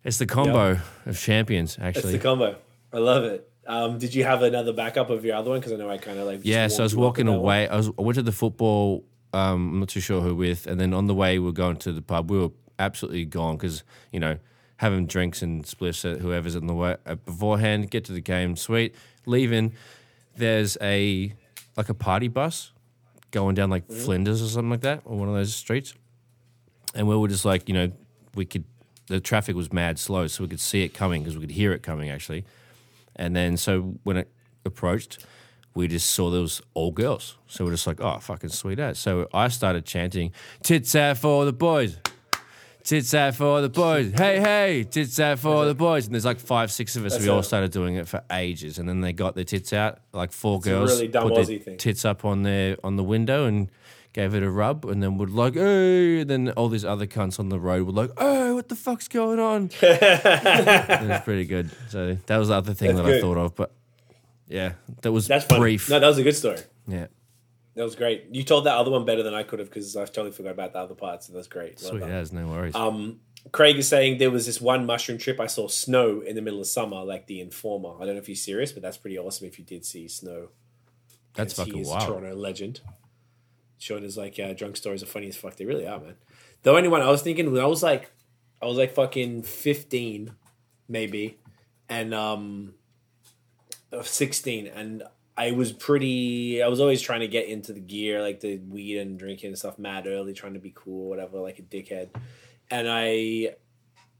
S2: It's the combo of champions,
S1: That's
S2: actually.
S1: the combo. I love it. Um, did you have another backup of your other one? Because I know I kind of like. just
S2: Yeah, so I
S1: warmed
S2: was
S1: you up
S2: walking
S1: with that one.
S2: away. I, was, I went to the football. Um, I'm not too sure who with, and then on the way we are going to the pub. We were absolutely gone because you know having drinks and spliffs at whoever's in the way uh, beforehand. Get to the game, sweet. Leaving, there's a like a party bus going down like Flinders or something like that, or one of those streets. And we were just like, you know, we could. The traffic was mad slow, so we could see it coming because we could hear it coming actually. And then so when it approached, we just saw there was all girls. So we're just like, oh, fucking sweet ass. So I started chanting, tits out for the boys. Tits out for the boys. Hey, hey, tits out for the boys. And there's like five, six of us. we all
S1: it.
S2: started doing it for ages. And then they got their tits out. Like four girls
S1: really dumb
S2: put their
S1: Aussie thing.
S2: tits up on their on the window and gave it a rub. And then would like, oh, then all these other cunts on the road were like, oh, what the fuck's going
S1: (laughs)
S2: on? It was pretty good. So that was the other thing that I
S1: good.
S2: thought of. But yeah, that was
S1: That's funny.
S2: brief.
S1: No, that was a good story.
S2: yeah,
S1: That was great. You told that other one better than I could have because I totally forgot about the other parts. And that's great. Love
S2: sweet
S1: that.
S2: as no worries.
S1: Oh, Craig is saying there was this one mushroom trip I saw snow in the middle of summer, like the Informer. I don't know if he's serious, but that's pretty awesome if you did see snow.
S2: That's
S1: He
S2: fucking
S1: is
S2: wild.
S1: A Toronto legend. Sean is like, yeah, drunk stories are funny as fuck. They really are, man. The only one I was thinking when I was like, I was like fucking fifteen, maybe, and um, uh, sixteen, and I was pretty. I was always trying to get into the gear, like the weed and drinking and stuff, mad early, trying to be cool, whatever, like a dickhead. And I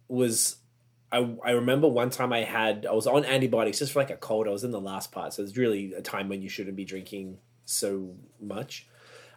S1: was I, I remember one time I had I was on antibiotics just for like a cold. I was in the last part, so it's really a time when you shouldn't be drinking so much.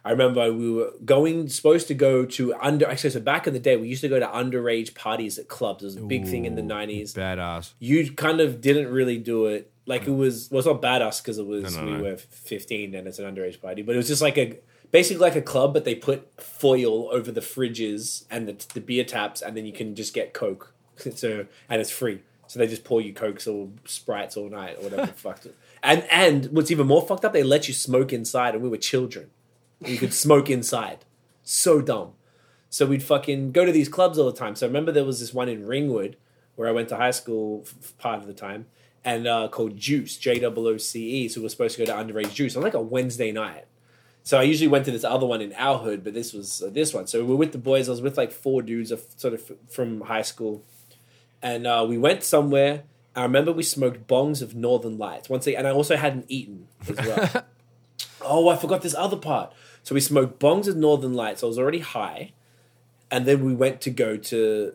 S1: I remember we were going supposed to go to under actually so back in the day we used to go to underage parties at clubs. It was a big thing in the
S2: Ooh,
S1: nineties.
S2: Badass.
S1: You kind of didn't really do it like it was well it's not badass because it was
S2: No, no,
S1: we
S2: no.
S1: were fifteen and it's an underage party, but it was just like a basically like a club, but they put foil over the fridges and the, the beer taps, and then you can just get coke. (laughs) so and it's free. So they just pour you cokes or sprites all night
S2: (laughs)
S1: or whatever. fucked it. And and what's even more fucked up, they let you smoke inside, and we were children. You could smoke inside. So dumb. So we'd fucking go to these clubs all the time. So I remember there was this one in Ringwood where I went to high school f- f- part of the time and uh, called Juice, J O O C E. So we were supposed to go to underage juice on like a Wednesday night. So I usually went to this other one in our hood, but this was uh, this one. So we were with the boys. I was with like four dudes of, sort of f- from high school. And uh, we went somewhere. I remember we smoked bongs of Northern Lights. Once again, and I also hadn't eaten as well. Oh, I forgot this other part. So we smoked bongs of Northern Lights. I was already high, and then we went to go to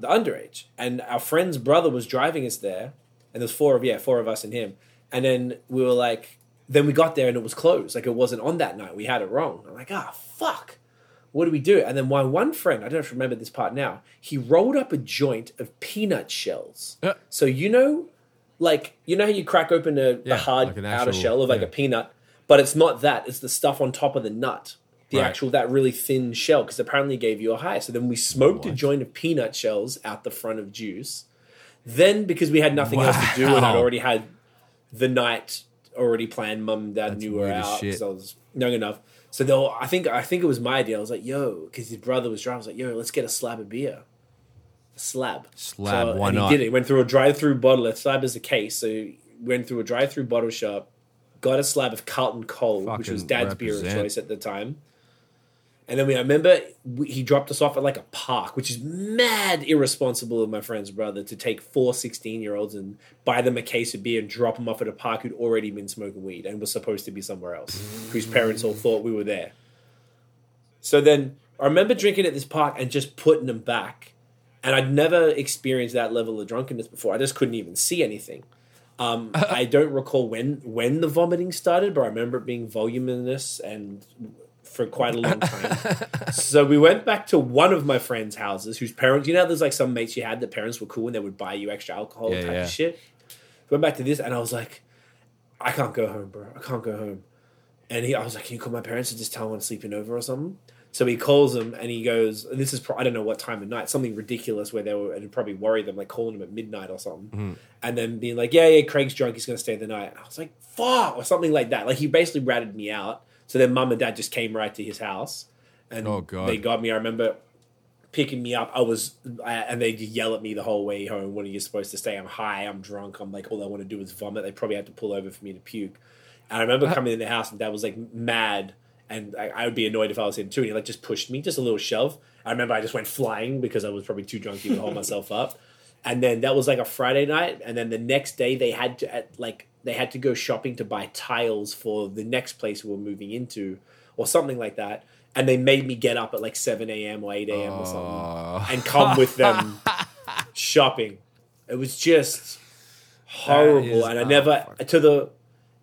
S1: the underage, and our friend's brother was driving us there, and there's four of yeah, four of us and him, and then we were like, then we got there and it was closed, like it wasn't on that night. We had it wrong. I'm like, ah, fuck. What do we do? And then my one friend, I don't know if you remember this part now, he rolled up a joint of peanut shells.
S2: Yeah.
S1: So you know, like you know how you crack open a,
S2: Yeah,
S1: a hard
S2: like an
S1: outer
S2: actual-
S1: shell of like
S2: yeah.
S1: a peanut, but it's not that. It's the stuff on top of the nut, the
S2: Right.
S1: actual that really thin shell, because apparently it gave you a high. So then we smoked a
S2: What?
S1: joint of peanut shells out the front of juice. Then because we had nothing else to do and I'd
S2: Wow.
S1: already had the night already planned, mum and dad
S2: That's
S1: knew we were
S2: weird as
S1: out
S2: shit.
S1: because I was young enough. So they were- I think I think it was my idea. I was like, yo, because his brother was driving. I was like, yo, let's get a slab of beer. A slab.
S2: Slab,
S1: So-
S2: why
S1: and
S2: not?
S1: He did it. He went through a drive-through bottle. A slab is the case. So he went through a drive-through bottle shop, got a slab of Carlton Cold, which was
S2: Fucking
S1: dad's beer of
S2: represent.
S1: choice at the time. And then we, I remember we, he dropped us off at like a park, which is mad irresponsible of my friend's brother to take four 16 year olds and buy them a case of beer and drop them off at a park who'd already been smoking weed and was supposed to be somewhere else, whose parents all thought we were there. So then I remember drinking at this park and just putting them back. And I'd never experienced that level of drunkenness before. I just couldn't even see anything.
S2: (laughs)
S1: Um, I don't recall when when the vomiting started, but I remember it being voluminous and for quite a long
S2: (laughs)
S1: time. so we went back to one of my friends' houses, whose parents, you know, there's like some mates you had that parents were cool and they would buy you extra alcohol
S2: Yeah,
S1: type
S2: yeah.
S1: of shit. Went back to this, and I was like, I can't go home, bro. I can't go home. And he, I was like, can you call my parents and just tell them I'm sleeping over or something? So he calls them and he goes, and this is, pro- I don't know what time of night, something ridiculous where they were, and it probably worried them, like calling them at midnight or something.
S2: Mm-hmm.
S1: And then being like, yeah, yeah, Craig's drunk, he's going to stay the night. And I was like, fuck, or something like that. Like he basically ratted me out. So then mum and dad just came right to his house and
S2: Oh, God.
S1: they got me. I remember picking me up. I was, I, and they yell at me the whole way home. When are you supposed to stay? I'm high. I'm drunk. I'm like, all I want to do is vomit. They probably had to pull over for me to puke. And I remember coming in the house, and Dad was like mad, and I, I would be annoyed if I was him too. And he like just pushed me, just a little shove. I remember I just went flying because I was probably too drunk to even hold myself up. And then that was like a Friday night, and then the next day they had to at, like they had to go shopping to buy tiles for the next place we were moving into, or something like that. And they made me get up at like seven a.m. or eight a.m. or something
S2: Oh.
S1: and come
S2: (laughs)
S1: with them shopping. It was
S2: That
S1: just
S2: is-
S1: horrible, and I
S2: oh,
S1: never to the.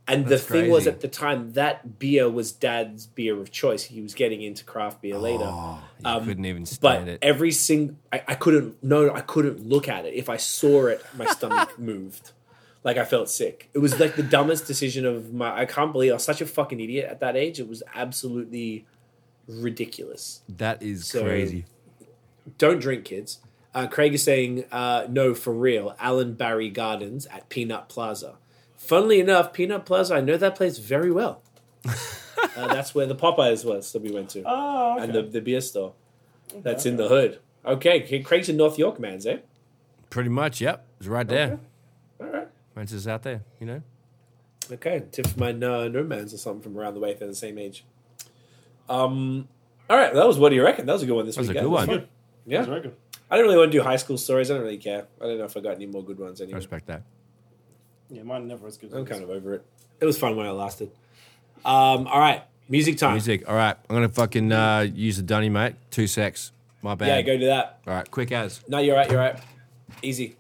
S1: And
S2: That's
S1: the thing was,
S2: crazy.
S1: at the time, that beer was Dad's beer of choice. He was getting into craft beer later,
S2: Oh, you
S1: Um,
S2: couldn't even
S1: but
S2: stand it.
S1: every single I, I couldn't no, I couldn't look at it. If I saw it,
S2: (laughs)
S1: my stomach moved. Like I felt sick. It was like the dumbest decision of my. I can't believe I was such a fucking idiot at that age. It was absolutely ridiculous
S2: That is
S1: So-
S2: crazy.
S1: don't drink kids. Uh, Craig is saying, uh, no, for real, Alan Barry Gardens at Peanut Plaza. Funnily enough, Peanut Plaza, I know that place very well. (laughs) uh, that's where the Popeyes was that we went to,
S3: Oh,
S1: and the, the beer store that's in the hood. Okay, Craig's a North York man's, eh?
S2: Pretty much, yep. It's right there.
S1: All right.
S2: It's just out there, you know?
S1: Okay, Tiff my no, no man's or something from around the way if they're the same age. Um, all right, that was what do you reckon? That was a good one this
S2: That was a
S1: week. eh?
S2: good
S1: That was
S2: one.
S1: fun. Yeah, I don't really want to do high school stories. I don't really care. I don't know if I got any more good ones
S2: I
S1: anyway.
S2: respect that.
S3: Yeah, mine never as good.
S1: I'm kind of over it. It was fun when it lasted. Um, all right, music time.
S2: Music. All right. I'm going to fucking uh, use the dunny, mate. Two secs. My bad.
S1: Yeah, go do that.
S2: All right. Quick as.
S1: No, you're right. You're right. Easy.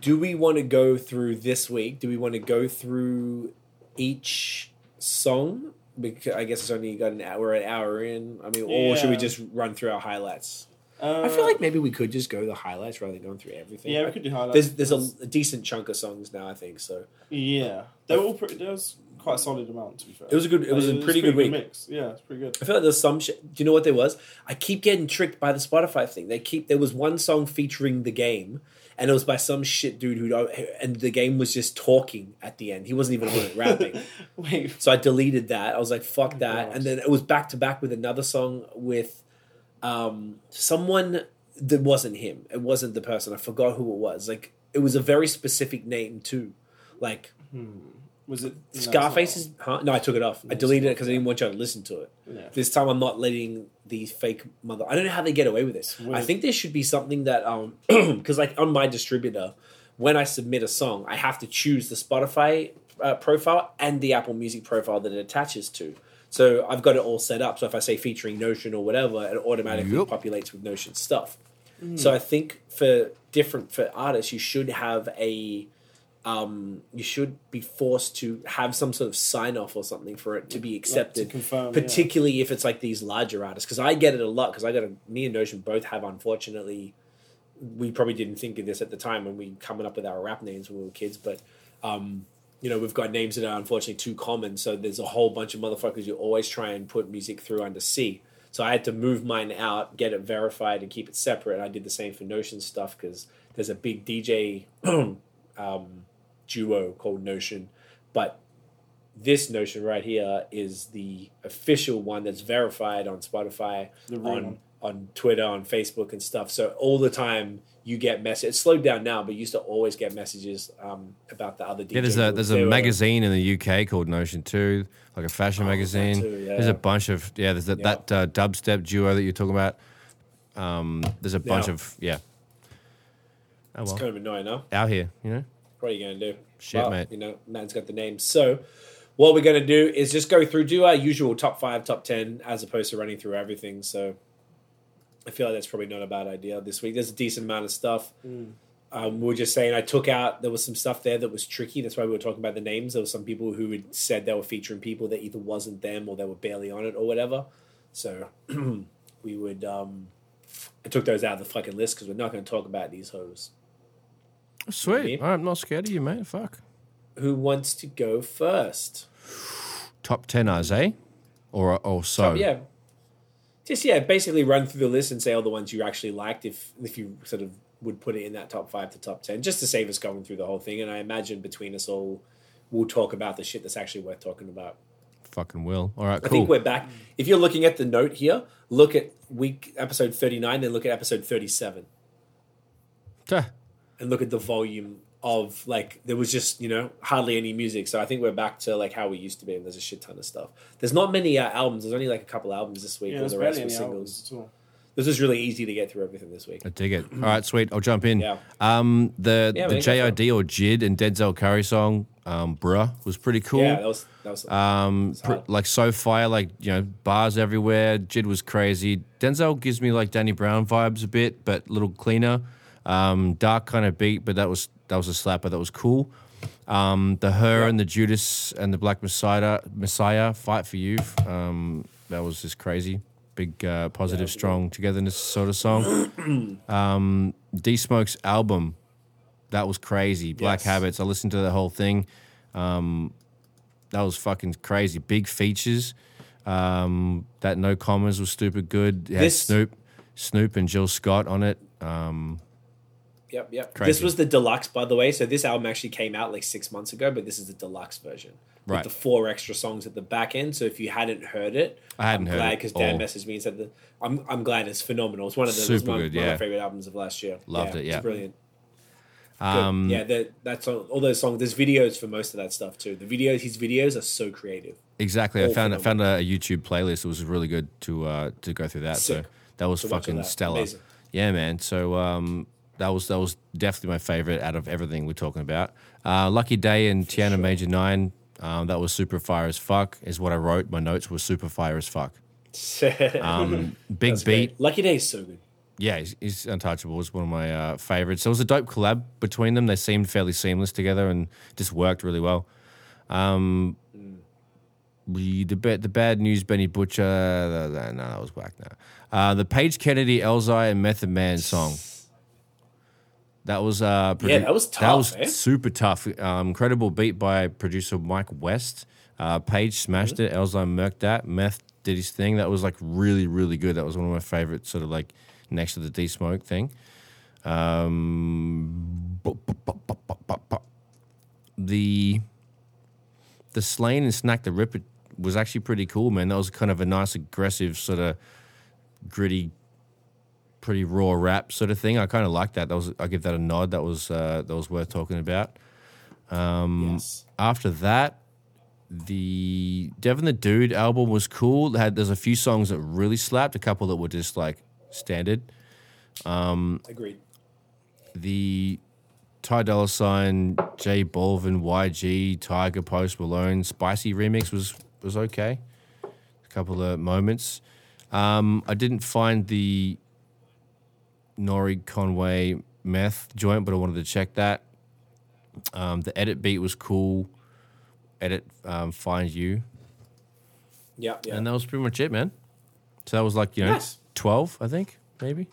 S1: Do we want to go through this week? Do we want to go through each song because I guess it's only got an hour. We're an hour in. I mean, or should we
S3: Yeah.
S1: just run through our highlights?
S3: Uh,
S1: I feel like maybe we could just go the highlights rather than going through everything.
S3: yeah, we could do highlights.
S1: There's there's a, a decent chunk of songs now. I think so.
S3: yeah, they were all pretty. There was quite a solid amount to be fair.
S1: It was a good. It
S3: Like,
S1: was a pretty good week.
S3: mix. Yeah, it's pretty good.
S1: I feel like there's some. Sh- Do you know what there was? I keep getting tricked by the Spotify thing. They keep there was one song featuring the game, and it was by some shit dude who don't. And the game was just talking at the end. He wasn't even on it (laughs)
S3: (laughs)
S1: rapping.
S3: Wait,
S1: So I deleted that. I was like, fuck that.
S3: God.
S1: And then it was back to back with another song with um, someone that wasn't him. It wasn't the person. I forgot who it was. Like it was a very specific name too. Like
S3: was it no,
S1: Scarface's. Huh? No, I took it off. I
S3: it's
S1: deleted
S3: not.
S1: it because I didn't want y'all to listen to it.
S3: it's not. Yeah.
S1: This time I'm not letting the fake mother. I don't know how they get away with this.
S3: weird.
S1: I think there should be something that um (clears throat) because like on my distributor, when I submit a song, I have to choose the Spotify uh, profile and the Apple Music profile that it attaches to. So I've got it all set up. So if I say featuring Notion or whatever, it automatically
S2: Yup.
S1: populates with Notion stuff.
S3: Mm.
S1: So I think for different for artists, you should have a um, you should be forced to have some sort of sign off or something for it to be accepted.
S3: confirm, yeah.
S1: particularly if it's like these larger artists, because I get it a lot. Because I got a, me and Notion both have, unfortunately, we probably didn't think of this at the time when we coming up with our rap names when we were kids, but um, you know we've got names that are unfortunately too common. So there's a whole bunch of motherfuckers you always try and put music through under C. So I had to move mine out, get it verified, and keep it separate. And I did the same for Notion stuff because there's a big DJ (clears throat) um, duo called Notion, but this Notion right here is the official one that's verified on Spotify,
S3: The real
S1: on
S3: one.
S1: on Twitter, on Facebook, and stuff. So all the time you get messages. It's slowed down now, but you used to always get messages um, about the other DJ.
S2: Yeah, there's a
S1: groups.
S2: there's a
S1: They were-
S2: magazine in the UK called Notion Two, like a fashion
S1: Oh, that
S2: magazine.
S1: too, yeah.
S2: There's a bunch of yeah. There's that,
S1: Yeah.
S2: that uh, dubstep duo that you're talking about. Um, there's a bunch
S1: Yeah.
S2: of yeah. Oh
S1: It's
S2: well,
S1: kind of annoying, huh?
S2: out here, you know.
S1: What are you gonna do?
S2: Shit, mate.
S1: You know, man's got the name. So, what we're gonna do is just go through, do our usual top five, top ten, as opposed to running through everything. So, I feel like that's probably not a bad idea this week. There's a decent amount of stuff. Um, we were just saying I took out there was some stuff there that was tricky. That's why we were talking about the names. There were some people who had said they were featuring people that either wasn't them or they were barely on it or whatever. So (clears throat) we would um I took those out of the fucking list because we're not going to talk about these hoes.
S2: Sweet.
S1: Yeah.
S2: I'm not scared of you, mate. Fuck.
S1: Who wants to go first?
S2: Top ten eyes, eh? Or or so.
S1: yeah just yeah basically run through the list and say all the ones you actually liked if if you sort of would put it in that top five to top ten just to save us going through the whole thing and i imagine between us all we'll talk about the shit that's actually worth talking about
S2: Fucking will. All right.
S1: i
S2: Cool.
S1: think we're back if you're looking at the note here look at week episode 39 then look at episode 37
S2: Ta.
S1: and look at the volume of like there was just you know hardly any music so i think we're back to like how we used to be and there's a shit ton of stuff there's not many uh, albums there's only like a couple albums this week
S3: Yeah,
S1: all
S3: there's
S1: the rest
S3: barely
S1: were
S3: any
S1: singles
S3: albums at all.
S1: this was really easy to get through everything this week.
S2: I dig it. All right, sweet. I'll jump in.
S1: Yeah.
S2: Um, the
S1: Yeah,
S2: the
S1: man, go for it.
S2: JID or Jid and Denzel Curry song, um, bruh, was pretty cool.
S1: Yeah, that was that was
S2: um,
S1: It's
S2: pr-
S1: hard.
S2: like so fire, like you know, bars everywhere. Jid was crazy. Denzel gives me like Danny Brown vibes a bit, but a little cleaner. Um, dark kind of beat, but that was that was a slapper. That was cool. Um, the her and the Judas and the Black Messiah Messiah fight for you. Um, that was just crazy. Big uh, positive, strong togetherness sort of song. um, D Smoke's album that was crazy. Black
S1: Yes.
S2: Habits. I listened to the whole thing. Um, that was fucking crazy. Big features. Um, that no commas was stupid good. It had
S1: This-
S2: Snoop, Snoop and Jill Scott on it.
S1: yep, yep. This
S2: crazy.
S1: was the deluxe, by the way. So this album actually came out like six months ago, but this is the deluxe version
S2: Right.
S1: with the four extra songs at the back end. So if you hadn't heard it,
S2: I hadn't
S1: I'm
S2: heard
S1: glad
S2: it
S1: because
S2: at all.
S1: Dan messaged me and said that I'm I'm glad it's phenomenal. It's one of the it's
S2: Super
S1: one,
S2: good,
S1: one of
S2: yeah.
S1: my favorite albums of last year.
S2: Loved it, yeah.
S1: it's brilliant. Good.
S2: Um,
S1: yeah, that that's all, all those songs. There's videos for most of that stuff too. The videos, his videos are so creative. (laughs)
S2: Exactly. I
S1: All
S2: found I found
S1: phenomenal.
S2: a YouTube playlist. It was really good to uh, to go through that.
S1: Sick.
S2: So that was
S1: So much of
S2: fucking
S1: that.
S2: stellar.
S1: Amazing.
S2: Yeah, man. So um, that was that was definitely my favorite out of everything we're talking about. Uh, Lucky Day and Tiana Major Nine. Um, that was super fire as fuck. Is what I wrote. My notes were super fire as fuck. Um, big beat.
S1: Lucky Day is so good.
S2: Yeah, he's, he's untouchable. It's one of my uh, favorites. It was a dope collab between them. They seemed fairly seamless together and just worked really well. Um, we, the ba- the bad news Benny Butcher. No, no, no, that was whack. No, uh, the Page Kennedy, Elzai, and Method Man song. That was uh,
S1: Yeah, that was
S2: That
S1: tough,
S2: was
S1: eh?
S2: super tough. Um, incredible beat by producer Mike West. Uh, Page smashed
S1: Mm-hmm.
S2: it. Elzai murked that. Meth did his thing. That was like really, really good. That was one of my favorite sort of like next to the D Smoke thing. Um, bu- bu- bu- bu- bu- bu- bu- the the slain and snack the ripper was actually pretty cool, man. That was kind of a nice, aggressive, sort of gritty, pretty raw rap sort of thing. I kind of liked that. That was I give that a nod. That was uh, that was worth talking about. Mm.
S3: yes.
S2: After that, the Devin the Dude album was cool. It had there's a few songs that really slapped, a couple that were just like standard.
S1: Agreed.
S2: the Ty Dolla Sign, J Balvin, YG, Tiger, Post Malone, Spicy remix was was okay. A couple of moments. Um, I didn't find the Nori Conway meth joint, but I wanted to check that. Um, the edit beat was cool. Edit um, find you,
S1: Yeah, yeah,
S2: and that was pretty much it, man. So that was like you know
S1: Nice.
S2: twelve, I think maybe.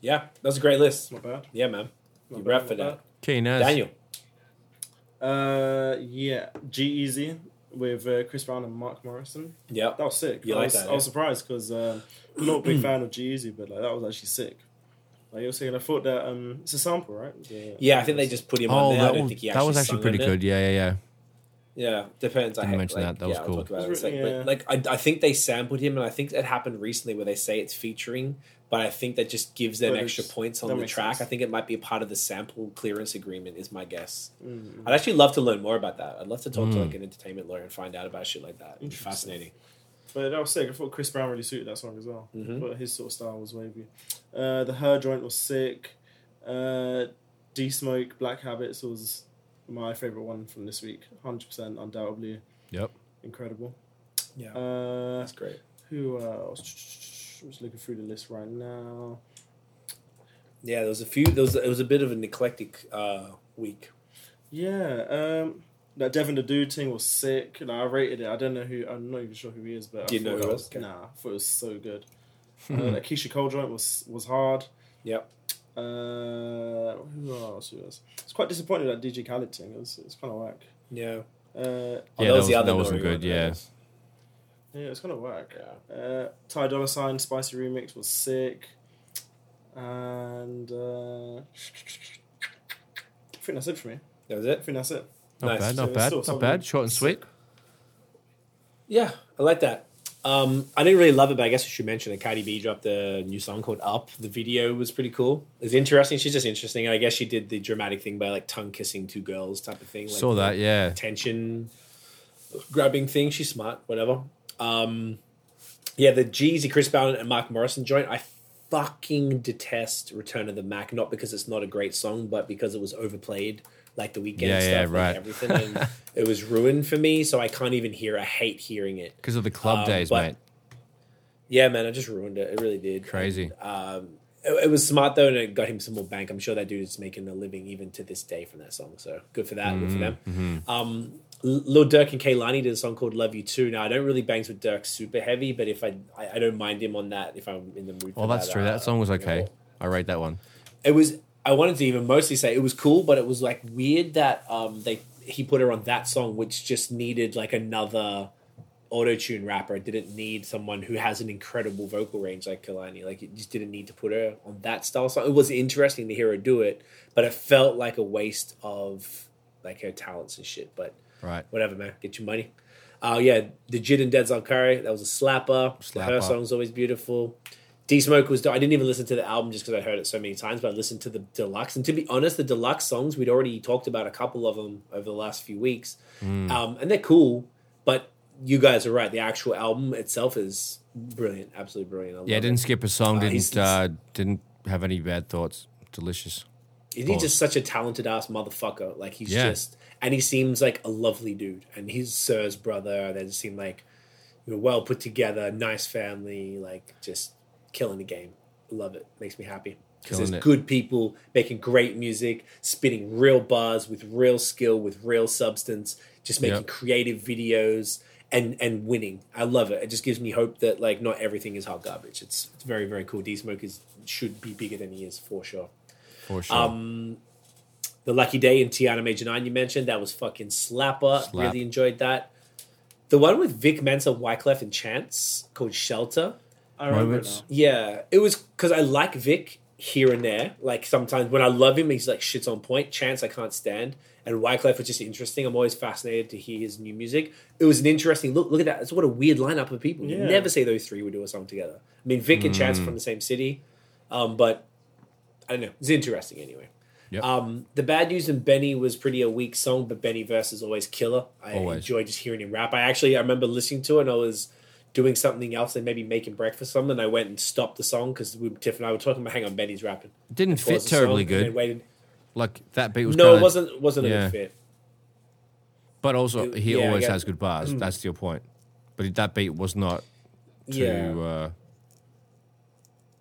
S1: yeah. That's a great list.
S3: Not bad.
S1: Yeah, man. You
S3: Not
S1: rap
S3: bad,
S1: for
S3: not
S1: that,
S2: Keen as
S1: Daniel.
S3: Uh, yeah, G Easy with uh, Chris Brown and Mark Morrison.
S1: Yeah,
S3: That was sick.
S1: You
S3: I,
S1: like
S3: was,
S1: that,
S3: I was surprised because um, I'm not a big fan of G Easy, but like that was actually sick. Like you were saying, I thought that um, it's a sample, right? The-
S1: yeah. I think they just put him on
S2: Oh,
S1: there. I
S2: that
S1: don't
S2: was,
S1: think he actually
S2: that was actually
S1: sung
S2: pretty
S1: on it.
S2: good. Yeah, yeah, yeah.
S1: Yeah, depends. I
S2: Didn't
S1: hate-
S2: mention
S1: like,
S2: that. That was
S1: yeah, I'll
S2: cool.
S1: talk about it in a
S3: Was
S1: sec. But
S3: it-
S1: like, I, I think they sampled him, and I think it happened recently where they say it's featuring, but I think that just gives them
S3: But it's-
S1: extra points
S3: that
S1: on the
S3: makes
S1: track.
S3: sense.
S1: I think it might be a part of the sample clearance agreement. Is my guess.
S3: Mm.
S1: I'd actually love to learn more about that. I'd love to talk to
S2: Mm.
S1: like an entertainment lawyer and find out about shit like that. It'd be
S3: Interesting.
S1: fascinating.
S3: But that was sick. I thought Chris Brown really suited that song as well.
S1: Mhm.
S3: But his sort of style was wavy. Uh, the Her Joint was sick. Uh, D Smoke Black Habits was my favorite one from this week. 100% undoubtedly
S2: Yep.
S3: incredible.
S1: Yeah,
S3: Uh,
S1: that's great.
S3: who else? I'm just looking through the list right now.
S1: Yeah, there was a few. There was it was a bit of an eclectic uh, week.
S3: Yeah, um, that Devin the Dude thing was sick. Like, I rated it. I don't know who. I'm not even sure who he is, but
S1: Do you
S3: I
S1: know
S3: thought
S1: who
S3: it
S1: it
S3: was.
S1: was? Okay.
S3: Nah, I thought it was
S1: (laughs)
S3: so good. uh, that Keisha Cole joint was was hard.
S1: Yep.
S3: Uh, who else? Who else? It's quite disappointing that DJ Khaled thing. It was, it's kind of whack.
S1: Yeah,
S3: Uh,
S1: Oh,
S2: Yeah,
S1: that
S2: that,
S1: was
S2: was,
S1: the other
S2: that wasn't
S1: Nori one,
S2: good.
S1: I
S2: Yeah.
S1: guess.
S3: yeah, it's kind of whack.
S1: yeah.
S3: Uh, Ty Dolla Sign Spicy Remix was sick, and uh, I think that's it for me.
S1: That was
S3: I
S1: it.
S3: think that's it.
S2: Not
S1: Nice.
S2: bad,
S3: So
S2: not
S3: it's
S2: bad,
S3: still
S2: not
S3: something.
S2: bad. Short and sweet.
S1: Yeah, I like that. Um, I didn't really love it, but I guess I should mention that Cardi B dropped a new song called "Up." The video was pretty cool. It's interesting. She's just interesting. I guess she did the dramatic thing by like tongue kissing two girls type of thing. Like,
S2: Saw that, yeah.
S1: tension grabbing thing. She's smart, whatever. Um, yeah, the Jeezy, Chris Brown, and Mark Morrison joint. I fucking detest Return of the Mac, not because it's not a great song, but because it was overplayed like the weekend
S2: Yeah,
S1: stuff,
S2: yeah,
S1: like,
S2: right.
S1: everything.
S2: (laughs)
S1: And it was ruined for me, so I can't even hear. I hate hearing it.
S2: Because of the club
S1: Um,
S2: days,
S1: but-
S2: mate.
S1: Yeah, man, I just ruined it. It really did.
S2: Crazy.
S1: And, um, it, it was smart though, and it got him some more bank. I'm sure that dude is making a living even to this day from that song. So good for that. Good
S2: Mm-hmm,
S1: for them. Um, L- Lil Durk and Kaylani did a song called "Love You Too." Now I don't really bangs with Durk super heavy, but if I, I I don't mind him on that if I'm in the mood.
S2: Well,
S1: for
S2: that's
S1: that,
S2: true.
S1: uh,
S2: That song was
S1: you know,
S2: okay. I rate that one.
S1: it was I wanted to even mostly say it was cool, but it was like weird that um they he put her on that song, which just needed like another auto tune rapper. It didn't need someone who has an incredible vocal range like Kalani. Like it just didn't need to put her on that style song. It was interesting to hear her do it, but it felt like a waste of like her talents and shit. But
S2: Right.
S1: whatever, man, get your money. Oh yeah, the Jid and Denzel Curry. That was a slapper. Her
S2: Slapper.
S1: song's always beautiful. D Smoke was. I didn't even listen to the album just because I heard it so many times, but I listened to the deluxe. And to be honest, the deluxe songs we'd already talked about a couple of them over the last few weeks,
S2: Mm.
S1: um, and they're cool. But you guys are right. The actual album itself is brilliant, absolutely brilliant. I
S2: Yeah,
S1: love
S2: didn't skip a song.
S1: Uh,
S2: Didn't
S1: he's-
S2: uh, didn't have any bad thoughts. Delicious.
S1: And he's just such a talented ass motherfucker. Like he's
S2: Yeah.
S1: just, and he seems like a lovely dude. And he's Sir's brother. They just seem like you know, well put together, nice family. Like just killing the game. Love it. Makes me happy because
S2: Killing
S1: there's
S2: it.
S1: good people making great music, spitting real bars with real skill, with real substance, just making
S2: Yep.
S1: creative videos. and and winning. I love it. It just gives me hope that like not everything is hot garbage. It's it's very very cool. D Smoke is should be bigger than he is for sure.
S2: for sure.
S1: Um, the Lucky Day and Tiana Major Nine you mentioned that was fucking slapper.
S2: Slap.
S1: Really enjoyed that. The one with Vic Mensa, Wyclef, and Chance called Shelter.
S3: I remember it
S2: Moments.
S3: now.
S1: Yeah, it was because I like Vic here and there. Like sometimes when I love him, he's like shits on point. Chance I can't stand, and Wyclef was just interesting. I'm always fascinated to hear his new music. It was an interesting look. Look at that! It's what a weird lineup of people. You
S3: Yeah.
S1: never say those three would do a song together. I mean, Vic and Chance are from the same city, um, but I don't know. It's interesting anyway.
S2: Yep.
S1: Um, the bad news and Benny was pretty a weak song, but Benny verse is always killer. I
S2: Always.
S1: enjoy just hearing him rap. I actually I remember listening to it and I was doing something else and maybe making breakfast or something. And I went and stopped the song because Tiff and I were talking about hang on, Benny's rapping.
S2: Didn't fit
S1: Paused the song
S2: terribly
S1: and
S2: good.
S1: then waited.
S2: like that beat was
S1: No,
S2: kinda-
S1: it wasn't wasn't a
S2: yeah.
S1: good fit.
S2: But also,
S1: It-
S2: he
S1: yeah, Mm. I
S2: always
S1: get-
S2: has good bars. That's your point. But that beat was not too
S1: Yeah.
S2: uh,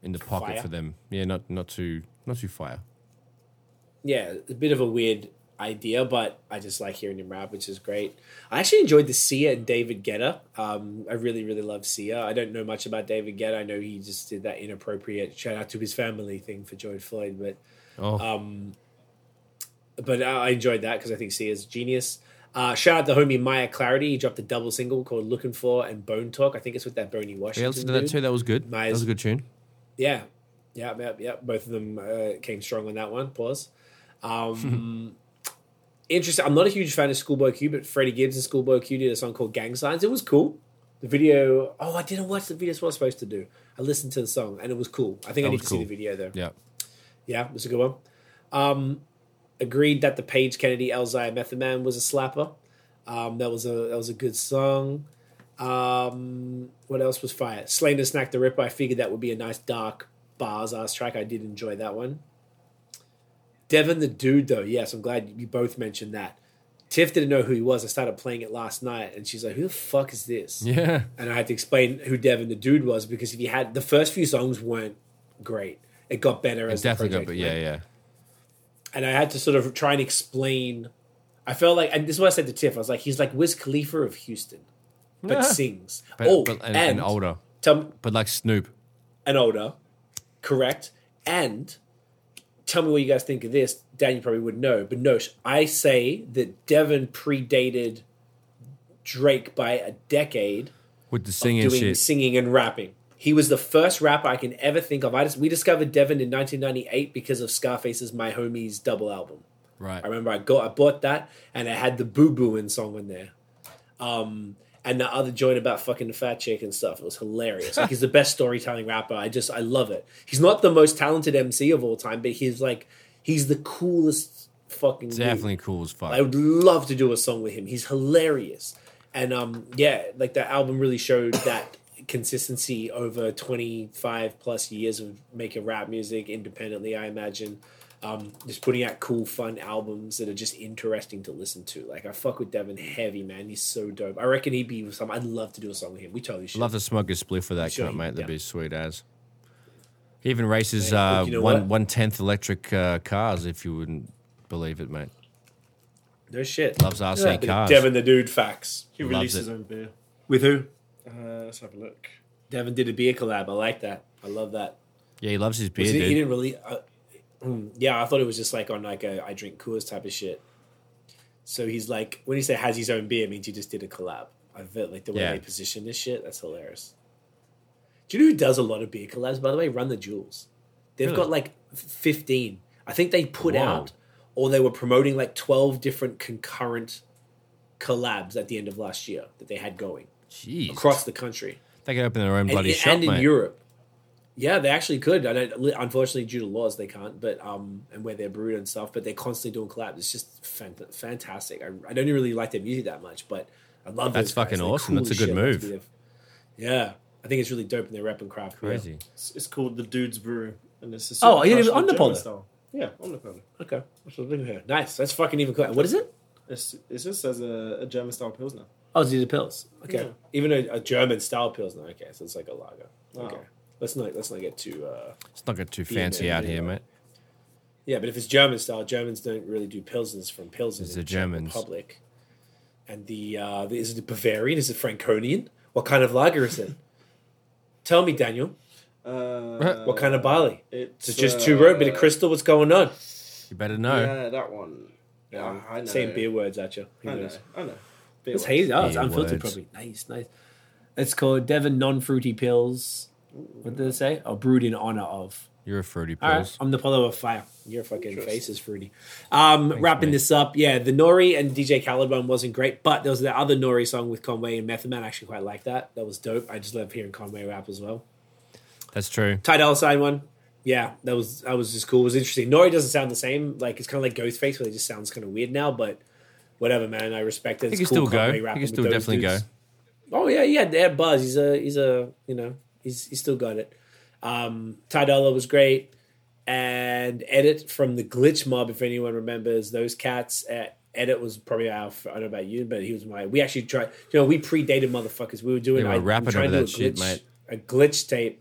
S2: in the pocket
S1: Fire?
S2: for them. Yeah, not not too not too fire.
S1: yeah, a bit of a weird idea, but I just like hearing him rap, which is great. I actually enjoyed the Sia and David Guetta. Um, I really, really love Sia. I don't know much about David Guetta. I know he just did that inappropriate shout out to his family thing for George Floyd, but
S2: Oh,
S1: um, but I I enjoyed that because I think Sia's genius. Uh, shout out to homie Maya Clarity. He dropped a double single called "Looking For" and "Bone Talk." I think it's with that Boney Washington.
S2: yeah, listen to that
S1: dude.
S2: too. That was good. That
S1: Nice.
S2: was a good tune.
S1: Yeah, yeah, yeah, yeah. Both of them uh, came strong on that one. Pause.
S2: (laughs)
S1: Um, interesting. I'm not a huge fan of Schoolboy Q, but Freddie Gibbs and Schoolboy Q did a song called "Gang Signs." It was cool. The video. Oh, I didn't watch the video. It's what I was supposed to do. I listened to the song and it was cool. I think I
S2: That
S1: need
S2: was
S1: to see
S2: cool.
S1: the video though.
S2: Yeah.
S1: Yeah, it was a good one. Um, agreed that the Page Kennedy Elzai Method Man was a slapper. Um, that was a that was a good song. Um, what else was fire? Slain to Snack the Ripper. I figured that would be a nice dark bars ass track. I did enjoy that one. Devin the Dude though, yes, I'm glad you both mentioned that. Tiff didn't know who he was. I started playing it last night, and she's like, "Who the fuck is this?"
S2: Yeah.
S1: and I had to explain who Devin the Dude was because if you had the first few songs weren't great, it got better as
S2: It's definitely
S1: the
S2: good.
S1: project
S2: But
S1: went
S2: yeah, yeah.
S1: and I had to sort of try and explain. I felt like, and this is what I said to Tiff. I was like, he's like Wiz Khalifa of Houston, but
S2: Yeah.
S1: sings.
S2: But,
S1: oh,
S2: but and,
S1: and,
S2: and older.
S1: Tell,
S2: But like Snoop.
S1: and older, correct? And tell me what you guys think of this. Dan, you probably would know, but no, I say that Devon predated Drake by a decade
S2: With the singing
S1: doing
S2: shit.
S1: singing and rapping. He was the first rapper I can ever think of. I just, we discovered Devon in 1998 because of Scarface's My Homies double album.
S2: right.
S1: I remember I got I bought that and it had the boo boo in song in there. Um and the other joint about fucking the fat chick and stuff. It was hilarious. Like he's the best storytelling rapper. I just I love it. He's not the most talented MC of all time, but he's like he's the coolest fucking dude.
S2: Definitely cool as fuck.
S1: I would love to do a song with him. He's hilarious. And um yeah, like that album really showed that consistency over 25 plus years of making rap music independently, I imagine. Um, just putting out cool, fun albums that are just interesting to listen to. Like I fuck with Devin heavy, man. He's so dope. I reckon he'd be some. I'd love to do a song with him. We totally should.
S2: Love to smoke a spliff with that
S1: Sure,
S2: cunt, mate. That'd
S1: yeah.
S2: be sweet as. He even races
S1: Mate,
S2: uh,
S1: look, you know what?
S2: one one tenth electric uh, cars, if you wouldn't believe it, mate.
S1: no shit.
S2: Loves RC
S1: Look at
S2: cars.
S1: Devin the dude facts.
S3: He
S2: Loves
S3: released
S2: it.
S3: his own beer.
S1: With who?
S3: Uh, let's have a look.
S1: Devin did a beer collab. I like that. I love that.
S2: Yeah, he loves his beer,
S1: Was it-
S2: dude.
S1: he didn't really. Uh, mm, yeah, I thought it was just like on like a I drink Coors type of shit. So he's like, when he said has his own beer, it means he just did a collab. I felt like the way
S2: Yeah.
S1: they position this shit. That's hilarious. Do you know who does a lot of beer collabs? By the way, Run the Jewels. They've
S2: Really?
S1: got like f- fifteen. I think they put
S2: Wow.
S1: out or they were promoting like twelve different concurrent collabs at the end of last year that they had going
S2: Jeez.
S1: across the country
S2: They can open their own
S1: and,
S2: bloody
S1: and-
S2: shop,
S1: and in
S2: mate.
S1: Europe. Yeah, they actually could. I don't, li- unfortunately, due to laws, they can't. But um, and where they're brewed and stuff, but they're constantly doing collabs. It's just fant- fantastic. I, I don't really like their music that much, but I love
S2: That's
S1: those guys.
S2: fucking
S1: They're
S2: awesome. That's
S1: as
S2: a good
S1: shit. I'd love to
S2: move.
S1: be there. Yeah, I think it's really dope, and they're repping craft beer.
S2: Crazy.
S3: It's, it's called the Dude's Brew, and it's a
S1: Oh, are you
S3: supercrush
S1: on
S3: with
S1: Napollo?
S3: German style. Yeah, on Napollo.
S1: Okay, that's what I'm doing here. Nice. That's fucking even cool. What is it?
S3: It's it just as a, a German style pilsner.
S1: Oh, it's these are pills. Okay,
S3: Yeah.
S1: even a, a German style pills. No, okay, so it's like a lager.
S3: Wow.
S1: Okay, let's not let's not get too. Uh,
S2: Let's not get too
S1: Beer,
S2: fancy
S1: yeah,
S2: out here,
S1: yeah.
S2: mate.
S1: Yeah, but if it's German style, Germans don't really do pilsners from pilsners.
S2: It's
S1: in
S2: the
S1: Czech
S2: Germans.
S1: Republic. And the uh, the- is it Bavarian? Is it Franconian? What kind of lager is it? Tell me, Daniel.
S3: Uh,
S1: What kind of barley?
S3: It's uh,
S1: Is it just two road, bit of crystal? What's going on?
S2: You better know.
S3: Yeah, that one. Yeah, I know.
S1: Same beer words at you. Who
S3: I know.
S1: knows?
S3: I know. Beer
S1: It's
S3: works.
S1: hazy. Oh, it's
S2: Beer
S1: unfiltered,
S2: words.
S1: probably. Nice, nice. It's called Devon Non Fruity Pills. What did it say? Oh, brewed in honor of.
S2: You're a fruity
S1: All right,
S2: pills.
S1: I'm the Polo of Fire. Your fucking
S3: Interesting.
S1: face is fruity. Um, wrapping
S2: mate.
S1: this up, yeah, the Nori and DJ Khaled one wasn't great, but there was that other Nori song with Conway and Method Man. I actually quite like that. That was dope. I just love hearing Conway rap as well.
S2: That's true.
S1: Ty Dolla Sign one, yeah, that was that was just cool. It was interesting. Nori doesn't sound the same. Like it's kind of like Ghostface, where they just sounds kind of weird now. But whatever, man. I respect it.
S2: He
S1: It's
S2: can still
S1: cool
S2: go.
S1: Conway
S2: He
S1: rapping
S2: can
S1: with
S2: still
S1: those
S2: definitely go.
S1: dudes. Oh yeah, yeah, they had buzz. He's a he's a you know he's he's still got it. Um, Ty Dolla was great, and Edit from the Glitch Mob. If anyone remembers those cats, uh, Edit was probably our. I don't know about you, but he was my. We actually tried. You know, we predated motherfuckers. We were
S2: We
S1: doing.
S2: were
S1: I, we were
S2: rapping
S1: trying
S2: over
S1: to
S2: that
S1: do a
S2: shit,
S1: glitch,
S2: mate.
S1: A glitch tape.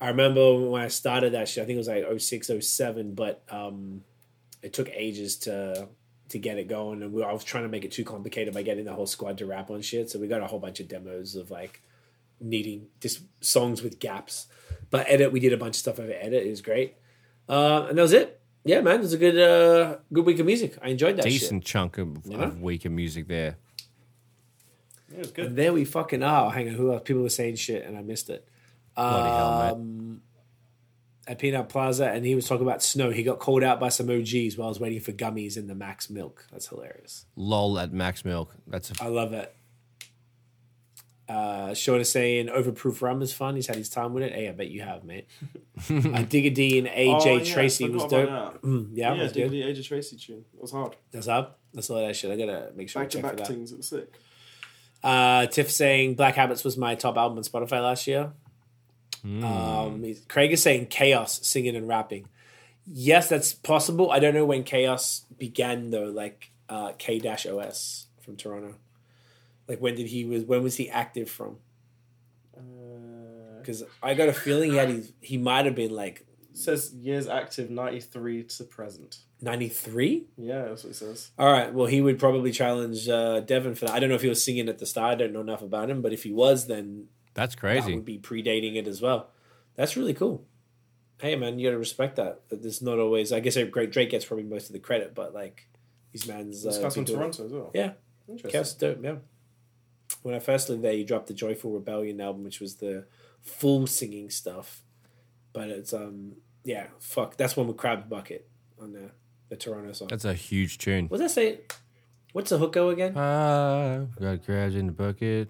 S1: I remember when I started that shit. I think it was like 06, 07, but um, it took ages to to get it going, and we, I was trying to make it too complicated by getting the whole squad to rap on shit. So we got a whole bunch of demos of like needing just songs with gaps. But edit, we did a bunch of stuff over edit. It was great, uh, and that was it. Yeah, man, it was a good uh, good week of music. I enjoyed that. shit.
S2: Decent chunk of,
S1: Yeah.
S2: of weaker music there.
S3: Yeah, it was
S1: And
S3: good.
S1: there we fucking are. Oh, Hang on, who else? People were saying shit and I missed it.
S2: Bloody hell,
S1: Um,
S2: mate.
S1: At Peanut Plaza, and he was talking about snow. He got called out by some OGs while I was waiting for gummies in the Max Milk. That's hilarious.
S2: Lol at Max Milk. That's a
S1: I love it. Uh, Sean is saying overproof rum is fun. He's had his time with it. Hey, I bet you have, mate. uh, Digger D and AJ
S3: Oh, yeah,
S1: Tracy
S3: forgot
S1: was dope.
S3: about that.
S1: Mm, yeah,
S3: Yeah,
S1: that was
S3: dude,
S1: good.
S3: the Age of Tracy tune. It was hard.
S1: That's up. That's all that shit. I gotta make sure I
S3: Back to
S1: check for that.
S3: back things. It was sick.
S1: Uh, Tiff saying Black Habits was my top album on Spotify last year.
S2: hmm, Mm.
S1: Um, he's- Craig is saying Chaos singing and rapping. Yes, that's possible. I don't know when Chaos began though. Like uh, K OS from Toronto. Like when did he was when was he active from?
S3: Uh,
S1: Because I got a feeling he had his, he might have been like
S3: it says years active ninety three to present.
S1: ninety three.
S3: Yeah, that's what it says.
S1: All right. Well, he would probably challenge uh, Devin for that. I don't know if he was singing at the start. I don't know enough about him. But if he was, then
S2: that's
S1: that
S2: crazy.
S1: would be predating it as well. That's really cool. Hey man, you gotta respect that. That there's not always. I guess Drake Drake gets probably most of the credit, but like these man's.
S3: It's
S1: Uh,
S3: cast
S1: been
S3: in
S1: doing-
S3: Toronto as well.
S1: Yeah,
S3: Interesting.
S1: Chaos is dope. Yeah. When I first lived there, you dropped the Joyful Rebellion album, which was the full singing stuff. But it's um yeah fuck that's one with Crab Bucket on the the Toronto song.
S2: That's a huge tune.
S1: What does that say? What's the hook go again?
S2: Ah, got crabs in the bucket.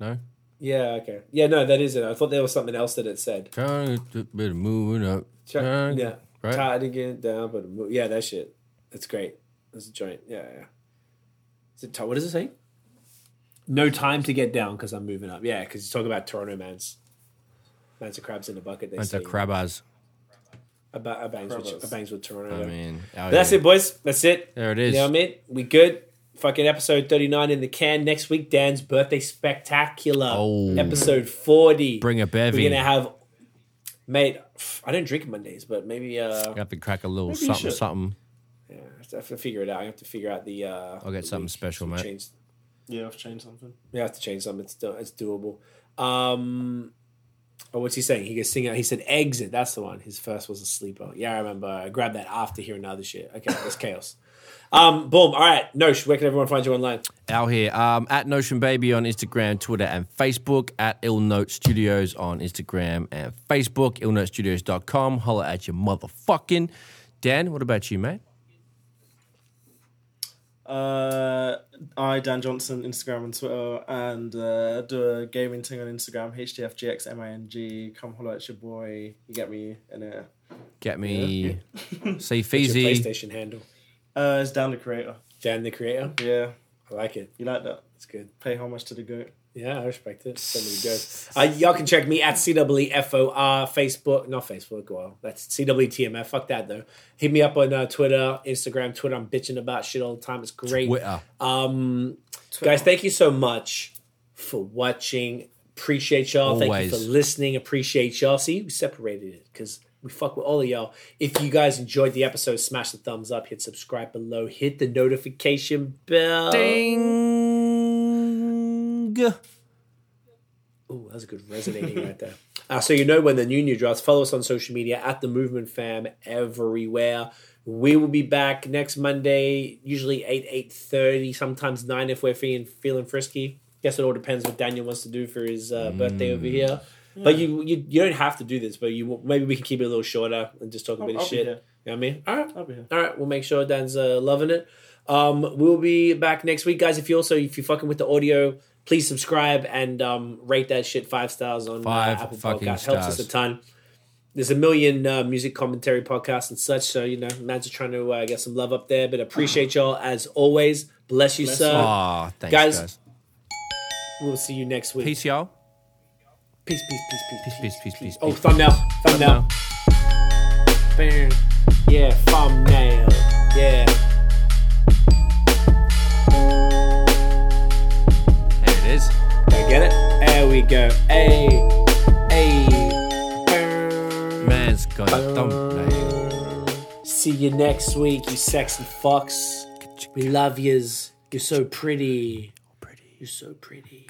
S2: No,
S1: Yeah, okay. Yeah, no, that is it. I thought there was something else that it said.
S2: trying to get a bit of moving up.
S1: Chuck,
S2: Trying-
S1: yeah,
S2: right?
S1: tied again down, but mo- yeah, that shit. That's great. That's a joint. Yeah, yeah. Is it? T- what does it say? No time to get down because I'm moving up. Yeah, because you talk about Toronto man's man's a crabs in a bucket. They
S2: That's
S1: say.
S2: a crabbers.
S1: A, ba- a bangs with, a
S3: Crabbers.
S1: bangs with Toronto.
S2: I
S1: yeah.
S2: mean, oh,
S1: But that's it, boys. That's it.
S2: There it is.
S1: You know what I mean? We good. Fucking episode 39 in the can. Next week, Dan's birthday spectacular.
S2: Oh.
S1: Episode 40.
S2: Bring a
S1: We're
S2: bevy.
S1: gonna have, mate. pff, I don't drink Mondays, but maybe uh,
S2: You have to crack a little
S3: Maybe you
S2: something,
S3: should.
S2: something.
S1: yeah, I have to- I have to figure it out. I have to figure out the. Uh,
S2: I'll get
S1: the
S2: something
S1: week.
S2: special,
S1: So we
S2: mate.
S1: Change.
S3: Yeah, I've changed something.
S1: We have to change something. It's do- it's doable. Um, oh, what's he saying? He goes sing out. He said exit. That's the one. His first was a sleeper. Yeah, I remember. I grabbed that after hearing the other shit. Okay, that's chaos. Um, boom. All right, Noosh. Where can everyone find you online?
S2: Out here um, at Notion Baby on Instagram, Twitter, and Facebook. At Ill Note Studios on Instagram and Facebook. IllNoteStudios.com. Holler at your motherfucking Dan. What about you, mate?
S3: Uh, I Dan Johnson Instagram and Twitter, and uh, do a gaming thing on Instagram. HTFGXMING. Come holler at your boy. You get me in there.
S2: Get me. Say
S1: Your
S2: Feezy.
S1: PlayStation handle.
S3: Uh, it's down the creator.
S1: Dan the creator.
S3: Yeah,
S1: I like it.
S3: you like that?
S1: It's good.
S3: Pay homage to the goat.
S1: Yeah, I respect it. So many goes. Uh, y'all can check me at CWFOR, uh, Facebook, not Facebook, well, that's CWTMF. Fuck that, though. Hit me up on uh, Twitter, Instagram, Twitter. I'm bitching about shit all the time. It's great.
S2: Twitter.
S1: Um, guys, thank you so much for watching. Appreciate y'all. Thank you
S2: Always.
S1: for listening. Appreciate y'all. See, we separated it because We fuck with all of y'all. If you guys enjoyed the episode, smash the thumbs up, hit subscribe below, hit the notification bell.
S2: Ding.
S1: Uh, Ooh, that was a good resonating right there. (laughs) Uh, so you know when the new new drops. Follow us on social media at the Movement Fam everywhere. We will be back next Monday, usually eight eight thirty, sometimes nine if we're feeling feeling frisky. Guess it all depends what Daniel wants to do for his uh,
S3: Mm.
S1: birthday over here. But you, you you don't have to do this, but you maybe we can keep it a little shorter and just talk a
S3: I'll-
S1: bit of
S3: I'll be
S1: shit. You
S3: here.
S1: know what I mean? All right.
S3: I'll be here.
S1: All right, we'll make sure Dan's uh, loving it. Um, we'll be back next week, guys. If you also if you're fucking with the audio, please subscribe and um, rate that shit five stars on
S2: Five
S1: uh, Apple
S2: fucking
S1: Podcast. Helps us
S2: stars.
S1: a ton. There's a million uh, music commentary podcasts and such, so you know, man's trying to uh, get some love up there. But appreciate y'all as always. Bless you, sir.
S2: Aw, Ah, thanks,
S1: Guys-
S2: guys.
S1: We'll see you next week.
S2: Peace, y'all.
S1: peace, peace, peace, peace, peace,
S2: Peace, peace, peace,
S1: Oh,
S2: peace.
S1: thumbnail, thumbnail. Bam. Yeah, thumbnail. Yeah.
S2: There it is.
S1: I get it. There we go. Hey,
S2: Man's got a
S1: Uh,
S2: thumbnail.
S1: hey. See you next week, you sexy fucks. We love yous. You're so pretty.
S2: Pretty.
S1: You're so pretty.